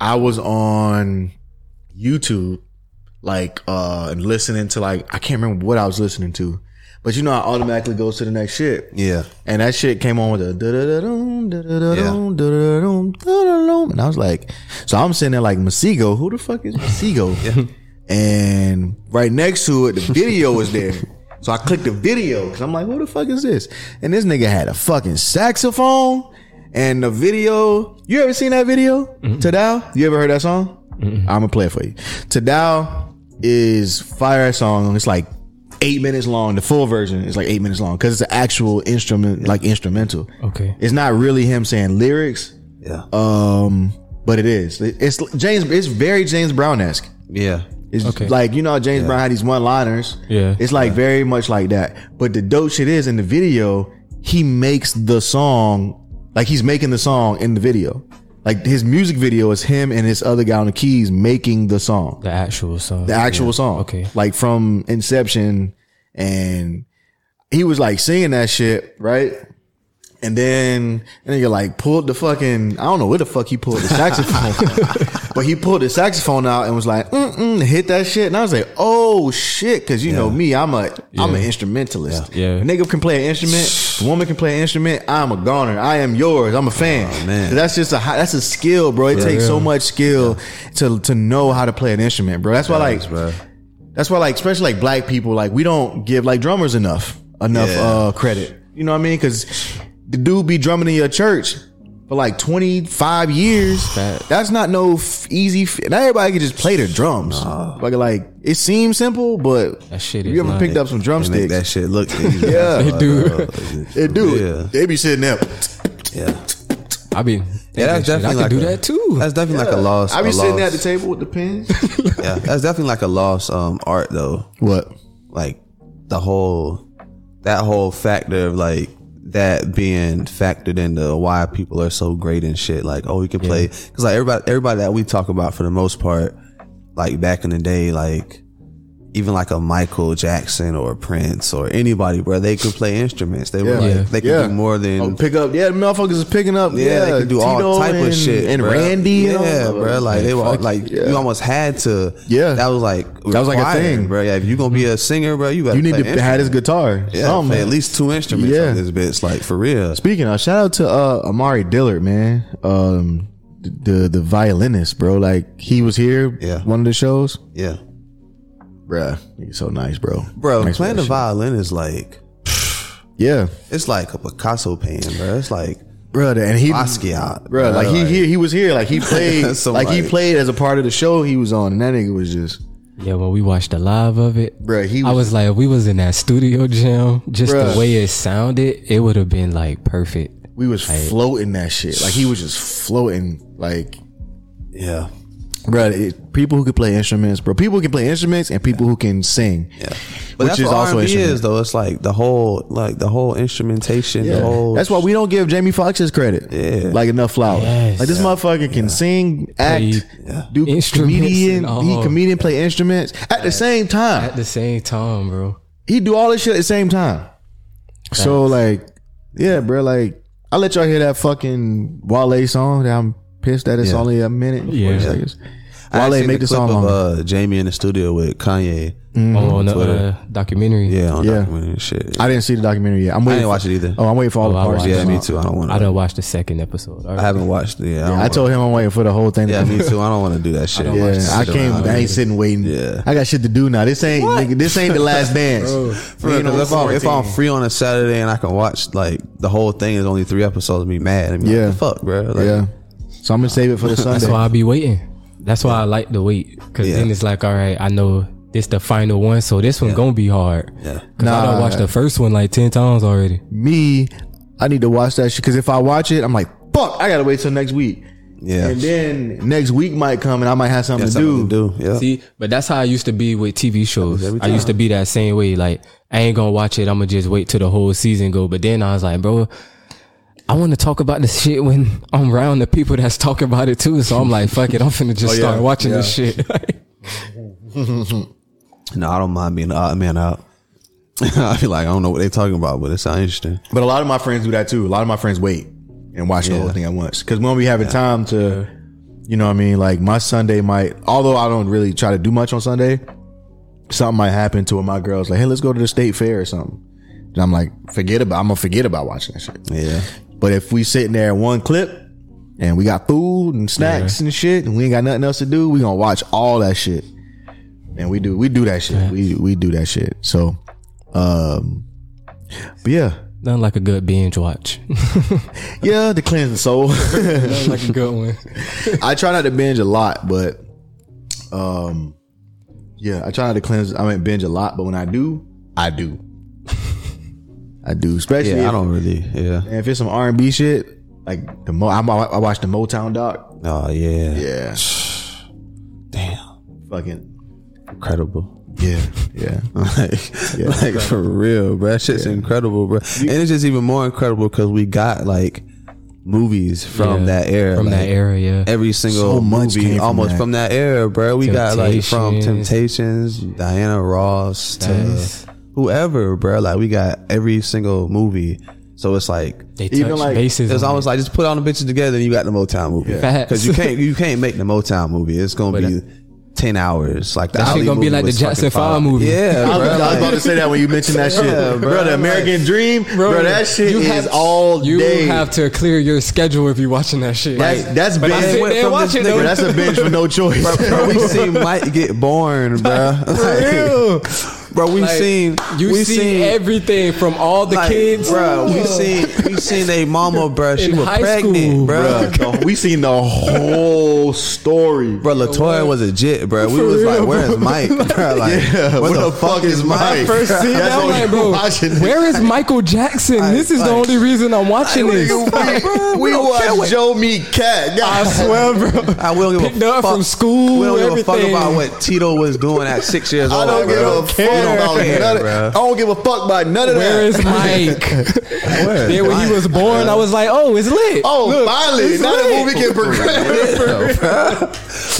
[SPEAKER 1] I was on YouTube, like, uh, and listening to like I can't remember what I was listening to, but you know, I automatically goes to the next shit.
[SPEAKER 2] Yeah.
[SPEAKER 1] And that shit came on with a da-da-da-dum, da-da-da-dum, da-da-da-dum, da-da-da-dum. and I was like, so I'm sitting there like Masego, who the fuck is Masego? And right next to it, the video was there. So I clicked the video because I'm like, who the fuck is this? And this nigga had a fucking saxophone and the video. You ever seen that video? Tadao? You ever heard that song? I'm gonna play it for you. Tadao is fire song. It's like eight minutes long. The full version is like eight minutes long because it's an actual instrument, like instrumental.
[SPEAKER 3] Okay.
[SPEAKER 1] It's not really him saying lyrics,
[SPEAKER 2] Yeah,
[SPEAKER 1] um, but it is. It- It's James. It's very James Brown esque.
[SPEAKER 2] yeah,
[SPEAKER 1] It's
[SPEAKER 3] Okay.
[SPEAKER 1] like you know how James Brown had these one liners.
[SPEAKER 3] Yeah.
[SPEAKER 1] It's like very much like that. But the dope shit is in the video, he makes the song like he's making the song in the video. Like his music video is him and this other guy on the keys making the song
[SPEAKER 3] The actual song.
[SPEAKER 1] the actual song.
[SPEAKER 3] Okay.
[SPEAKER 1] Like from Inception and he was like singing that shit, right? And then and then you like pulled the fucking I don't know where the fuck he pulled the saxophone. but he pulled the saxophone out and was like, mm hit that shit. And I was like, oh shit, cause you know me, I'm a am an instrumentalist.
[SPEAKER 3] Yeah. Yeah.
[SPEAKER 1] Nigga can play an instrument, a woman can play an instrument, I'm a goner. I am yours. I'm a fan.
[SPEAKER 2] man.
[SPEAKER 1] That's just a high, that's a skill, bro. It takes so much skill to to know how to play an instrument, bro. That's why like
[SPEAKER 2] bro.
[SPEAKER 1] that's why, like, especially like black people, like we don't give like drummers enough enough
[SPEAKER 2] Yeah.
[SPEAKER 1] uh, credit. You know what I mean? Because the dude be drumming in your church for like twenty five years. That's not no f- easy. F- not everybody can just play the drums. Like, like it seems simple, but
[SPEAKER 3] That shit
[SPEAKER 1] if
[SPEAKER 3] is
[SPEAKER 1] you ever
[SPEAKER 3] not-
[SPEAKER 1] picked up some
[SPEAKER 2] They make that
[SPEAKER 1] drumsticks?
[SPEAKER 2] shit look easy.
[SPEAKER 1] Yeah. They
[SPEAKER 3] do.
[SPEAKER 1] It do.
[SPEAKER 2] Yeah.
[SPEAKER 1] They be sitting there.
[SPEAKER 2] Yeah.
[SPEAKER 3] I mean,
[SPEAKER 2] Yeah, that's
[SPEAKER 3] I could
[SPEAKER 2] definitely like
[SPEAKER 3] do
[SPEAKER 2] a-
[SPEAKER 3] that too.
[SPEAKER 2] That's definitely like a lost.
[SPEAKER 1] I be
[SPEAKER 2] a
[SPEAKER 1] sitting there at
[SPEAKER 2] lost-
[SPEAKER 1] the table with the pens.
[SPEAKER 2] Yeah, that's definitely like a lost um, art though.
[SPEAKER 1] what?
[SPEAKER 2] Like the whole that whole factor of like that being factored into why people are so great and shit. Like, oh, you can play because like everybody everybody that we talk about for the most part, like back in the day, like even like a Michael Jackson or Prince or anybody where they could play instruments. They
[SPEAKER 1] Yeah.
[SPEAKER 2] were like
[SPEAKER 1] Yeah.
[SPEAKER 2] they could
[SPEAKER 1] Yeah.
[SPEAKER 2] do more than
[SPEAKER 1] Oh, pick up. Yeah, the motherfuckers is picking up.
[SPEAKER 2] yeah, they could do all
[SPEAKER 1] Tito
[SPEAKER 2] type
[SPEAKER 1] and-
[SPEAKER 2] of shit.
[SPEAKER 1] And
[SPEAKER 2] bruh.
[SPEAKER 1] Randy.
[SPEAKER 2] yeah,
[SPEAKER 1] and all
[SPEAKER 2] bro. Like they were all, like you almost had to.
[SPEAKER 1] Yeah.
[SPEAKER 2] that was like
[SPEAKER 1] That was like a thing.
[SPEAKER 2] bro. Yeah, if you gonna be a singer, bro, you better
[SPEAKER 1] You need
[SPEAKER 2] play
[SPEAKER 1] to
[SPEAKER 2] instruments.
[SPEAKER 1] have this guitar.
[SPEAKER 2] yeah,
[SPEAKER 1] Something.
[SPEAKER 2] play at least two instruments
[SPEAKER 1] Yeah.
[SPEAKER 2] on this bitch, like for real.
[SPEAKER 1] Speaking of, shout out to uh, Amari Dillard, man. Um, the the violinist, bro. Like he was here.
[SPEAKER 2] Yeah.
[SPEAKER 1] One of the shows,
[SPEAKER 2] Yeah,
[SPEAKER 1] bruh. He's so nice, bro.
[SPEAKER 2] bro,
[SPEAKER 1] Thanks for
[SPEAKER 2] playing the
[SPEAKER 1] that shit.
[SPEAKER 2] violin is like
[SPEAKER 1] Yeah,
[SPEAKER 2] it's like a Picasso painting, bro. It's like
[SPEAKER 1] bro. And he,
[SPEAKER 2] Basquiat,
[SPEAKER 1] bro. Like he he, he was here. Like he played.
[SPEAKER 2] So,
[SPEAKER 1] like he
[SPEAKER 2] like-
[SPEAKER 1] played as a part of the show he was on, and that nigga was just,
[SPEAKER 3] yeah, when we watched the live of it,
[SPEAKER 1] Bruh, he
[SPEAKER 3] I
[SPEAKER 1] was-
[SPEAKER 3] was like, if we was in that studio jam, just
[SPEAKER 1] Bruh.
[SPEAKER 3] the way it sounded, it would have been like perfect.
[SPEAKER 1] we was floating that shit. Like he was just floating. Like
[SPEAKER 2] Yeah,
[SPEAKER 1] Bro, it, people who can play instruments, bro. People who can play instruments and people who can sing.
[SPEAKER 2] Yeah. But
[SPEAKER 1] which
[SPEAKER 2] that's
[SPEAKER 1] is
[SPEAKER 2] what
[SPEAKER 1] also
[SPEAKER 2] R&B
[SPEAKER 1] instrumental.
[SPEAKER 2] is though. It's like the whole like the whole instrumentation,
[SPEAKER 1] Yeah.
[SPEAKER 2] the whole
[SPEAKER 1] That's why we don't give Jamie Foxx his credit.
[SPEAKER 2] Yeah.
[SPEAKER 1] Like enough flowers.
[SPEAKER 3] Yes.
[SPEAKER 1] Like this motherfucker can sing, act,
[SPEAKER 3] Play
[SPEAKER 1] do
[SPEAKER 3] instruments
[SPEAKER 1] comedian,
[SPEAKER 3] and all.
[SPEAKER 1] he comedian, play instruments at the same time.
[SPEAKER 3] At the same time, bro.
[SPEAKER 1] he do all this shit at the same time. So like, yeah, bro. Like, I let y'all hear that fucking Wale song. That I'm pissed that it's
[SPEAKER 2] Yeah.
[SPEAKER 1] only a minute, and
[SPEAKER 3] Yeah.
[SPEAKER 1] forty seconds.
[SPEAKER 2] I
[SPEAKER 1] Wale
[SPEAKER 2] seen
[SPEAKER 1] make the
[SPEAKER 2] clip
[SPEAKER 1] song Mm-hmm.
[SPEAKER 2] of
[SPEAKER 1] longer.
[SPEAKER 2] uh, Jamie in the studio with Kanye.
[SPEAKER 3] Oh, on the
[SPEAKER 2] Twitter.
[SPEAKER 3] uh, documentary.
[SPEAKER 2] Yeah, on
[SPEAKER 1] Yeah.
[SPEAKER 2] documentary and shit.
[SPEAKER 1] I didn't see the documentary yet. I'm
[SPEAKER 2] I
[SPEAKER 1] waiting.
[SPEAKER 2] didn't watch it either.
[SPEAKER 1] Oh, I'm waiting for all
[SPEAKER 3] Oh,
[SPEAKER 1] the
[SPEAKER 3] I
[SPEAKER 1] parts.
[SPEAKER 3] watched
[SPEAKER 2] yeah,
[SPEAKER 3] it.
[SPEAKER 2] me too. I don't want
[SPEAKER 3] I
[SPEAKER 2] to.
[SPEAKER 3] done watched the second episode.
[SPEAKER 2] I haven't watched. Yeah, don't
[SPEAKER 1] I
[SPEAKER 2] wanna-
[SPEAKER 1] told him I'm waiting for the whole thing.
[SPEAKER 2] Yeah,
[SPEAKER 1] to
[SPEAKER 2] me too. I don't want to do that shit.
[SPEAKER 3] don't
[SPEAKER 1] Yeah,
[SPEAKER 3] watch
[SPEAKER 1] I
[SPEAKER 2] Sit
[SPEAKER 1] can't.
[SPEAKER 2] around.
[SPEAKER 1] I ain't sitting waiting.
[SPEAKER 2] Yeah.
[SPEAKER 1] I got shit to do now. This ain't. Nigga, this ain't the last dance.
[SPEAKER 2] For real, 'cause if, I'm, if I'm free on a Saturday and I can watch like the whole thing is only three episodes, be mad. And be
[SPEAKER 1] Yeah.
[SPEAKER 2] like, fuck, bro. Like,
[SPEAKER 1] yeah. So I'm gonna save it for the
[SPEAKER 3] That's
[SPEAKER 1] Sunday.
[SPEAKER 3] why I be waiting. That's why I like to wait because
[SPEAKER 2] Yeah.
[SPEAKER 3] then it's like, all right, I know this the final one, so this one gonna be hard. Yeah, because I
[SPEAKER 1] Nah.
[SPEAKER 3] done watched the first one like ten times already.
[SPEAKER 1] me, I need to watch that shit because if I watch it, I'm like, fuck, I gotta wait till next week.
[SPEAKER 2] Yeah.
[SPEAKER 1] And then next week might come and I might have something,
[SPEAKER 2] That's
[SPEAKER 1] to,
[SPEAKER 2] something
[SPEAKER 1] do.
[SPEAKER 2] to do. Yeah.
[SPEAKER 3] See, but that's how I used to be with TV shows. I used to be that same way. Like, I ain't gonna watch it. I'm gonna just wait till the whole season go. But then I was like, bro, I want to talk about this shit when I'm around the people that's talking about it too. So I'm like, fuck it. I'm finna just
[SPEAKER 1] Oh, yeah.
[SPEAKER 3] start watching this shit.
[SPEAKER 2] No, I don't mind being the odd man out. I feel like I don't know what they're talking about, but it sounds interesting.
[SPEAKER 1] But a lot of my friends do that too. A lot of my friends wait and watch the
[SPEAKER 2] Yeah.
[SPEAKER 1] whole thing at once because we don't be having time to, you know what I mean? Like my Sunday might, although I don't really try to do much on Sunday, something might happen to where my girl's like, hey, let's go to the state fair or something. And I'm like, forget about, I'm gonna forget about watching that shit.
[SPEAKER 2] Yeah.
[SPEAKER 1] But if we sitting there in one clip and we got food and snacks and shit and we ain't got nothing else to do, we gonna watch all that shit. And we do we do that shit. We we do that shit. So um but yeah.
[SPEAKER 3] Nothing like a good binge watch.
[SPEAKER 1] Yeah, the cleansing soul.
[SPEAKER 3] Nothing like a good one.
[SPEAKER 1] I try not to binge a lot, but um yeah, I try not to cleanse I mean binge a lot, but when I do, I do. I do. Especially
[SPEAKER 2] Yeah,
[SPEAKER 1] if-
[SPEAKER 2] I don't really. Yeah.
[SPEAKER 1] if it's some R and B shit, like the Mo I, I watched the Motown doc.
[SPEAKER 2] Oh yeah.
[SPEAKER 1] Yeah.
[SPEAKER 2] Damn.
[SPEAKER 1] Fucking
[SPEAKER 2] Incredible.
[SPEAKER 1] Yeah, yeah.
[SPEAKER 2] like, like for real, bro. That shit's incredible, bro. and it's just even more incredible because we got like movies from
[SPEAKER 3] Yeah,
[SPEAKER 2] that era,
[SPEAKER 3] From that
[SPEAKER 2] like,
[SPEAKER 3] era, yeah.
[SPEAKER 2] Every single
[SPEAKER 1] So much came
[SPEAKER 2] movie,
[SPEAKER 1] from
[SPEAKER 2] almost
[SPEAKER 1] that.
[SPEAKER 2] from that era, bro. We got like from Temptations,
[SPEAKER 3] Temptations.
[SPEAKER 2] Diana Ross to
[SPEAKER 3] Yes.
[SPEAKER 2] whoever, bro. Like we got every single movie, so it's like
[SPEAKER 3] They
[SPEAKER 1] Even
[SPEAKER 3] touched
[SPEAKER 1] like-
[SPEAKER 3] bases.
[SPEAKER 2] it's
[SPEAKER 3] on
[SPEAKER 2] almost like just put all the bitches together and you got the Motown movie.
[SPEAKER 3] Facts.
[SPEAKER 2] Because you can't you can't make the Motown movie. It's gonna
[SPEAKER 3] But
[SPEAKER 2] be ten hours. Like the
[SPEAKER 3] That shit
[SPEAKER 2] Ali
[SPEAKER 3] gonna be
[SPEAKER 2] movie
[SPEAKER 3] like the
[SPEAKER 2] was fucking
[SPEAKER 3] Jackson
[SPEAKER 2] fire.
[SPEAKER 3] Five movie.
[SPEAKER 2] Yeah,
[SPEAKER 1] I was,
[SPEAKER 2] bro,
[SPEAKER 1] I was about to
[SPEAKER 2] like-
[SPEAKER 1] say that when you mentioned that shit,
[SPEAKER 2] Yeah, bro,
[SPEAKER 1] bro. The
[SPEAKER 2] like-
[SPEAKER 1] American Dream, bro, That shit
[SPEAKER 3] you
[SPEAKER 1] is
[SPEAKER 3] have-
[SPEAKER 1] all
[SPEAKER 3] You
[SPEAKER 1] day.
[SPEAKER 3] have to clear your schedule if you're watching that shit.
[SPEAKER 1] That's- that's
[SPEAKER 3] but I
[SPEAKER 1] binge.
[SPEAKER 3] sit
[SPEAKER 1] Went
[SPEAKER 3] there
[SPEAKER 2] from
[SPEAKER 3] watching
[SPEAKER 2] this nigga,
[SPEAKER 1] Bro,
[SPEAKER 3] though.
[SPEAKER 1] that's a binge with no choice.
[SPEAKER 2] bro, we seen Mike get born, bro. Like,
[SPEAKER 3] real.
[SPEAKER 2] bro, we
[SPEAKER 3] Like,
[SPEAKER 2] seen
[SPEAKER 3] you
[SPEAKER 2] we
[SPEAKER 3] see everything from all the
[SPEAKER 2] like,
[SPEAKER 3] kids.
[SPEAKER 2] bro. We seen we seen a mama, bro. She
[SPEAKER 3] In
[SPEAKER 2] was
[SPEAKER 3] high
[SPEAKER 2] pregnant,
[SPEAKER 3] school,
[SPEAKER 2] bro.
[SPEAKER 1] Bro, the- we seen the whole story,
[SPEAKER 2] Bro, Latoya was a jit, bro. We was like, "Where's Mike?" Bro, like,
[SPEAKER 1] Yeah,
[SPEAKER 2] where, the, fuck, is Mike?
[SPEAKER 1] Mike?
[SPEAKER 3] First scene,
[SPEAKER 1] That's
[SPEAKER 3] I'm
[SPEAKER 1] what
[SPEAKER 3] like,
[SPEAKER 1] we
[SPEAKER 3] bro,
[SPEAKER 1] watching this.
[SPEAKER 3] where is Michael Jackson? this is the
[SPEAKER 2] like-
[SPEAKER 3] only reason I'm watching this.
[SPEAKER 1] Nigga, we we watched Joe Meet Cat.
[SPEAKER 3] I
[SPEAKER 1] God.
[SPEAKER 3] swear, bro.
[SPEAKER 2] I will give
[SPEAKER 3] Picked
[SPEAKER 2] a
[SPEAKER 3] up
[SPEAKER 2] fuck.
[SPEAKER 3] from school.
[SPEAKER 2] We don't give a fuck
[SPEAKER 3] everything.
[SPEAKER 2] about what Tito was doing at six years
[SPEAKER 1] I
[SPEAKER 2] old.
[SPEAKER 1] don't give
[SPEAKER 2] bro.
[SPEAKER 1] a fuck about
[SPEAKER 2] care,
[SPEAKER 1] none of
[SPEAKER 2] bro.
[SPEAKER 1] I don't give a fuck about none of
[SPEAKER 3] Where
[SPEAKER 1] that.
[SPEAKER 3] is Mike?
[SPEAKER 2] Where?
[SPEAKER 3] then when he was born, I was like, oh, it's lit.
[SPEAKER 1] oh, finally,
[SPEAKER 3] it's
[SPEAKER 1] now the
[SPEAKER 3] lit.
[SPEAKER 1] movie can progress.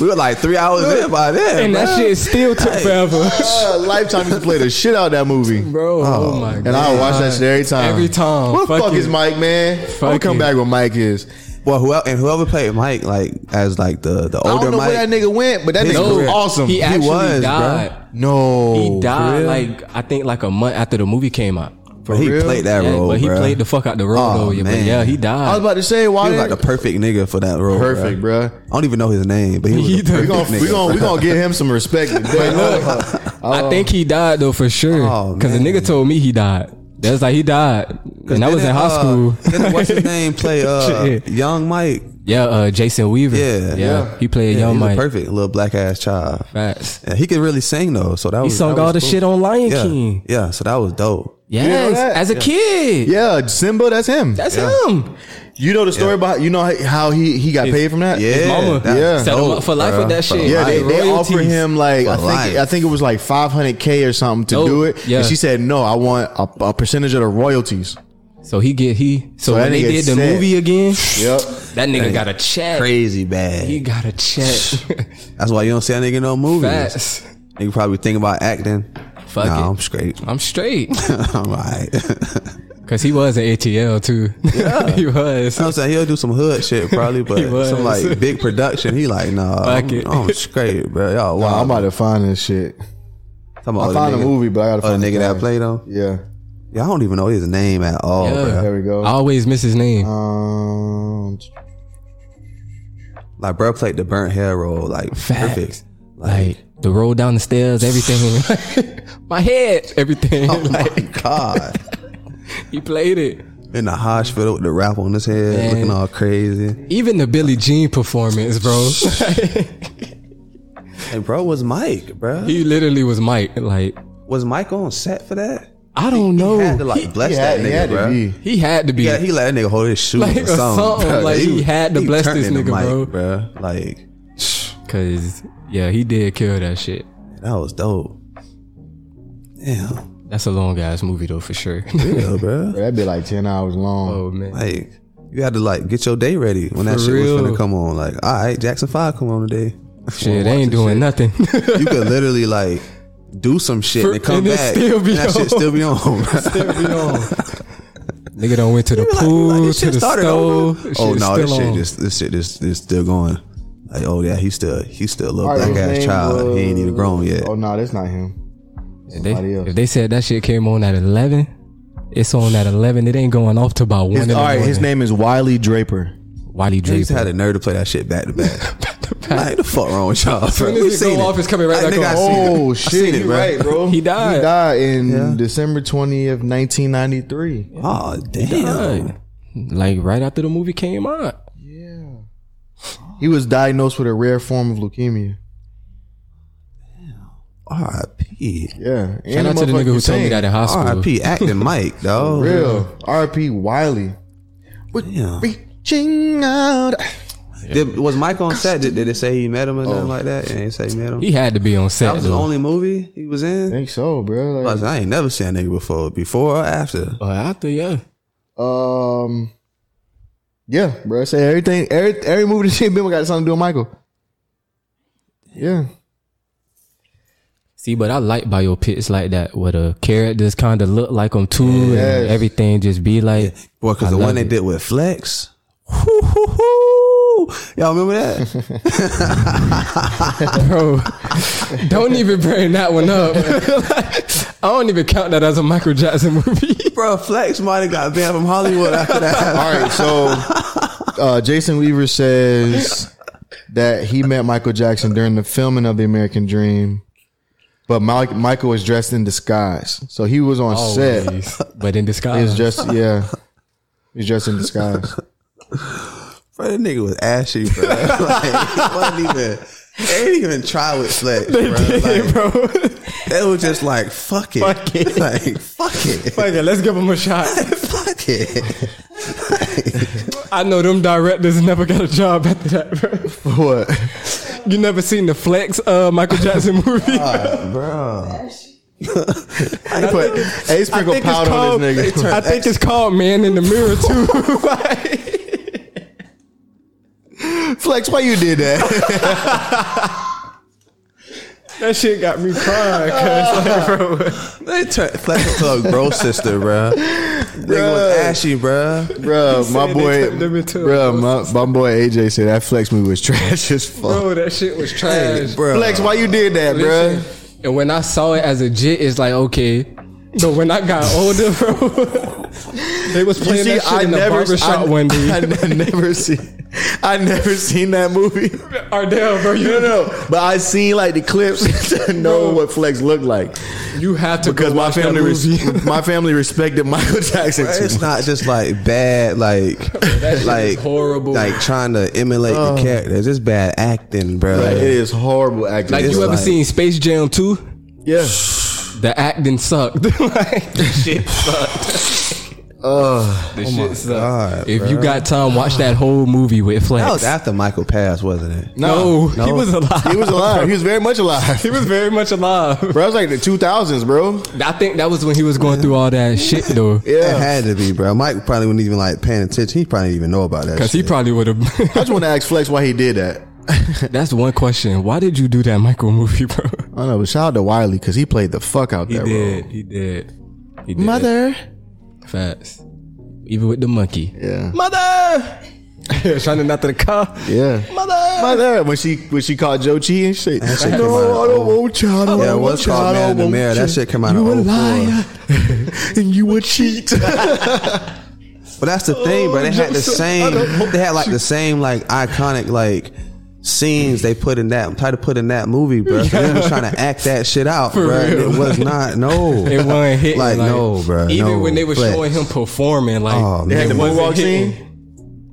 [SPEAKER 2] we were like three hours in by then.
[SPEAKER 3] and
[SPEAKER 2] bro.
[SPEAKER 3] that shit still took forever.
[SPEAKER 1] Uh, Lifetime used to play the shit out of that movie.
[SPEAKER 3] Bro, oh, my god.
[SPEAKER 1] And I watch that shit every time.
[SPEAKER 3] Every time.
[SPEAKER 1] What the
[SPEAKER 3] Fuck
[SPEAKER 1] fuck
[SPEAKER 3] it.
[SPEAKER 1] is Mike, man? I'm
[SPEAKER 3] Fuck
[SPEAKER 1] come
[SPEAKER 3] it.
[SPEAKER 1] back with Mike is.
[SPEAKER 2] Well, whoever and whoever played Mike, like as like the the
[SPEAKER 1] I
[SPEAKER 2] older
[SPEAKER 1] don't know
[SPEAKER 2] Mike,
[SPEAKER 1] where that nigga went, but that
[SPEAKER 2] His
[SPEAKER 1] nigga was
[SPEAKER 2] career.
[SPEAKER 1] awesome.
[SPEAKER 3] He actually
[SPEAKER 2] was, bruh.
[SPEAKER 3] died.
[SPEAKER 1] no,
[SPEAKER 3] He
[SPEAKER 1] for
[SPEAKER 3] died
[SPEAKER 1] real?
[SPEAKER 3] like I think like a month after the movie came out.
[SPEAKER 2] but he
[SPEAKER 1] real?
[SPEAKER 2] played that
[SPEAKER 3] Yeah,
[SPEAKER 2] role.
[SPEAKER 3] but he
[SPEAKER 2] bro.
[SPEAKER 3] played the fuck out the role
[SPEAKER 2] Oh,
[SPEAKER 3] though. Yeah,
[SPEAKER 2] man.
[SPEAKER 3] but yeah, he died.
[SPEAKER 1] I was about to say
[SPEAKER 2] He
[SPEAKER 1] why
[SPEAKER 2] was like
[SPEAKER 1] didn't-
[SPEAKER 2] the perfect nigga for that role. bro.
[SPEAKER 1] perfect, bruh.
[SPEAKER 2] I don't even know his name, but he was
[SPEAKER 3] He
[SPEAKER 2] the
[SPEAKER 3] done-
[SPEAKER 1] We
[SPEAKER 2] perfect
[SPEAKER 1] gonna
[SPEAKER 2] nigga.
[SPEAKER 1] we gonna we gonna get him some respect. Today.
[SPEAKER 3] I think he died though for sure.
[SPEAKER 2] Oh,
[SPEAKER 3] Cause the
[SPEAKER 2] man.
[SPEAKER 3] nigga told me he died. That's like he died, and I was in
[SPEAKER 2] Didn't,
[SPEAKER 3] high
[SPEAKER 2] uh,
[SPEAKER 3] school.
[SPEAKER 2] didn't What's his name? Play uh,
[SPEAKER 3] Shit.
[SPEAKER 2] young Mike.
[SPEAKER 3] yeah, uh, Jason Weaver.
[SPEAKER 2] Yeah.
[SPEAKER 3] yeah,
[SPEAKER 2] Yeah.
[SPEAKER 3] he played
[SPEAKER 2] Yeah,
[SPEAKER 3] Young
[SPEAKER 2] he was
[SPEAKER 3] Mike.
[SPEAKER 2] a perfect little black ass child.
[SPEAKER 3] Facts.
[SPEAKER 2] Yeah, he could really sing though, so that
[SPEAKER 3] He
[SPEAKER 2] was
[SPEAKER 3] sung
[SPEAKER 2] that
[SPEAKER 3] all
[SPEAKER 2] was
[SPEAKER 3] the
[SPEAKER 2] cool.
[SPEAKER 3] shit on Lion
[SPEAKER 2] yeah.
[SPEAKER 3] King.
[SPEAKER 2] Yeah, so that was dope.
[SPEAKER 3] Yes,
[SPEAKER 1] know that?
[SPEAKER 3] as a kid.
[SPEAKER 1] yeah, Simba, that's him.
[SPEAKER 3] That's him.
[SPEAKER 1] You know the story about you know how he he got paid from that.
[SPEAKER 2] Yeah,
[SPEAKER 3] mama
[SPEAKER 2] that-
[SPEAKER 1] yeah.
[SPEAKER 3] set him up for life
[SPEAKER 2] bruh,
[SPEAKER 3] with that
[SPEAKER 2] for
[SPEAKER 3] shit.
[SPEAKER 1] Yeah,
[SPEAKER 2] life.
[SPEAKER 1] they, they
[SPEAKER 3] Royalties.
[SPEAKER 1] offered him like I
[SPEAKER 2] For
[SPEAKER 1] think
[SPEAKER 2] life.
[SPEAKER 1] I think it was like 500k or something to
[SPEAKER 3] No,
[SPEAKER 1] do it.
[SPEAKER 3] Oh, yeah.
[SPEAKER 1] And she said, "No, I want a, a percentage of the royalties."
[SPEAKER 3] So he get he. So,
[SPEAKER 1] So that
[SPEAKER 3] when they
[SPEAKER 1] nigga
[SPEAKER 3] did the
[SPEAKER 1] set.
[SPEAKER 3] movie again,
[SPEAKER 1] Yep.
[SPEAKER 3] that nigga got a check.
[SPEAKER 2] Crazy bad.
[SPEAKER 3] He got a check.
[SPEAKER 2] That's why you don't see that nigga in no movies.
[SPEAKER 3] Facts.
[SPEAKER 2] Nigga probably think about acting.
[SPEAKER 3] Fuck
[SPEAKER 2] nah,
[SPEAKER 3] it.
[SPEAKER 2] I'm straight.
[SPEAKER 3] I'm straight.
[SPEAKER 2] I'm alright.
[SPEAKER 3] Cause he was an ATL too. he was.
[SPEAKER 2] I'm saying he'll do some hood shit probably, but
[SPEAKER 3] was.
[SPEAKER 2] some like big production. He like nah.
[SPEAKER 3] Fuck
[SPEAKER 2] I'm,
[SPEAKER 3] it.
[SPEAKER 2] I'm straight, bro. Y'all,
[SPEAKER 1] Wow,
[SPEAKER 2] wow.
[SPEAKER 1] I'm about to find this shit.
[SPEAKER 2] Talking about
[SPEAKER 1] I
[SPEAKER 2] the
[SPEAKER 1] found
[SPEAKER 2] nigga-
[SPEAKER 1] a movie, but I gotta
[SPEAKER 2] Oh,
[SPEAKER 1] find
[SPEAKER 2] the nigga that
[SPEAKER 1] guy.
[SPEAKER 2] played on.
[SPEAKER 1] Yeah,
[SPEAKER 2] Yeah, I don't even know his name at all.
[SPEAKER 3] Yeah.
[SPEAKER 2] bruh.
[SPEAKER 1] there we go.
[SPEAKER 3] I always miss his name.
[SPEAKER 1] um,
[SPEAKER 2] Like, bro played the burnt hair role, like
[SPEAKER 3] Facts.
[SPEAKER 2] perfect. Like,
[SPEAKER 3] like the roll down the stairs, everything. My head, everything.
[SPEAKER 2] oh
[SPEAKER 3] like
[SPEAKER 2] my god,
[SPEAKER 3] he played it.
[SPEAKER 2] in the hospital with the wrap on his head,
[SPEAKER 3] Man.
[SPEAKER 2] looking all crazy.
[SPEAKER 3] Even the Billie Jean performance, bro.
[SPEAKER 2] And bro was Mike, bro.
[SPEAKER 3] he literally was Mike. Like
[SPEAKER 2] was Mike on set for that?
[SPEAKER 3] I don't know.
[SPEAKER 2] He had to like bless
[SPEAKER 1] yeah,
[SPEAKER 2] that nigga, bro.
[SPEAKER 1] be.
[SPEAKER 3] He had to be.
[SPEAKER 2] Yeah, he let that nigga hold his shoe
[SPEAKER 3] Like,
[SPEAKER 2] or
[SPEAKER 3] or
[SPEAKER 2] something.
[SPEAKER 3] something.
[SPEAKER 2] bruh.
[SPEAKER 3] Like, he had to bless
[SPEAKER 2] turned
[SPEAKER 3] this
[SPEAKER 2] into
[SPEAKER 3] nigga, bro.
[SPEAKER 2] bruh. Like
[SPEAKER 3] Cause yeah, he did kill that shit.
[SPEAKER 2] that was dope. Damn,
[SPEAKER 3] That's a long ass movie though for sure.
[SPEAKER 2] yeah, bro.
[SPEAKER 1] That'd be like ten hours long.
[SPEAKER 3] oh man.
[SPEAKER 2] Like you had to like get your day ready when that
[SPEAKER 3] For
[SPEAKER 2] shit
[SPEAKER 3] real.
[SPEAKER 2] was finna come on. Like, all right, Jackson Five come on today.
[SPEAKER 3] Shit, they ain't doing nothing.
[SPEAKER 2] You could literally like do some shit
[SPEAKER 3] For-
[SPEAKER 2] and come
[SPEAKER 3] and it
[SPEAKER 2] back.
[SPEAKER 3] still be
[SPEAKER 2] and that
[SPEAKER 3] on.
[SPEAKER 2] shit still be on. bruh.
[SPEAKER 3] Nigga done went to the
[SPEAKER 2] Like, like,
[SPEAKER 3] pool,
[SPEAKER 2] this
[SPEAKER 3] to
[SPEAKER 2] shit
[SPEAKER 3] the
[SPEAKER 2] started
[SPEAKER 3] stove.
[SPEAKER 2] over. Oh
[SPEAKER 3] Shit's
[SPEAKER 2] no, this
[SPEAKER 3] still
[SPEAKER 2] shit
[SPEAKER 3] on.
[SPEAKER 2] just this shit is is still going. Like, oh yeah, he's still he's still a little
[SPEAKER 1] Alright,
[SPEAKER 2] black
[SPEAKER 1] his
[SPEAKER 2] ass
[SPEAKER 1] name
[SPEAKER 2] child. he ain't even
[SPEAKER 1] was-
[SPEAKER 2] grown yet.
[SPEAKER 1] Oh no, that's not him.
[SPEAKER 3] They-
[SPEAKER 1] Somebody else.
[SPEAKER 3] if they said that shit came on at eleven, it's on at eleven. It ain't going off to about one. in
[SPEAKER 1] His-
[SPEAKER 3] the
[SPEAKER 1] all right,
[SPEAKER 3] morning.
[SPEAKER 1] his name is Wiley Draper.
[SPEAKER 3] Wiley
[SPEAKER 2] They just
[SPEAKER 3] Draper.
[SPEAKER 2] had a nerve to play that shit back to back. Like the fuck wrong with y'all?
[SPEAKER 3] soon
[SPEAKER 2] bro?
[SPEAKER 3] as
[SPEAKER 2] We
[SPEAKER 3] it
[SPEAKER 2] seen
[SPEAKER 3] go off, it's coming right
[SPEAKER 2] I
[SPEAKER 3] back
[SPEAKER 2] think
[SPEAKER 3] on.
[SPEAKER 2] I seen it.
[SPEAKER 1] Oh
[SPEAKER 2] I
[SPEAKER 1] shit,
[SPEAKER 2] seen it,
[SPEAKER 1] you
[SPEAKER 2] bro.
[SPEAKER 1] right, bro.
[SPEAKER 3] He died.
[SPEAKER 1] He died in
[SPEAKER 2] Yeah.
[SPEAKER 1] December twentieth, nineteen ninety three.
[SPEAKER 2] Oh damn!
[SPEAKER 3] like right after the movie came out.
[SPEAKER 1] He was diagnosed with a rare form of leukemia.
[SPEAKER 2] R.I.P.
[SPEAKER 1] Yeah,
[SPEAKER 3] Shout out to the nigga who told me that in hospital.
[SPEAKER 2] R.I.P. Acting Mike, dog.
[SPEAKER 1] Real R.P. Wiley.
[SPEAKER 2] Damn.
[SPEAKER 1] Reaching out.
[SPEAKER 2] Did, was Mike on set? Did, did it say he met him or nothing like that? They ain't say he met him.
[SPEAKER 3] Oh. He had to be on
[SPEAKER 2] that
[SPEAKER 3] set.
[SPEAKER 2] was the
[SPEAKER 3] though.
[SPEAKER 2] only movie he was in.
[SPEAKER 1] I think so, bro.
[SPEAKER 2] I,
[SPEAKER 1] Like, Oh,
[SPEAKER 2] was like, I ain't never seen a nigga before, before or after.
[SPEAKER 3] But after, yeah.
[SPEAKER 1] um, yeah, bro. I say everything. Every every movie that she been with got something to do with Michael. Yeah,
[SPEAKER 3] See, but I like biopics like that where the characters kind of look like them too,
[SPEAKER 1] Yes.
[SPEAKER 3] and everything just be like.
[SPEAKER 2] Boy, because
[SPEAKER 3] I
[SPEAKER 2] the one
[SPEAKER 3] love
[SPEAKER 2] they
[SPEAKER 3] it.
[SPEAKER 2] did with Flex, whoo, hoo, hoo. y'all remember that?
[SPEAKER 3] Bro, don't even bring that one up. I don't even count that as a Michael Jackson movie.
[SPEAKER 2] Bro, Flex might have got banned from Hollywood after that.
[SPEAKER 1] All right, so uh, Jason Weaver says that he met Michael Jackson during the filming of The American Dream, but Mike, Michael was dressed in disguise, so he was on set. He
[SPEAKER 3] Always. But in
[SPEAKER 1] was
[SPEAKER 3] disguise.
[SPEAKER 1] dressed, yeah, he was dressed in disguise.
[SPEAKER 2] Bro, that nigga was ashy, bro. like, he wasn't even. They didn't even try with Flex, bro. like,
[SPEAKER 3] bro.
[SPEAKER 2] They was just like, fuck it,
[SPEAKER 3] Fuck it.
[SPEAKER 2] like fuck it,
[SPEAKER 3] Fuck it, let's give him a shot.
[SPEAKER 2] fuck it.
[SPEAKER 3] I know them directors never got a job after that, bro.
[SPEAKER 1] What?
[SPEAKER 3] You never seen the Flex uh, Michael Jackson movie?
[SPEAKER 2] bro.
[SPEAKER 1] They put a sprinkle
[SPEAKER 3] it's
[SPEAKER 1] powder on
[SPEAKER 3] called-
[SPEAKER 1] this nigga.
[SPEAKER 3] I think it's called Man in the Mirror too. Like,
[SPEAKER 1] Flex, why you did that?
[SPEAKER 3] that shit got me crying. 'cause, like,
[SPEAKER 2] They turned Flex into a bro sister, bro. Nigga was ashy, bro.
[SPEAKER 1] bro, Uh, my
[SPEAKER 3] they
[SPEAKER 1] boy,
[SPEAKER 3] turned him into a
[SPEAKER 1] bro, my, my boy AJ said that Flex movie was trash as fuck.
[SPEAKER 3] bro, that shit was trash,
[SPEAKER 2] Bro,
[SPEAKER 1] Flex, why you did that, bro?
[SPEAKER 3] Listen, And when I saw it as a jit, it's like okay. But when I got older, bro, they was playing that shit in the barbershop one day.
[SPEAKER 1] I, I never seen, I never seen that movie.
[SPEAKER 3] Ardell, bro, you
[SPEAKER 1] No, no, but I seen like the clips to know what Flex looked like
[SPEAKER 3] you have to
[SPEAKER 1] because
[SPEAKER 3] go
[SPEAKER 1] my
[SPEAKER 3] watch that
[SPEAKER 1] family, res-
[SPEAKER 3] movie.
[SPEAKER 1] my family respected Michael Jackson.
[SPEAKER 2] Bro,
[SPEAKER 1] too
[SPEAKER 2] It's
[SPEAKER 1] much.
[SPEAKER 2] not just like bad, like
[SPEAKER 3] is
[SPEAKER 2] like
[SPEAKER 3] horrible.
[SPEAKER 2] like trying to emulate the character. It's just bad acting, bro.
[SPEAKER 1] Bro, Oh. it is horrible acting.
[SPEAKER 3] like
[SPEAKER 2] It's
[SPEAKER 3] you ever
[SPEAKER 2] like-
[SPEAKER 3] seen Space Jam two?
[SPEAKER 1] yeah.
[SPEAKER 3] The acting sucked. Oh like, shit sucked. The
[SPEAKER 2] my
[SPEAKER 3] shit suck.
[SPEAKER 2] God,
[SPEAKER 3] if you
[SPEAKER 2] bruh.
[SPEAKER 3] got time, watch that whole movie with Flex.
[SPEAKER 2] That was after Michael passed, wasn't it?
[SPEAKER 3] no,
[SPEAKER 1] No.
[SPEAKER 3] he was alive.
[SPEAKER 1] He was alive. He was very much alive.
[SPEAKER 3] he was very much alive.
[SPEAKER 1] Bro, I was like the 2000s, bro.
[SPEAKER 3] I think that was when he was going through all that shit though.
[SPEAKER 2] It
[SPEAKER 1] Yeah.
[SPEAKER 2] had to be, bro. Mike probably wouldn't even like paying attention. He probably didn't even know about that.
[SPEAKER 3] Cause he
[SPEAKER 2] shit.
[SPEAKER 3] probably would
[SPEAKER 1] I
[SPEAKER 3] have.
[SPEAKER 1] just want to ask Flex why he did that.
[SPEAKER 3] That's one question. Why did you do that Michael movie, bro?
[SPEAKER 1] I don't know, but shout out to Wiley because he played the fuck out that role.
[SPEAKER 3] He did. He did.
[SPEAKER 1] Mother.
[SPEAKER 3] Facts. Even with the monkey.
[SPEAKER 1] Yeah.
[SPEAKER 3] Mother. Shining out to the car.
[SPEAKER 1] Yeah.
[SPEAKER 3] Mother.
[SPEAKER 1] Mother. When she when she called Joe Chi and shit.
[SPEAKER 2] shit came
[SPEAKER 1] no,
[SPEAKER 2] out.
[SPEAKER 1] I don't want you. I don't
[SPEAKER 2] Yeah, it
[SPEAKER 1] want
[SPEAKER 2] was
[SPEAKER 1] you. I
[SPEAKER 2] called Man
[SPEAKER 1] don't
[SPEAKER 2] in the
[SPEAKER 1] want
[SPEAKER 2] Mirror.
[SPEAKER 1] you.
[SPEAKER 2] That shit came out in
[SPEAKER 1] You a
[SPEAKER 2] 04.
[SPEAKER 1] liar. and you a cheat.
[SPEAKER 2] But that's the thing,
[SPEAKER 1] Oh,
[SPEAKER 2] bro. They had the same. They had like the same like iconic like scenes they put in that. Try to put in that movie, bro. So They were trying to act that shit out, bro. and
[SPEAKER 3] real.
[SPEAKER 2] It was not. No,
[SPEAKER 3] It wasn't hitting.
[SPEAKER 2] Like,
[SPEAKER 3] Like,
[SPEAKER 2] no, bro.
[SPEAKER 3] Even
[SPEAKER 2] no,
[SPEAKER 3] when they were
[SPEAKER 2] Flex.
[SPEAKER 3] showing him performing, like
[SPEAKER 2] Oh,
[SPEAKER 1] They
[SPEAKER 2] man.
[SPEAKER 1] had the
[SPEAKER 3] it wasn't
[SPEAKER 1] moonwalk
[SPEAKER 3] hitting.
[SPEAKER 1] scene.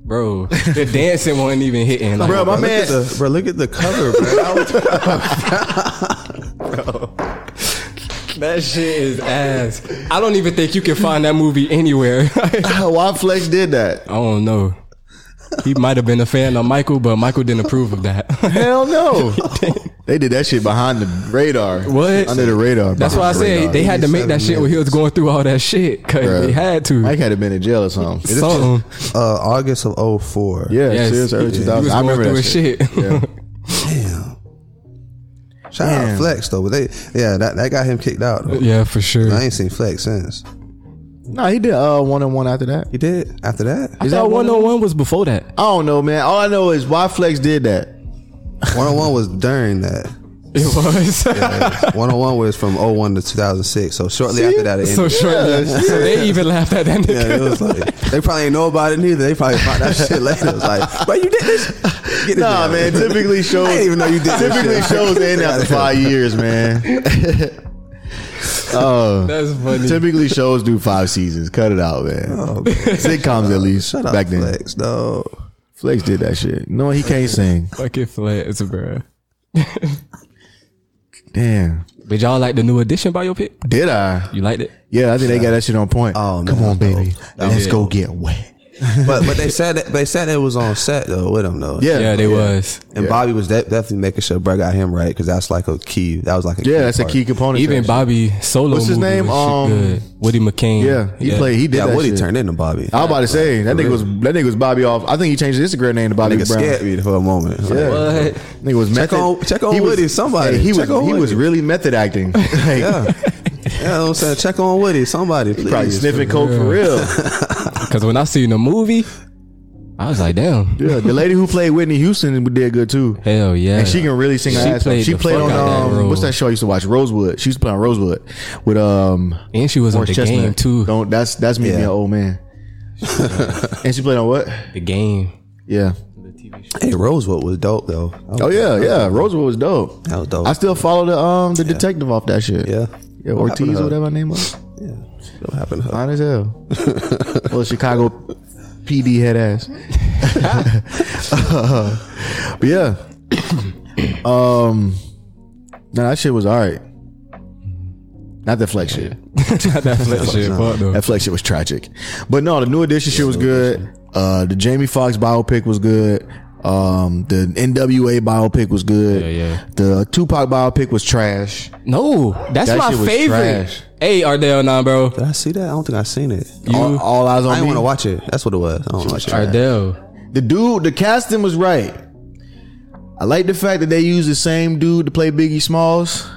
[SPEAKER 3] bro, the dancing wasn't even hitting. Like,
[SPEAKER 1] Bro,
[SPEAKER 2] Bro,
[SPEAKER 1] my
[SPEAKER 2] look at
[SPEAKER 1] man.
[SPEAKER 2] the, bro, look at the cover, bro. I was-
[SPEAKER 3] that shit is ass. I don't even think you can find that movie anywhere. I
[SPEAKER 1] Why Flex did that?
[SPEAKER 3] don't know. He might have been a fan of Michael, but Michael didn't approve of that.
[SPEAKER 1] Hell no. they did that shit behind the radar.
[SPEAKER 3] What?
[SPEAKER 1] Under the radar.
[SPEAKER 3] That's why I
[SPEAKER 1] behind the
[SPEAKER 3] said
[SPEAKER 1] radar.
[SPEAKER 3] they had to make that shit when he was going through all that shit. Cause
[SPEAKER 1] Bruh.
[SPEAKER 3] they had to.
[SPEAKER 1] Mike had to been in jail or something.
[SPEAKER 3] Something.
[SPEAKER 2] uh, August of 04.
[SPEAKER 1] Yeah,
[SPEAKER 3] Yes.
[SPEAKER 1] serious early
[SPEAKER 3] He- he
[SPEAKER 1] 2000.
[SPEAKER 3] was
[SPEAKER 1] I
[SPEAKER 3] going
[SPEAKER 1] remember
[SPEAKER 3] through his
[SPEAKER 1] that
[SPEAKER 3] shit.
[SPEAKER 1] Yeah.
[SPEAKER 2] Damn. Shout out
[SPEAKER 1] Damn.
[SPEAKER 2] Flex though, but they yeah that, that got him kicked out. Though.
[SPEAKER 3] yeah, for sure.
[SPEAKER 2] I ain't seen Flex since.
[SPEAKER 1] No, he did uh, one on one after that.
[SPEAKER 2] He did after that.
[SPEAKER 3] I
[SPEAKER 1] that
[SPEAKER 3] thought one
[SPEAKER 1] one of
[SPEAKER 3] on one was before that.
[SPEAKER 1] I don't know, man. All I know is why Flex did that.
[SPEAKER 2] One on one was during that.
[SPEAKER 3] It was.
[SPEAKER 2] One on one was from 01 to 2006. So shortly after that, it ended.
[SPEAKER 3] so short.
[SPEAKER 1] yeah.
[SPEAKER 3] So they even laughed at that
[SPEAKER 2] yeah,
[SPEAKER 3] nigga.
[SPEAKER 2] it was like they probably ain't know about it neither. They probably found that shit later. It was like, bro, you did this. Get this
[SPEAKER 1] Nah,
[SPEAKER 2] down.
[SPEAKER 1] man. Typically shows.
[SPEAKER 2] I didn't even know you did. this
[SPEAKER 1] Typically
[SPEAKER 2] shit.
[SPEAKER 1] shows end after five years, man. Oh,
[SPEAKER 3] That's funny. Oh,
[SPEAKER 1] typically shows do five seasons. Cut it out, man. Sitcoms at least.
[SPEAKER 2] Shut up,
[SPEAKER 1] back then,
[SPEAKER 2] Flex. No,
[SPEAKER 1] Flex did that shit. No, Oh, he can't sing.
[SPEAKER 3] Fucking flats, bro.
[SPEAKER 1] Damn.
[SPEAKER 3] Did y'all like the new edition biopic?
[SPEAKER 1] Did I?
[SPEAKER 3] You liked it?
[SPEAKER 1] Yeah, I think they got that shit on point.
[SPEAKER 2] Oh, man,
[SPEAKER 1] come on,
[SPEAKER 2] that's
[SPEAKER 1] baby, let's go get wet.
[SPEAKER 2] but but they said that, they said it was on set though with him though.
[SPEAKER 1] Yeah,
[SPEAKER 3] Yeah, they was.
[SPEAKER 2] And Bobby was de- definitely making sure bro got him right because that's like a key. That was like a
[SPEAKER 1] Yeah, that's a
[SPEAKER 2] part.
[SPEAKER 1] key component.
[SPEAKER 3] Even
[SPEAKER 1] to that
[SPEAKER 3] Bobby solo.
[SPEAKER 1] What's his
[SPEAKER 3] movie
[SPEAKER 1] name?
[SPEAKER 3] was shit
[SPEAKER 1] Um,
[SPEAKER 3] good. Woody McCain.
[SPEAKER 1] shit. Yeah, he played. He did
[SPEAKER 2] Mm. Yeah,
[SPEAKER 1] that.
[SPEAKER 2] Woody
[SPEAKER 1] shit.
[SPEAKER 2] turned into Bobby.
[SPEAKER 1] I was about to say that nigga was that nigga was Bobby off. I think he changed his Instagram name to Bobby
[SPEAKER 2] nigga
[SPEAKER 1] Brown.
[SPEAKER 2] scared me for a moment. Like,
[SPEAKER 1] Yeah.
[SPEAKER 3] What?
[SPEAKER 1] Nigga was
[SPEAKER 2] Check
[SPEAKER 1] method.
[SPEAKER 2] on- check on
[SPEAKER 1] was-
[SPEAKER 2] Woody, somebody.
[SPEAKER 1] Hey, he
[SPEAKER 2] Check
[SPEAKER 1] was
[SPEAKER 2] on
[SPEAKER 1] he was
[SPEAKER 2] Woody.
[SPEAKER 1] really method acting. Like,
[SPEAKER 2] Yeah. Yeah, you know what I'm saying? Check on Woody, somebody. Please.
[SPEAKER 1] probably sniffing coke for real.
[SPEAKER 3] Because when I seen the movie, I was like, damn.
[SPEAKER 1] yeah, the lady who played Whitney Houston did good too.
[SPEAKER 3] Hell yeah.
[SPEAKER 1] And she can really sing her
[SPEAKER 3] She
[SPEAKER 1] ass
[SPEAKER 3] played
[SPEAKER 1] off. She
[SPEAKER 3] the
[SPEAKER 1] played
[SPEAKER 3] fuck
[SPEAKER 1] on
[SPEAKER 3] out that
[SPEAKER 1] um,
[SPEAKER 3] role.
[SPEAKER 1] what's that show I used to watch? Rosewood. She used to play on Rosewood with um
[SPEAKER 3] and she was on
[SPEAKER 1] Morris
[SPEAKER 3] the
[SPEAKER 1] Chestnut.
[SPEAKER 3] game too.
[SPEAKER 1] Don't that's that's me being
[SPEAKER 2] Yeah.
[SPEAKER 1] an old man. and she played on what?
[SPEAKER 3] The game.
[SPEAKER 1] Yeah.
[SPEAKER 2] Hey, Rosewood was dope though. That was
[SPEAKER 1] Oh yeah,
[SPEAKER 2] dope.
[SPEAKER 1] yeah. Rosewood was dope.
[SPEAKER 2] That was dope.
[SPEAKER 1] I still follow the um the detective off that shit.
[SPEAKER 2] yeah.
[SPEAKER 1] Yeah,
[SPEAKER 2] What happened to
[SPEAKER 1] Ortiz
[SPEAKER 2] her?
[SPEAKER 1] or whatever her name was.
[SPEAKER 2] Yeah. What happened to her?
[SPEAKER 1] Fine as hell. well, Chicago PD head ass. but yeah. Um, nah, that shit was all right. Not that flex shit.
[SPEAKER 3] that flex shit. Fuck though.
[SPEAKER 1] That flex shit was tragic. But no, the new edition shit was good. Uh, the Jamie Foxx biopic was good. Um, the NWA biopic was good.
[SPEAKER 3] Yeah, yeah.
[SPEAKER 1] The Tupac biopic was trash.
[SPEAKER 3] No, that's
[SPEAKER 1] That
[SPEAKER 3] my
[SPEAKER 1] shit was
[SPEAKER 3] favorite.
[SPEAKER 1] trash.
[SPEAKER 3] Hey, Ardell, nah, bro.
[SPEAKER 2] Did I see that? I don't think I seen it.
[SPEAKER 1] all, all eyes on
[SPEAKER 2] I didn't
[SPEAKER 1] me.
[SPEAKER 2] want to watch it. That's what it was. I don't watch it.
[SPEAKER 3] Ardell.
[SPEAKER 1] The dude, the casting was right. I like the fact that they used the same dude to play Biggie Smalls,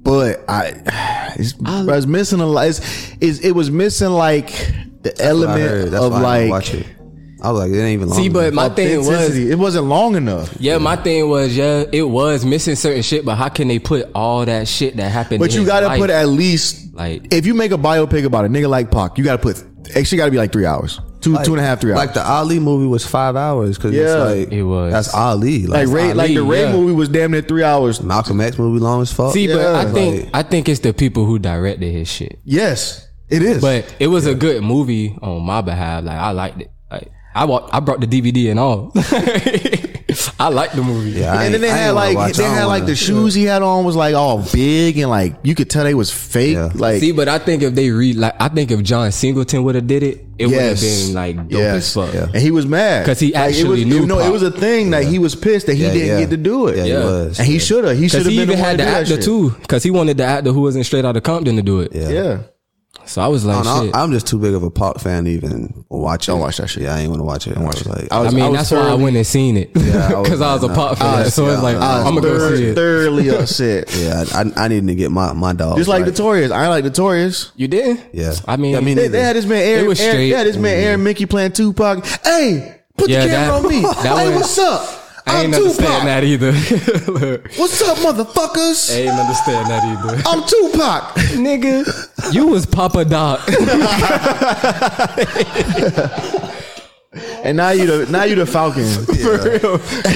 [SPEAKER 1] but I, it's, I was missing a lot. It's, it's, it was missing like the
[SPEAKER 2] That's what I
[SPEAKER 1] element
[SPEAKER 2] heard. That's
[SPEAKER 1] of
[SPEAKER 2] why I didn't watch
[SPEAKER 1] like
[SPEAKER 2] it. I was like, it ain't even long.
[SPEAKER 3] See, but
[SPEAKER 2] enough.
[SPEAKER 3] my thing was,
[SPEAKER 1] authenticity. It wasn't long enough.
[SPEAKER 3] yeah, my thing was, yeah, it was missing certain shit, but how can they put all that shit that happened?
[SPEAKER 1] But
[SPEAKER 3] in
[SPEAKER 1] you
[SPEAKER 3] his
[SPEAKER 1] gotta
[SPEAKER 3] life?
[SPEAKER 1] put at least
[SPEAKER 3] Like-
[SPEAKER 1] if you make a biopic about a nigga like Pac, you gotta put actually gotta be like three hours, two two and a half three
[SPEAKER 2] like
[SPEAKER 1] hours.
[SPEAKER 2] the Ali movie was five hours because
[SPEAKER 1] Yeah.
[SPEAKER 2] it's like
[SPEAKER 3] It was.
[SPEAKER 2] that's Ali.
[SPEAKER 1] Like, Ray,
[SPEAKER 3] Ali,
[SPEAKER 1] like the Ray
[SPEAKER 3] yeah.
[SPEAKER 1] movie was damn near three hours.
[SPEAKER 2] Malcolm X movie long as fuck.
[SPEAKER 3] See, but
[SPEAKER 1] Yeah.
[SPEAKER 3] I think I think it's the people who directed his shit.
[SPEAKER 1] Yes, it is.
[SPEAKER 3] But it was a good movie on my behalf. Like I liked it. Like I wa- I brought the DVD and all. I like the movie.
[SPEAKER 2] Yeah, I
[SPEAKER 1] and then
[SPEAKER 2] ain't-
[SPEAKER 1] they
[SPEAKER 2] I ain't
[SPEAKER 1] had
[SPEAKER 2] wanna
[SPEAKER 1] like
[SPEAKER 2] watch-
[SPEAKER 1] they
[SPEAKER 2] I don't
[SPEAKER 1] had like
[SPEAKER 2] wanna-
[SPEAKER 1] the shoes he had on was like all big and like you could tell they was fake.
[SPEAKER 2] Yeah.
[SPEAKER 1] Like
[SPEAKER 3] See, but I think if they read, like, I think if John Singleton would have did it, it would have
[SPEAKER 1] yes,
[SPEAKER 3] been like dope as
[SPEAKER 1] yes.
[SPEAKER 3] fuck.
[SPEAKER 1] And he was mad
[SPEAKER 3] 'Cause he
[SPEAKER 1] Like, it
[SPEAKER 3] actually
[SPEAKER 1] was,
[SPEAKER 3] knew
[SPEAKER 1] No, it
[SPEAKER 3] Pop.
[SPEAKER 1] was a thing that he was pissed that he
[SPEAKER 2] Yeah,
[SPEAKER 1] didn't
[SPEAKER 2] yeah.
[SPEAKER 1] get to do it.
[SPEAKER 2] Yeah,
[SPEAKER 3] Yeah.
[SPEAKER 2] he was.
[SPEAKER 1] and he should have. He should
[SPEAKER 3] Cause
[SPEAKER 1] have
[SPEAKER 3] he
[SPEAKER 1] been
[SPEAKER 3] even
[SPEAKER 1] the one
[SPEAKER 3] had the
[SPEAKER 1] to do that
[SPEAKER 3] actor
[SPEAKER 1] shit.
[SPEAKER 3] too, cause he wanted the actor who wasn't straight out of Compton to do it.
[SPEAKER 2] Yeah.
[SPEAKER 1] Yeah. Oh,
[SPEAKER 3] So I was
[SPEAKER 2] I
[SPEAKER 3] like,
[SPEAKER 2] don't know,
[SPEAKER 3] shit.
[SPEAKER 2] I'm just too big of a Pac fan to even watch it.
[SPEAKER 1] Don't watch that shit.
[SPEAKER 2] Yeah, I ain't want to watch it. Don't watch it. Like,
[SPEAKER 1] I
[SPEAKER 3] I,
[SPEAKER 1] was-
[SPEAKER 3] mean,
[SPEAKER 1] I was
[SPEAKER 3] that's why I
[SPEAKER 1] thoroughly-
[SPEAKER 3] went and seen it
[SPEAKER 2] Yeah, I was
[SPEAKER 3] because I was a
[SPEAKER 2] like,
[SPEAKER 3] pop
[SPEAKER 2] nah.
[SPEAKER 3] fan. So it's like,
[SPEAKER 1] I was
[SPEAKER 3] I'm gonna go
[SPEAKER 1] thor-
[SPEAKER 3] see it.
[SPEAKER 1] thoroughly upset.
[SPEAKER 2] yeah, I, I needed to get my my dog.
[SPEAKER 1] Just like
[SPEAKER 2] right.
[SPEAKER 1] the Tories. I like the Tories.
[SPEAKER 3] You did?
[SPEAKER 2] Yeah.
[SPEAKER 3] I mean,
[SPEAKER 2] Yeah, me Mm-hmm.
[SPEAKER 1] They, they had this man
[SPEAKER 3] They
[SPEAKER 1] Aaron.
[SPEAKER 3] was
[SPEAKER 1] Aaron-
[SPEAKER 3] straight.
[SPEAKER 1] they had this man Aaron Mickey playing Tupac. Hey, put
[SPEAKER 3] Yeah,
[SPEAKER 1] the camera
[SPEAKER 3] that-
[SPEAKER 1] on me.
[SPEAKER 3] that
[SPEAKER 1] hey,
[SPEAKER 3] was-
[SPEAKER 1] what's up?
[SPEAKER 3] I ain't
[SPEAKER 1] I'm Tupac.
[SPEAKER 3] understand that either. Look,
[SPEAKER 1] What's up, motherfuckers?
[SPEAKER 3] I ain't understand that either.
[SPEAKER 1] I'm Tupac.
[SPEAKER 3] Nigga, you was Papa Doc.
[SPEAKER 1] And now you the now you the Falcon.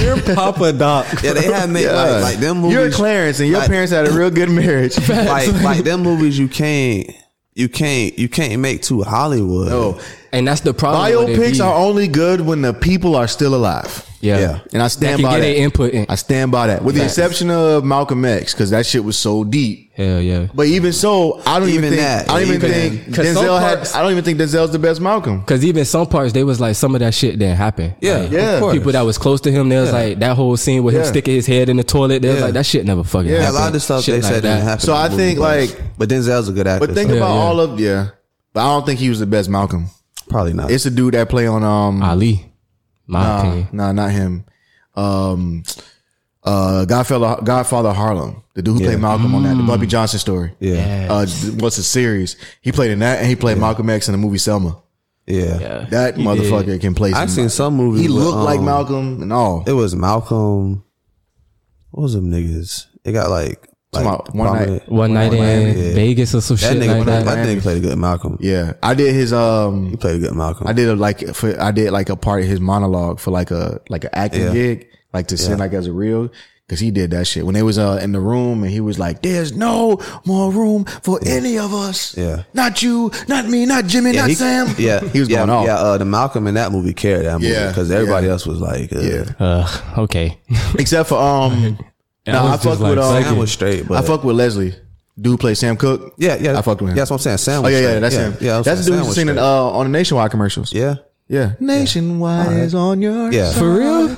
[SPEAKER 3] You're Papa Doc.
[SPEAKER 2] yeah, they had made like, like them movies.
[SPEAKER 1] You're Clarence, and your
[SPEAKER 2] like-
[SPEAKER 1] parents had a real good marriage.
[SPEAKER 2] like like them movies you can't you can't you can't make to Hollywood.
[SPEAKER 1] Oh,
[SPEAKER 3] And that's the problem. with it be-
[SPEAKER 1] biopics are only good when the people are still alive.
[SPEAKER 3] yeah.
[SPEAKER 2] Yeah.
[SPEAKER 1] And I
[SPEAKER 3] That
[SPEAKER 1] stand
[SPEAKER 3] can
[SPEAKER 1] by
[SPEAKER 3] get
[SPEAKER 1] that.
[SPEAKER 3] their input in.
[SPEAKER 1] I stand by that, with the
[SPEAKER 3] Facts.
[SPEAKER 1] exception of Malcolm X, because that shit was so deep.
[SPEAKER 3] Hell yeah.
[SPEAKER 1] But even so, I don't even,
[SPEAKER 2] Even
[SPEAKER 1] think
[SPEAKER 2] that,
[SPEAKER 1] I don't even,
[SPEAKER 2] even
[SPEAKER 1] think
[SPEAKER 3] that. 'Cause some
[SPEAKER 1] Denzel
[SPEAKER 3] parts-
[SPEAKER 1] had. I don't even think Denzel's the best Malcolm.
[SPEAKER 3] Cause even some parts, they was like some of that shit didn't happen.
[SPEAKER 2] Yeah,
[SPEAKER 3] Like,
[SPEAKER 1] yeah. of course.
[SPEAKER 3] People that was close to him, there was like that whole scene with him
[SPEAKER 1] Yeah.
[SPEAKER 3] sticking his head in the toilet. They was
[SPEAKER 2] Yeah.
[SPEAKER 3] like that shit never fucking.
[SPEAKER 1] Yeah,
[SPEAKER 2] Yeah, a
[SPEAKER 3] happened.
[SPEAKER 2] lot of the stuff
[SPEAKER 3] Shit
[SPEAKER 2] they
[SPEAKER 3] like
[SPEAKER 2] said
[SPEAKER 3] that.
[SPEAKER 2] didn't happen.
[SPEAKER 1] So
[SPEAKER 2] in
[SPEAKER 1] I
[SPEAKER 2] the movie,
[SPEAKER 1] think,
[SPEAKER 2] but-
[SPEAKER 1] like-
[SPEAKER 2] but Denzel's a good actor.
[SPEAKER 1] But think
[SPEAKER 2] so
[SPEAKER 1] about
[SPEAKER 3] yeah.
[SPEAKER 1] all of yeah. But I don't think he was the best Malcolm.
[SPEAKER 2] probably not.
[SPEAKER 1] It's a dude that play on um.
[SPEAKER 3] Ali, my opinion.
[SPEAKER 1] nah, not him. Um, uh, Godfather, Godfather Harlem, the dude who played Malcolm on that, the
[SPEAKER 3] Mm.
[SPEAKER 1] Bobby Johnson story.
[SPEAKER 2] yeah,
[SPEAKER 1] Uh, th- what's the series? He played in that, and he played Malcolm X in the movie Selma.
[SPEAKER 2] yeah.
[SPEAKER 1] That motherfucker can play.
[SPEAKER 2] I've
[SPEAKER 1] some-
[SPEAKER 2] seen some movies.
[SPEAKER 1] He
[SPEAKER 2] with,
[SPEAKER 1] looked like
[SPEAKER 2] um,
[SPEAKER 1] Malcolm and all.
[SPEAKER 2] It was Malcolm. What was them niggas? It got like, like
[SPEAKER 1] Talking about One
[SPEAKER 2] prominent-
[SPEAKER 1] Night-
[SPEAKER 3] One night in
[SPEAKER 2] Miami, yeah.
[SPEAKER 3] Vegas or some
[SPEAKER 2] That
[SPEAKER 3] shit
[SPEAKER 2] nigga,
[SPEAKER 3] like that.
[SPEAKER 2] that nigga played a good Malcolm.
[SPEAKER 1] yeah, I did his
[SPEAKER 2] He
[SPEAKER 1] um,
[SPEAKER 2] played a good Malcolm.
[SPEAKER 1] I did a, like for, I did like a part of his monologue for like a like an acting
[SPEAKER 2] Yeah.
[SPEAKER 1] gig, like to send like as a real. Cause he did that shit when they was uh, in the room and he was like, "There's no more room for any of us.
[SPEAKER 2] Yeah.
[SPEAKER 1] not you, not me, not Jimmy,
[SPEAKER 2] Yeah,
[SPEAKER 1] not
[SPEAKER 2] he-
[SPEAKER 1] Sam.
[SPEAKER 2] Yeah,
[SPEAKER 1] he was
[SPEAKER 2] yeah,
[SPEAKER 1] going off.
[SPEAKER 2] Yeah, uh, the Malcolm in that movie carried that movie
[SPEAKER 1] Yeah,
[SPEAKER 2] because everybody
[SPEAKER 1] yeah.
[SPEAKER 2] else was like, uh,
[SPEAKER 1] Yeah.
[SPEAKER 3] Uh, okay.
[SPEAKER 1] Except for um, no,
[SPEAKER 3] was
[SPEAKER 1] I
[SPEAKER 3] just
[SPEAKER 1] fuck
[SPEAKER 3] like
[SPEAKER 1] with um,
[SPEAKER 2] Sam was straight, but
[SPEAKER 1] I fuck with Leslie. Dude play Sam Cook.
[SPEAKER 2] yeah, yeah,
[SPEAKER 1] I fuck with him.
[SPEAKER 2] Yeah, that's what I'm saying. Sam.
[SPEAKER 1] oh
[SPEAKER 2] was
[SPEAKER 1] yeah, yeah,
[SPEAKER 2] straight.
[SPEAKER 1] that's him.
[SPEAKER 2] Yeah, I was
[SPEAKER 1] that's the
[SPEAKER 2] saying
[SPEAKER 1] dude
[SPEAKER 2] Sam
[SPEAKER 1] who's
[SPEAKER 2] was
[SPEAKER 1] singing
[SPEAKER 2] straight.
[SPEAKER 1] uh, on the Nationwide commercials.
[SPEAKER 2] Yeah,
[SPEAKER 1] yeah. Nationwide is on your
[SPEAKER 2] Yeah.
[SPEAKER 1] side.
[SPEAKER 3] For real?
[SPEAKER 2] yeah.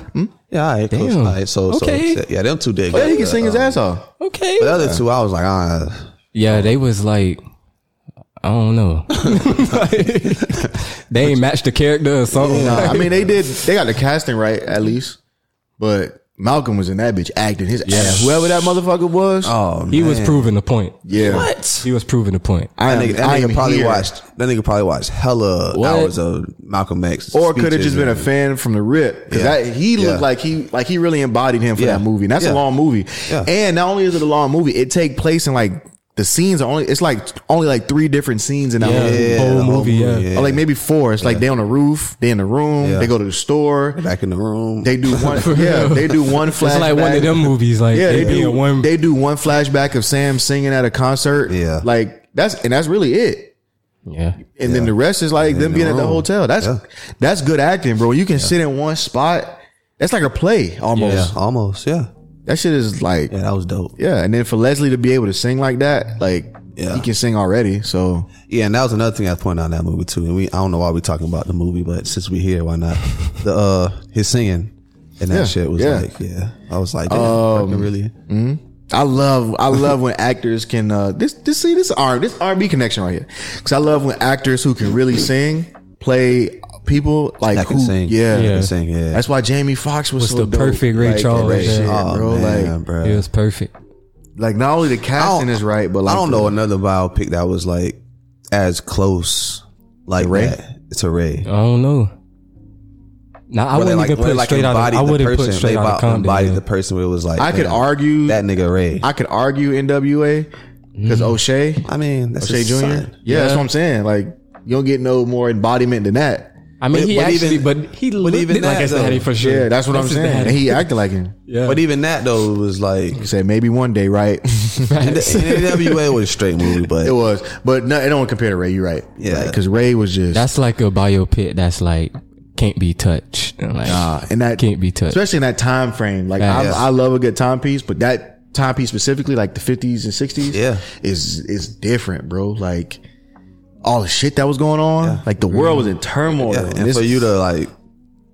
[SPEAKER 2] All right, cool.
[SPEAKER 3] Damn.
[SPEAKER 2] All right, so,
[SPEAKER 3] Okay.
[SPEAKER 2] so yeah, them two did.
[SPEAKER 1] Oh, Yeah,
[SPEAKER 2] good,
[SPEAKER 1] he can
[SPEAKER 2] but,
[SPEAKER 1] sing his
[SPEAKER 2] um,
[SPEAKER 1] ass off.
[SPEAKER 3] Okay.
[SPEAKER 2] The other two, I was like, ah,
[SPEAKER 3] Yeah, they was like, I don't know. they ain't matched the character or
[SPEAKER 2] Oh.
[SPEAKER 3] something.
[SPEAKER 1] Nah, I mean, they did. They got the casting right at least, but Malcolm was in that bitch acting his ass. Whoever that motherfucker was.
[SPEAKER 2] oh,
[SPEAKER 3] he was
[SPEAKER 2] man.
[SPEAKER 3] proving the point.
[SPEAKER 1] yeah.
[SPEAKER 3] He was proving the point.
[SPEAKER 1] I,
[SPEAKER 2] That
[SPEAKER 1] am,
[SPEAKER 2] nigga,
[SPEAKER 1] I
[SPEAKER 2] that
[SPEAKER 1] am
[SPEAKER 2] nigga probably
[SPEAKER 1] here.
[SPEAKER 2] watched. That nigga probably watched hella
[SPEAKER 3] What?
[SPEAKER 2] hours of Malcolm X.
[SPEAKER 1] Or could have
[SPEAKER 2] speeches
[SPEAKER 1] just been a
[SPEAKER 2] and-
[SPEAKER 1] fan from the rip. 'Cause
[SPEAKER 2] Yeah.
[SPEAKER 1] that- he looked
[SPEAKER 2] Yeah.
[SPEAKER 1] like he like he really embodied him for
[SPEAKER 2] Yeah.
[SPEAKER 1] that movie. And that's
[SPEAKER 2] Yeah.
[SPEAKER 1] a long movie.
[SPEAKER 2] Yeah.
[SPEAKER 1] And not only is it a long movie, it take place in like the scenes are only it's like only like three different scenes in that whole movie.
[SPEAKER 2] Yeah,
[SPEAKER 3] whole
[SPEAKER 2] the
[SPEAKER 3] movie, yeah.
[SPEAKER 1] Or like maybe four. It's like they on the roof, they in the room,
[SPEAKER 2] Yeah.
[SPEAKER 1] they go to the store,
[SPEAKER 2] back in the room.
[SPEAKER 1] they do one yeah, they do one flashback.
[SPEAKER 3] It's like one of them movies. Like
[SPEAKER 1] Yeah,
[SPEAKER 3] they,
[SPEAKER 1] they,
[SPEAKER 3] be
[SPEAKER 1] do
[SPEAKER 3] in one.
[SPEAKER 1] they do one flashback of Sam singing at a concert.
[SPEAKER 2] Yeah.
[SPEAKER 1] Like that's and that's really it.
[SPEAKER 3] yeah.
[SPEAKER 1] And then the rest is like them
[SPEAKER 2] the
[SPEAKER 1] being at the
[SPEAKER 2] room.
[SPEAKER 1] hotel. That's
[SPEAKER 2] Yeah.
[SPEAKER 1] that's good acting, bro. You can sit in one spot. That's like a play almost.
[SPEAKER 2] yeah, almost. Yeah,
[SPEAKER 1] That shit is like
[SPEAKER 2] yeah,
[SPEAKER 1] yeah.
[SPEAKER 2] that was dope.
[SPEAKER 1] And then for Leslie to be able to sing like that, like
[SPEAKER 2] Yeah.
[SPEAKER 1] he can sing already. So
[SPEAKER 2] Yeah, and that was another thing I pointed out in that movie too. And we I don't know why we're talking about the movie, but since we're here, why not? The uh his singing and that
[SPEAKER 1] Yeah,
[SPEAKER 2] shit was
[SPEAKER 1] yeah.
[SPEAKER 2] like, yeah. I was like, damn, fucking really?
[SPEAKER 1] Um, mm-hmm. I love I love when actors can uh this this see this R this R and B connection right here. Cause I love when actors who can really sing play people like
[SPEAKER 2] That can
[SPEAKER 1] who
[SPEAKER 2] sing.
[SPEAKER 1] yeah.
[SPEAKER 2] That can sing, yeah.
[SPEAKER 1] That's why Jamie Foxx was
[SPEAKER 3] Was
[SPEAKER 1] so
[SPEAKER 3] the
[SPEAKER 1] dope.
[SPEAKER 3] perfect Ray
[SPEAKER 1] like, that
[SPEAKER 3] Charles, yeah.
[SPEAKER 1] shit,
[SPEAKER 2] oh,
[SPEAKER 1] bro.
[SPEAKER 2] man,
[SPEAKER 1] like,
[SPEAKER 2] bro.
[SPEAKER 3] It was perfect.
[SPEAKER 1] like not only the casting is right, but like
[SPEAKER 2] I don't know
[SPEAKER 1] the-
[SPEAKER 2] another biopic that was like as close like
[SPEAKER 1] Ray?
[SPEAKER 2] that to Ray.
[SPEAKER 3] I don't know. Nah, I
[SPEAKER 2] Where they,
[SPEAKER 3] wouldn't
[SPEAKER 2] like,
[SPEAKER 3] even
[SPEAKER 2] where
[SPEAKER 3] put
[SPEAKER 2] they,
[SPEAKER 3] it
[SPEAKER 2] like,
[SPEAKER 3] straight out.
[SPEAKER 2] embodied
[SPEAKER 3] Of, I
[SPEAKER 2] the
[SPEAKER 3] wouldn't put
[SPEAKER 2] person.
[SPEAKER 3] straight
[SPEAKER 2] They
[SPEAKER 3] out
[SPEAKER 2] about
[SPEAKER 3] of Compton.
[SPEAKER 2] embodied
[SPEAKER 3] yeah.
[SPEAKER 2] the person where it was like
[SPEAKER 1] I could
[SPEAKER 2] damn,
[SPEAKER 1] argue
[SPEAKER 2] that nigga Ray.
[SPEAKER 1] I could argue NWA
[SPEAKER 3] Mm.
[SPEAKER 1] because O'Shea,
[SPEAKER 2] I mean, that's
[SPEAKER 1] O'Shea
[SPEAKER 2] his
[SPEAKER 1] Jr. Yeah,
[SPEAKER 2] son.
[SPEAKER 1] that's
[SPEAKER 3] Yeah.
[SPEAKER 1] what I'm saying. Like you don't get no more embodiment than that.
[SPEAKER 3] I mean,
[SPEAKER 2] But-
[SPEAKER 3] he
[SPEAKER 2] but
[SPEAKER 3] actually,
[SPEAKER 2] even-
[SPEAKER 3] but he
[SPEAKER 2] but
[SPEAKER 3] looked
[SPEAKER 2] even
[SPEAKER 3] it like
[SPEAKER 2] that,
[SPEAKER 3] his
[SPEAKER 2] though.
[SPEAKER 3] daddy for sure.
[SPEAKER 1] Yeah, that's what I'm
[SPEAKER 3] his
[SPEAKER 1] saying.
[SPEAKER 3] daddy.
[SPEAKER 1] And he acted like him.
[SPEAKER 3] Yeah.
[SPEAKER 2] But even that though was like
[SPEAKER 1] He said maybe one day, right?
[SPEAKER 2] NWA was a straight movie, but
[SPEAKER 1] it was, but no, it don't compare to Ray. You're right.
[SPEAKER 2] Yeah.
[SPEAKER 1] because Ray was just
[SPEAKER 3] That's like a biopic. That's like can't be touched. And, like,
[SPEAKER 1] Nah, and that
[SPEAKER 3] Can't be touched.
[SPEAKER 1] especially in that time frame. Like I,
[SPEAKER 2] Yes.
[SPEAKER 1] I love a good timepiece, but that timepiece specifically, like the fifties and sixties,
[SPEAKER 2] Yeah.
[SPEAKER 1] is is different, bro. Like all the shit that was going on, like the world was in turmoil.
[SPEAKER 2] Yeah,
[SPEAKER 1] and
[SPEAKER 2] and
[SPEAKER 1] this-
[SPEAKER 2] for you to like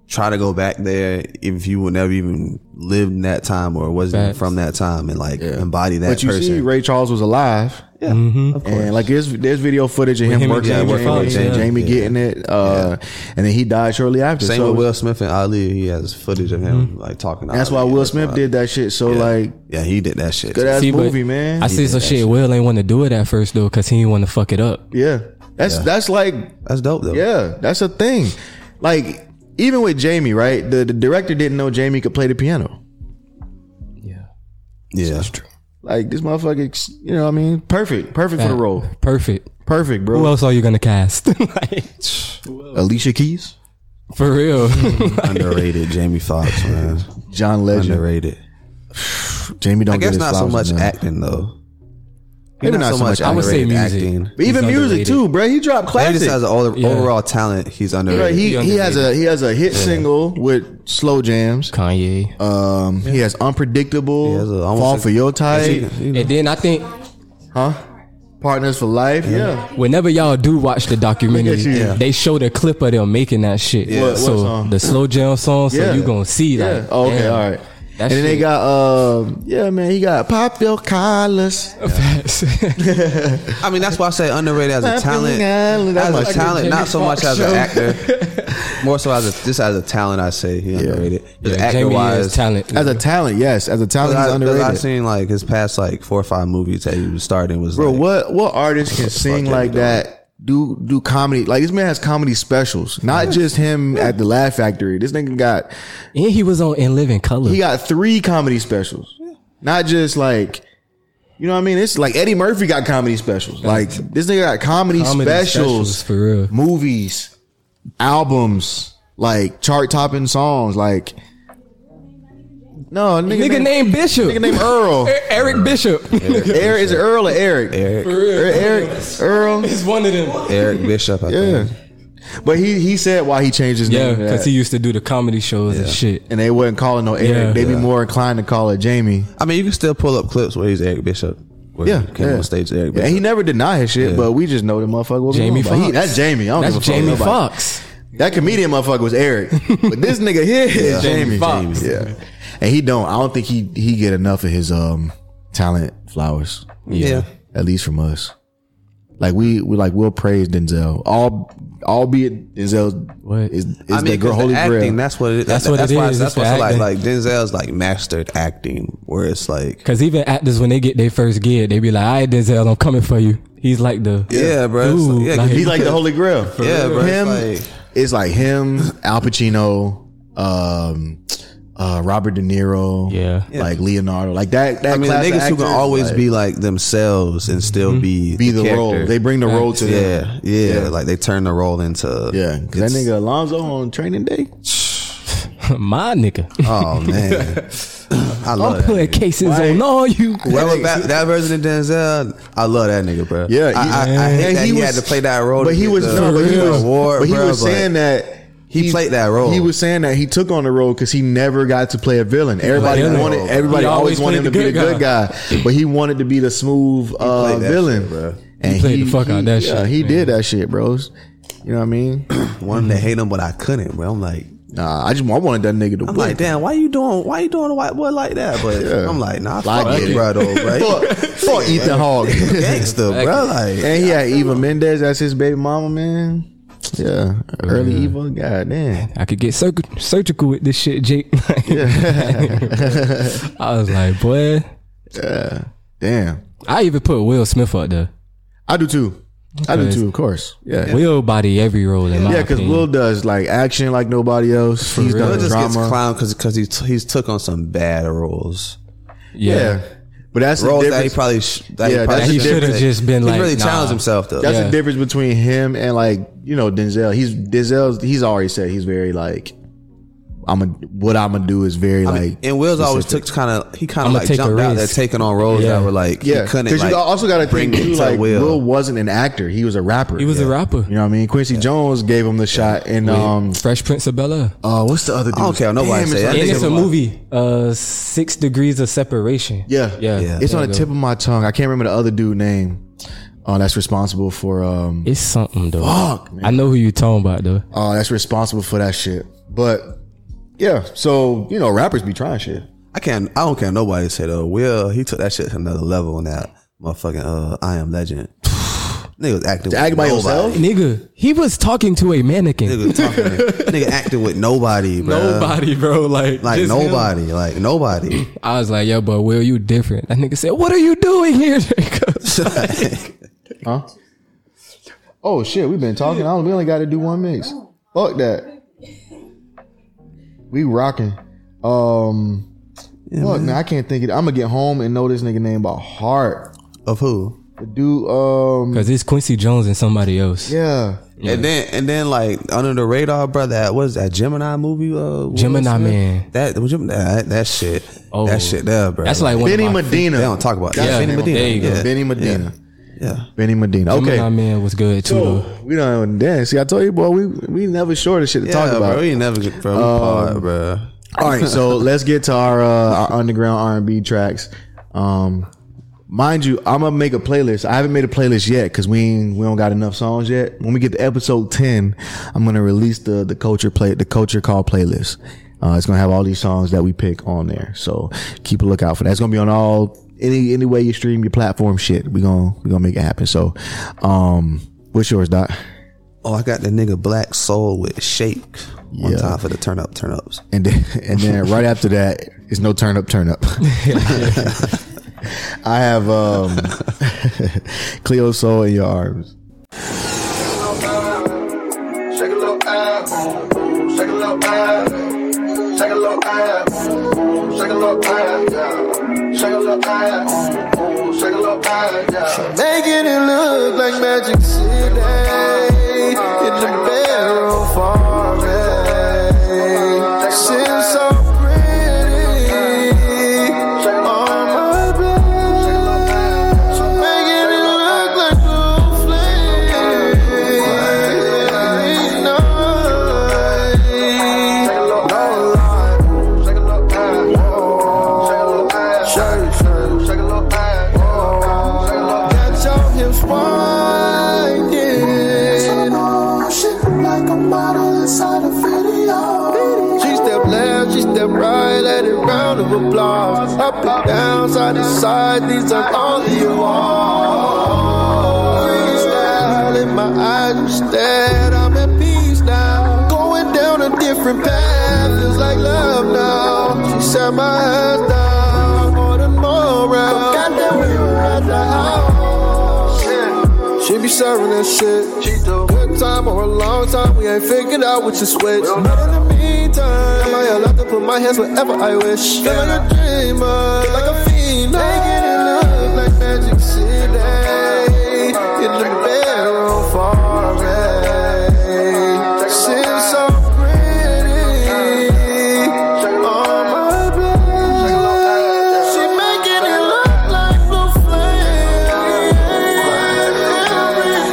[SPEAKER 2] try to go back there if you would never even lived in that time or wasn't
[SPEAKER 3] Facts.
[SPEAKER 2] from that time and like embody that
[SPEAKER 1] but you
[SPEAKER 2] person.
[SPEAKER 1] see, Ray Charles was alive.
[SPEAKER 2] yeah, of course.
[SPEAKER 1] And like there's there's video footage of him,
[SPEAKER 3] Mm-hmm. him and
[SPEAKER 1] working
[SPEAKER 3] Jamie
[SPEAKER 1] with Jamie,
[SPEAKER 3] Foxx, yeah.
[SPEAKER 1] Jamie getting it, uh, and then he died shortly after.
[SPEAKER 2] Same
[SPEAKER 1] So
[SPEAKER 2] with Will Smith and Ali. He has footage of him like talking. to
[SPEAKER 1] Mm-hmm. That's
[SPEAKER 2] Ali,
[SPEAKER 1] why Will Smith did that shit. So
[SPEAKER 2] Yeah.
[SPEAKER 1] like
[SPEAKER 2] yeah, he did that shit.
[SPEAKER 1] good
[SPEAKER 2] too.
[SPEAKER 1] ass
[SPEAKER 3] See, but
[SPEAKER 1] movie, man.
[SPEAKER 3] I see some shit. Will ain't want to do it at first though, cause he didn't want to fuck it up.
[SPEAKER 1] yeah, that's that's like
[SPEAKER 2] That's dope though.
[SPEAKER 1] Yeah, that's a thing. Like even with Jamie, right? The, the director didn't know Jamie could play the piano.
[SPEAKER 3] Yeah,
[SPEAKER 2] yeah, that's true.
[SPEAKER 1] Like this motherfucker, you know what I mean? Perfect, perfect for the role.
[SPEAKER 3] perfect.
[SPEAKER 1] Perfect,
[SPEAKER 3] Who
[SPEAKER 1] bro.
[SPEAKER 3] else are you gonna cast? like,
[SPEAKER 1] Alicia Keys, Hmm,
[SPEAKER 3] for real.
[SPEAKER 2] Underrated Jamie Foxx, man.
[SPEAKER 1] John Legend,
[SPEAKER 2] Underrated.
[SPEAKER 1] Jamie don't
[SPEAKER 2] I guess
[SPEAKER 1] get his
[SPEAKER 2] not so
[SPEAKER 1] flowers
[SPEAKER 2] much
[SPEAKER 1] enough.
[SPEAKER 2] acting though.
[SPEAKER 1] Maybe not so much
[SPEAKER 3] I would say
[SPEAKER 2] underrated
[SPEAKER 3] music.
[SPEAKER 1] But even
[SPEAKER 3] He's
[SPEAKER 1] music
[SPEAKER 3] underrated.
[SPEAKER 1] too, bro. He dropped
[SPEAKER 2] He
[SPEAKER 1] classic.
[SPEAKER 2] just has an all,
[SPEAKER 3] Yeah.
[SPEAKER 2] overall talent. He's
[SPEAKER 1] Bro,
[SPEAKER 2] underrated.
[SPEAKER 1] he,
[SPEAKER 3] He
[SPEAKER 1] he has a he has a hit single with slow jams.
[SPEAKER 3] Kanye.
[SPEAKER 1] Um, he has unpredictable.
[SPEAKER 2] He has a- almost
[SPEAKER 1] fall
[SPEAKER 2] a-
[SPEAKER 1] for your type.
[SPEAKER 3] and then I think
[SPEAKER 1] Partners for life. Yeah.
[SPEAKER 3] whenever y'all do watch the documentary,
[SPEAKER 1] Look at you. Yeah.
[SPEAKER 3] they showed a clip of them making that shit.
[SPEAKER 1] What- what
[SPEAKER 3] so
[SPEAKER 1] song?
[SPEAKER 3] the slow jam song, so
[SPEAKER 1] Yeah.
[SPEAKER 3] you gonna see
[SPEAKER 1] Yeah.
[SPEAKER 3] like
[SPEAKER 1] oh, okay.
[SPEAKER 3] damn,
[SPEAKER 1] All right.
[SPEAKER 3] That
[SPEAKER 1] and then they
[SPEAKER 3] shit-
[SPEAKER 1] got um yeah man he got pop your collars
[SPEAKER 3] facts.
[SPEAKER 2] I mean, that's why I say underrated as a
[SPEAKER 1] Happy
[SPEAKER 2] talent,
[SPEAKER 1] Island. That's
[SPEAKER 2] as
[SPEAKER 1] like
[SPEAKER 2] a
[SPEAKER 1] a
[SPEAKER 2] talent,
[SPEAKER 1] Jamie
[SPEAKER 2] not so much as
[SPEAKER 1] Foxx
[SPEAKER 2] an actor, more so as a, just as a talent. I say he underrated. Just
[SPEAKER 3] Yeah,
[SPEAKER 2] actor
[SPEAKER 3] Jamie
[SPEAKER 2] wise,
[SPEAKER 3] is talent.
[SPEAKER 1] as a talent yes as a talent he's underrated
[SPEAKER 2] I've seen like his past like four or five movies that he was starting was
[SPEAKER 1] Bro,
[SPEAKER 2] like,
[SPEAKER 1] what what artist can
[SPEAKER 2] the
[SPEAKER 1] sing
[SPEAKER 2] fuck
[SPEAKER 1] like
[SPEAKER 2] David Dobrik?
[SPEAKER 1] that? Do do comedy like this man has comedy specials, not just him at the Laugh Factory. This nigga got
[SPEAKER 3] and he was on In Living Color.
[SPEAKER 1] he got three comedy specials, not just like you know what I mean. It's like Eddie Murphy got comedy specials. Like this nigga got comedy,
[SPEAKER 3] Comedy
[SPEAKER 1] specials,
[SPEAKER 3] specials, for real.
[SPEAKER 1] movies, albums, like chart topping songs. Like no nigga,
[SPEAKER 3] nigga named Bishop.
[SPEAKER 1] nigga named Earl.
[SPEAKER 3] E- Eric Bishop.
[SPEAKER 1] Eric is it Earl or Eric?
[SPEAKER 2] Eric,
[SPEAKER 1] Eric Earl.
[SPEAKER 3] He's one of them.
[SPEAKER 2] Eric Bishop, I
[SPEAKER 1] Yeah.
[SPEAKER 2] think.
[SPEAKER 1] But he he said why he changed his
[SPEAKER 3] Yeah,
[SPEAKER 1] name. to that.
[SPEAKER 3] because he used to do the comedy shows and shit.
[SPEAKER 1] and they wouldn't call it no Eric.
[SPEAKER 3] Yeah.
[SPEAKER 1] They'd be
[SPEAKER 3] Yeah.
[SPEAKER 1] more inclined to call it Jamie.
[SPEAKER 2] I mean, you can still pull up clips where he's Eric Bishop. Where
[SPEAKER 1] Yeah,
[SPEAKER 2] he came
[SPEAKER 1] yeah.
[SPEAKER 2] on stage, as Eric
[SPEAKER 1] And
[SPEAKER 2] Bishop.
[SPEAKER 1] he never denied his shit, but we just know the motherfucker was
[SPEAKER 3] Jamie
[SPEAKER 1] wrong. But he-
[SPEAKER 3] Foxx.
[SPEAKER 1] That's Jamie. I don't
[SPEAKER 3] That's
[SPEAKER 1] give a fuck
[SPEAKER 3] Jamie
[SPEAKER 1] about nobody.
[SPEAKER 3] Foxx.
[SPEAKER 1] That comedian motherfucker was Eric, but this nigga here is Jamie.
[SPEAKER 3] Jamie Foxx.
[SPEAKER 1] Yeah, and he don't. I don't think he he get enough of his um talent flowers.
[SPEAKER 2] yeah.
[SPEAKER 1] at least from us. Like we, we like we'll praise Denzel. All, albeit Denzel
[SPEAKER 3] What?
[SPEAKER 1] is, is
[SPEAKER 2] I mean,
[SPEAKER 1] the girl
[SPEAKER 2] 'cause the
[SPEAKER 1] holy
[SPEAKER 2] acting,
[SPEAKER 1] grail.
[SPEAKER 2] that's what it,
[SPEAKER 3] That's
[SPEAKER 2] that-
[SPEAKER 3] what
[SPEAKER 2] that's
[SPEAKER 3] it
[SPEAKER 2] why,
[SPEAKER 3] is,
[SPEAKER 2] That's
[SPEAKER 3] it's the
[SPEAKER 2] what's like,
[SPEAKER 3] acting.
[SPEAKER 2] like Denzel's like mastered acting, where it's like,
[SPEAKER 3] Cause even actors when they get their first gig, they be like, "All right, Denzel, I'm coming for you." He's like the
[SPEAKER 2] yeah, bro, it's
[SPEAKER 3] Dude,
[SPEAKER 2] like- yeah, 'cause
[SPEAKER 3] like-
[SPEAKER 1] He's like the holy grail.
[SPEAKER 2] Yeah, bro, it's
[SPEAKER 1] Him,
[SPEAKER 2] like-
[SPEAKER 1] it's like him, Al Pacino, um, uh, Robert De Niro.
[SPEAKER 3] Yeah.
[SPEAKER 1] like Leonardo. Like that. That
[SPEAKER 2] I mean, the
[SPEAKER 1] class of
[SPEAKER 2] niggas who can
[SPEAKER 1] actors,
[SPEAKER 2] always
[SPEAKER 1] like,
[SPEAKER 2] be like themselves and still
[SPEAKER 3] Mm-hmm.
[SPEAKER 2] be
[SPEAKER 1] be the role.
[SPEAKER 2] character.
[SPEAKER 1] They bring the role to them.
[SPEAKER 2] yeah, yeah, like they turn the role into
[SPEAKER 1] Yeah, because that nigga Alonzo on Training Day.
[SPEAKER 3] my nigga.
[SPEAKER 2] Oh man, I
[SPEAKER 3] I'm
[SPEAKER 2] love
[SPEAKER 3] putting
[SPEAKER 2] that.
[SPEAKER 3] cases on all you.
[SPEAKER 2] Whoever that, that version of Denzel, I love that nigga, bro. I, I,
[SPEAKER 1] Yeah,
[SPEAKER 2] I
[SPEAKER 1] and
[SPEAKER 2] hate that he, had to play that role,
[SPEAKER 1] But
[SPEAKER 2] to
[SPEAKER 1] he
[SPEAKER 2] get
[SPEAKER 1] was
[SPEAKER 2] the,
[SPEAKER 1] no, but he
[SPEAKER 2] the
[SPEAKER 1] was,
[SPEAKER 2] award,
[SPEAKER 1] but he
[SPEAKER 2] bro,
[SPEAKER 1] was
[SPEAKER 2] but
[SPEAKER 1] saying that
[SPEAKER 2] he played that role.
[SPEAKER 1] He was saying that he took on the role because he never got to play a villain. Everybody
[SPEAKER 3] the
[SPEAKER 1] wanted,
[SPEAKER 3] role.
[SPEAKER 1] everybody
[SPEAKER 3] He always
[SPEAKER 1] always wanted him to
[SPEAKER 3] played
[SPEAKER 1] be the
[SPEAKER 3] the
[SPEAKER 1] good
[SPEAKER 3] good
[SPEAKER 1] guy, but he wanted to be the smooth uh,
[SPEAKER 2] played that
[SPEAKER 1] villain,
[SPEAKER 2] shit, bro.
[SPEAKER 1] And
[SPEAKER 3] He played the fuck out that
[SPEAKER 1] yeah,
[SPEAKER 3] shit,
[SPEAKER 1] He did that shit, bros. You know what I mean?
[SPEAKER 2] wanted to hate him, but I couldn't. Bro, I'm like,
[SPEAKER 1] Nah, I just I wanted that nigga to
[SPEAKER 2] I'm
[SPEAKER 1] win.
[SPEAKER 2] like, damn, why you doing? Why you doing a white boy like that? But I'm like, nah,
[SPEAKER 1] I
[SPEAKER 2] fuck
[SPEAKER 1] get it.
[SPEAKER 2] you, bro, though, bro.
[SPEAKER 1] fuck, fuck Ethan Hawke.
[SPEAKER 2] You Gangster, bro. Like,
[SPEAKER 1] and he had Eva Mendez as his baby mama, man. Yeah, early Eva, god damn.
[SPEAKER 3] I could get circ- surgical with this shit, Jake. I was like, boy,
[SPEAKER 1] Damn.
[SPEAKER 3] I even put Will Smith up there.
[SPEAKER 1] I do too. I do too, of course. Yeah.
[SPEAKER 3] Will body every role in my
[SPEAKER 1] Yeah, because
[SPEAKER 3] opinion.
[SPEAKER 1] Will does like action like nobody else. He's
[SPEAKER 3] real.
[SPEAKER 1] done
[SPEAKER 2] Will just gets
[SPEAKER 1] drama.
[SPEAKER 2] clowned because because he t- he's took on some bad roles.
[SPEAKER 3] yeah.
[SPEAKER 1] Yeah. But that's the
[SPEAKER 2] Roles that he
[SPEAKER 1] difference.
[SPEAKER 2] probably sh- that
[SPEAKER 1] Yeah,
[SPEAKER 2] he, probably
[SPEAKER 1] that's the
[SPEAKER 2] shouldn't
[SPEAKER 1] difference.
[SPEAKER 3] He should've just been
[SPEAKER 2] he
[SPEAKER 3] like,
[SPEAKER 2] really challenged
[SPEAKER 3] nah.
[SPEAKER 2] himself though.
[SPEAKER 1] that's
[SPEAKER 3] yeah.
[SPEAKER 1] the difference between him and like, you know, Denzel. He's Denzel's he's already said he's very like I'm a, what I'm gonna do is very like
[SPEAKER 2] and Will's always
[SPEAKER 1] specific.
[SPEAKER 2] took kind of he kind of
[SPEAKER 3] I'ma
[SPEAKER 2] like
[SPEAKER 3] take a
[SPEAKER 2] jumped out there
[SPEAKER 3] risk.
[SPEAKER 2] taking on roles that were like
[SPEAKER 1] yeah
[SPEAKER 2] he couldn't
[SPEAKER 1] because
[SPEAKER 2] like,
[SPEAKER 1] you also got to
[SPEAKER 2] bring
[SPEAKER 1] think
[SPEAKER 2] it
[SPEAKER 1] too
[SPEAKER 2] to
[SPEAKER 1] like Will.
[SPEAKER 2] Will.
[SPEAKER 1] wasn't an actor he was a rapper
[SPEAKER 3] He was a rapper.
[SPEAKER 1] you know what I mean Quincy Jones gave him the shot and um
[SPEAKER 3] Fresh Prince of Bell Air.
[SPEAKER 1] uh what's the other dude
[SPEAKER 2] I don't care what nobody say. That
[SPEAKER 3] and
[SPEAKER 2] nigga
[SPEAKER 3] it's a
[SPEAKER 2] was-
[SPEAKER 3] movie, uh, Six Degrees of Separation.
[SPEAKER 1] yeah
[SPEAKER 3] yeah.
[SPEAKER 2] Yeah.
[SPEAKER 1] it's
[SPEAKER 3] there
[SPEAKER 1] on the
[SPEAKER 3] you go.
[SPEAKER 1] tip of my tongue I can't remember the other dude name uh, that's responsible for um
[SPEAKER 3] It's something though.
[SPEAKER 1] Fuck, man.
[SPEAKER 3] I know who you talking about though.
[SPEAKER 1] uh, that's responsible for that shit. But yeah, so you know, rappers be trying shit.
[SPEAKER 2] I can't. I don't care. Nobody say though. Will he took that shit to another level on that motherfucking uh, I am legend. nigga was acting. with
[SPEAKER 1] act by
[SPEAKER 2] nobody.
[SPEAKER 1] yourself?
[SPEAKER 3] Nigga, he was talking to a mannequin.
[SPEAKER 2] Nigga talking. nigga acting with nobody, bro.
[SPEAKER 3] Nobody, bro. Like,
[SPEAKER 2] Like
[SPEAKER 3] just him.
[SPEAKER 2] nobody. Like nobody.
[SPEAKER 3] I was like, yo, but Will, you different. That nigga said, what are you doing here, Jacob?
[SPEAKER 1] Huh? Oh shit, we've been talking. I don't, we only got to do one mix. Fuck that. We rocking. Um, fuck, man, I can't think it. I'm gonna get home and know this nigga name by heart.
[SPEAKER 2] of who?
[SPEAKER 1] The dude, um,
[SPEAKER 3] Because it's Quincy Jones and somebody else.
[SPEAKER 1] yeah,
[SPEAKER 2] And then and then like under the radar, brother. That was that Gemini movie. Uh, Will
[SPEAKER 3] Gemini
[SPEAKER 2] Smith?
[SPEAKER 3] Man.
[SPEAKER 2] That was Gemini- that that shit.
[SPEAKER 3] Oh.
[SPEAKER 2] that shit there, bro.
[SPEAKER 3] That's like one
[SPEAKER 1] Benny
[SPEAKER 3] of my
[SPEAKER 1] Medina.
[SPEAKER 2] They don't talk about
[SPEAKER 1] That's
[SPEAKER 2] that.
[SPEAKER 1] Benny
[SPEAKER 3] Yeah,
[SPEAKER 1] Medina.
[SPEAKER 3] there you go.
[SPEAKER 1] Yeah, Benny Medina.
[SPEAKER 2] Yeah.
[SPEAKER 1] Benny Medina.
[SPEAKER 3] Gemini
[SPEAKER 1] Okay.
[SPEAKER 3] Man was good too. though.
[SPEAKER 1] So, we don't dance. See, I told you, boy, we we never short of shit to talk
[SPEAKER 2] Yeah,
[SPEAKER 1] about. Um,
[SPEAKER 2] bro. We ain't never get from part, bro.
[SPEAKER 1] All right, so let's get to our uh, our underground R and B tracks. Um, mind you, I'm gonna make a playlist. I haven't made a playlist yet because we ain't, we don't got enough songs yet. When we get to episode ten, I'm gonna release the the culture play the culture call playlist. Uh, it's gonna have all these songs that we pick on there. So keep a lookout for that. It's gonna be on all any any way you stream your platform shit. We gonna we gonna make it happen. So, um, what's yours, Doc?
[SPEAKER 2] Oh, I got the nigga Black Soul with Shake on
[SPEAKER 1] Yeah.
[SPEAKER 2] top of the turn up turn ups.
[SPEAKER 1] and then and then right after that is no turn up turn up i have um cleo soul in your arms
[SPEAKER 12] Shake a little ass, shake a little ass, shake a little ass, shake a little ass, yeah. Shake a little ass, shake a little ass, yeah. Making it look like Magic City in the barrel forest. She's so pretty on my bed. So making it look like Blue Flame. Up and down, side to side, these are all you are. Freestyle in my eyes, you stared. I'm at peace now. Going down a different path, feels like love now. She set my head down for the moral. Goddamn, we were at the house. She be serving that shit. She do. Good time or a long time, we ain't figured out what to switch. But in the meantime, am I allowed to put my hands wherever I wish? Yeah. Living a dreamer, like a fiend. Making it look like magic city in the barrel forest. She's so pretty on my bed. She making it look like blue flame every night. Making it look like magic oh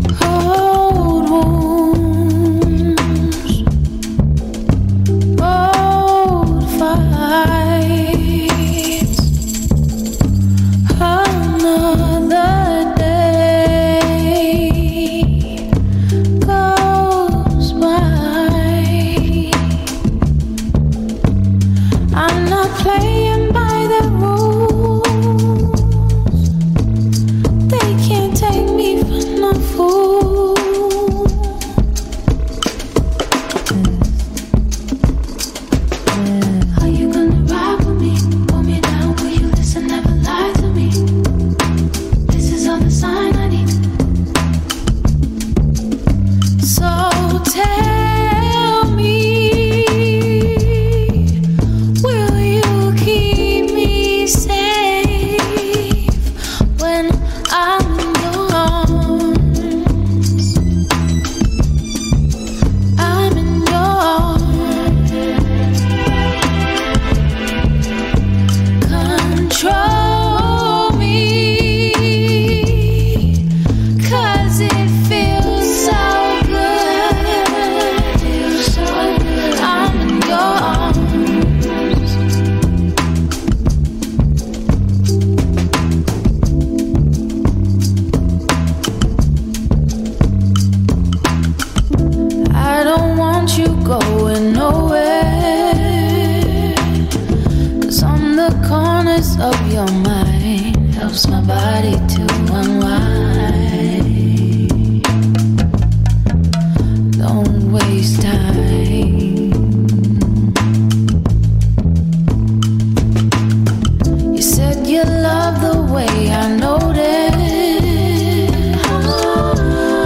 [SPEAKER 10] Old wounds, old fights. Another day goes by. I'm not playing by the rules. They can't take me for no fool. Are you gonna ride with me? Pull me down, will you listen? Never lie to me. This is all the sign I need. So tell me, will you keep me safe when I'm in your arms? I'm in your arms. Control me. Cause it feels so good. Feels so good. I'm in your arms. I don't want you going nowhere. Cause on the corners of your mind helps my body to unwind. Don't waste time. You said you love the way I noticed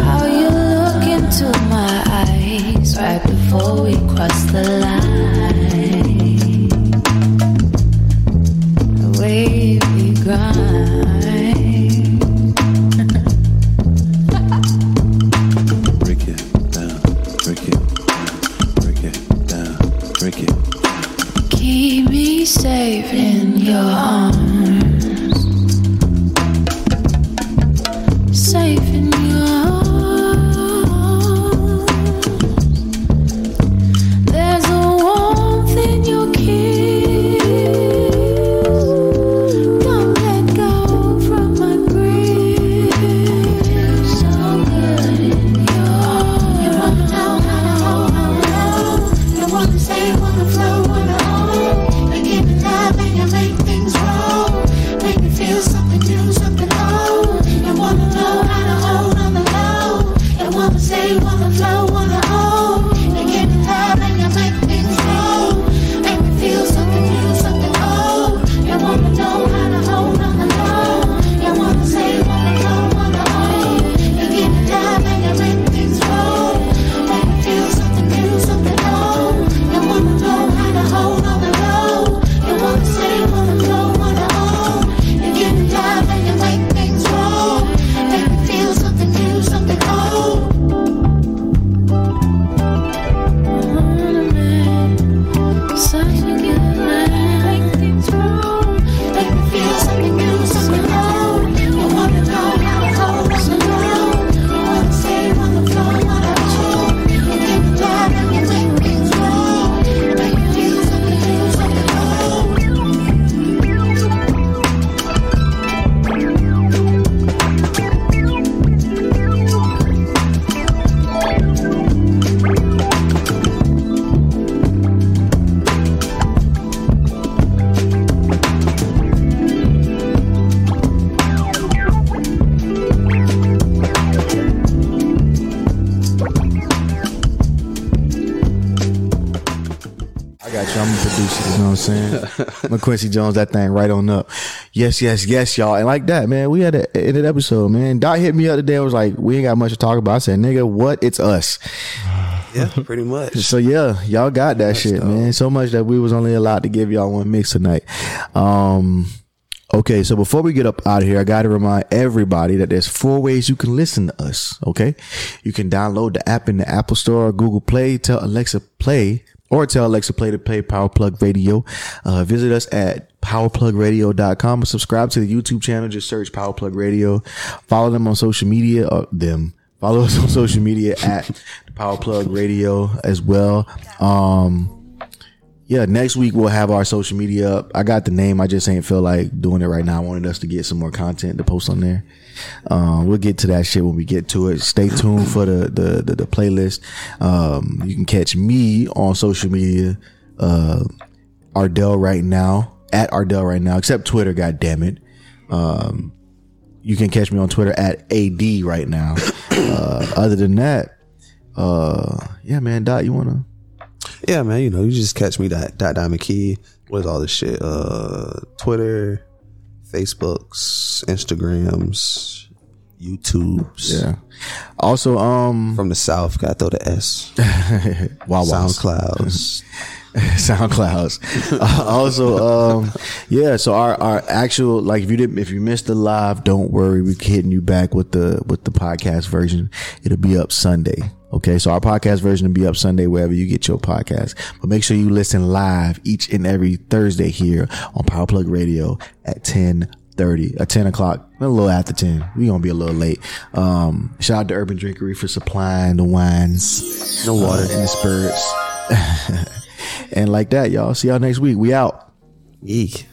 [SPEAKER 10] how you look into my eyes right before we cross the line. The way we grind.
[SPEAKER 2] Break it down, break it down, break it down, break it.
[SPEAKER 10] Keep me safe in your arms. Safe in your arms. There's a warmth in your kiss. Don't let go from my grip. So good in your arms. You wanna know how to hold you wanna stay, wanna flow, wanna own. You're giving love and you make things wrong. Make me feel something new, something old. You wanna know how to hold on the low. You wanna stay, wanna flow, wanna own. You're giving love and you make things wrong. Make me feel something new, something old. You wanna know how to hold on the low. You wanna stay, wanna flow, wanna own. You're giving love and you make things wrong. Make me feel something new, something old. You wanna know how to hold on the low. You wanna stay, wanna flow, wanna own. You're giving love and you make things wrong. Make me feel something new, something old.
[SPEAKER 1] I got you. I'm a producer. You know what I'm saying? McQuincy Jones, that thing right on up. Yes, yes, yes, y'all. And like that, man, we had a in an episode, man. Dot hit me up today and was like, we ain't got much to talk about. I said, nigga, what? It's us.
[SPEAKER 2] Yeah, pretty much.
[SPEAKER 1] So yeah, y'all got that shit, man. So much that we was only allowed to give y'all one mix tonight. Um Okay, so before we get up out of here, I got to remind everybody that there's four ways you can listen to us. Okay, you can download the app in the Apple Store or Google Play. Tell Alexa play or tell Alexa Play to play Power Plug Radio. Uh, visit us at powerplugradio.com and subscribe to the YouTube channel. Just search Power Plug Radio. Follow them on social media. Uh, them. Follow us on social media at Power Plug Radio as well. Um, yeah, next week we'll have our social media up. I got the name. I just ain't feel like doing it right now. I wanted us to get some more content to post on there. Um, we'll get to that shit when we get to it. Stay tuned for the the the, the playlist. Um, you can catch me on social media. Uh, Ardell right now at Ardell right now, except Twitter. God damn it. Um, you can catch me on Twitter at ad right now. Uh, other than that, uh, yeah, man. Dot, you wanna?
[SPEAKER 2] Yeah, man, you know, you just catch me that dot diamond key. What is all this shit? Uh Twitter, Facebooks, Instagrams, YouTubes.
[SPEAKER 1] Yeah. Also, um,
[SPEAKER 2] From the South, gotta throw the S.
[SPEAKER 1] wow,
[SPEAKER 2] SoundClouds.
[SPEAKER 1] SoundClouds. Uh, also, um, yeah. So our our actual like if you didn't if you missed the live, don't worry, we're hitting you back with the with the podcast version. It'll be up Sunday. Okay, so our podcast version will be up Sunday wherever you get your podcast. But make sure you listen live each and every Thursday here on Power Plug Radio at ten thirty, at ten o'clock, a little after ten. We gonna be a little late. Um, shout out to Urban Drinkery for supplying the wines, Uh, the water, and the spirits. And like that, y'all. See y'all next week. We out.
[SPEAKER 2] Eek.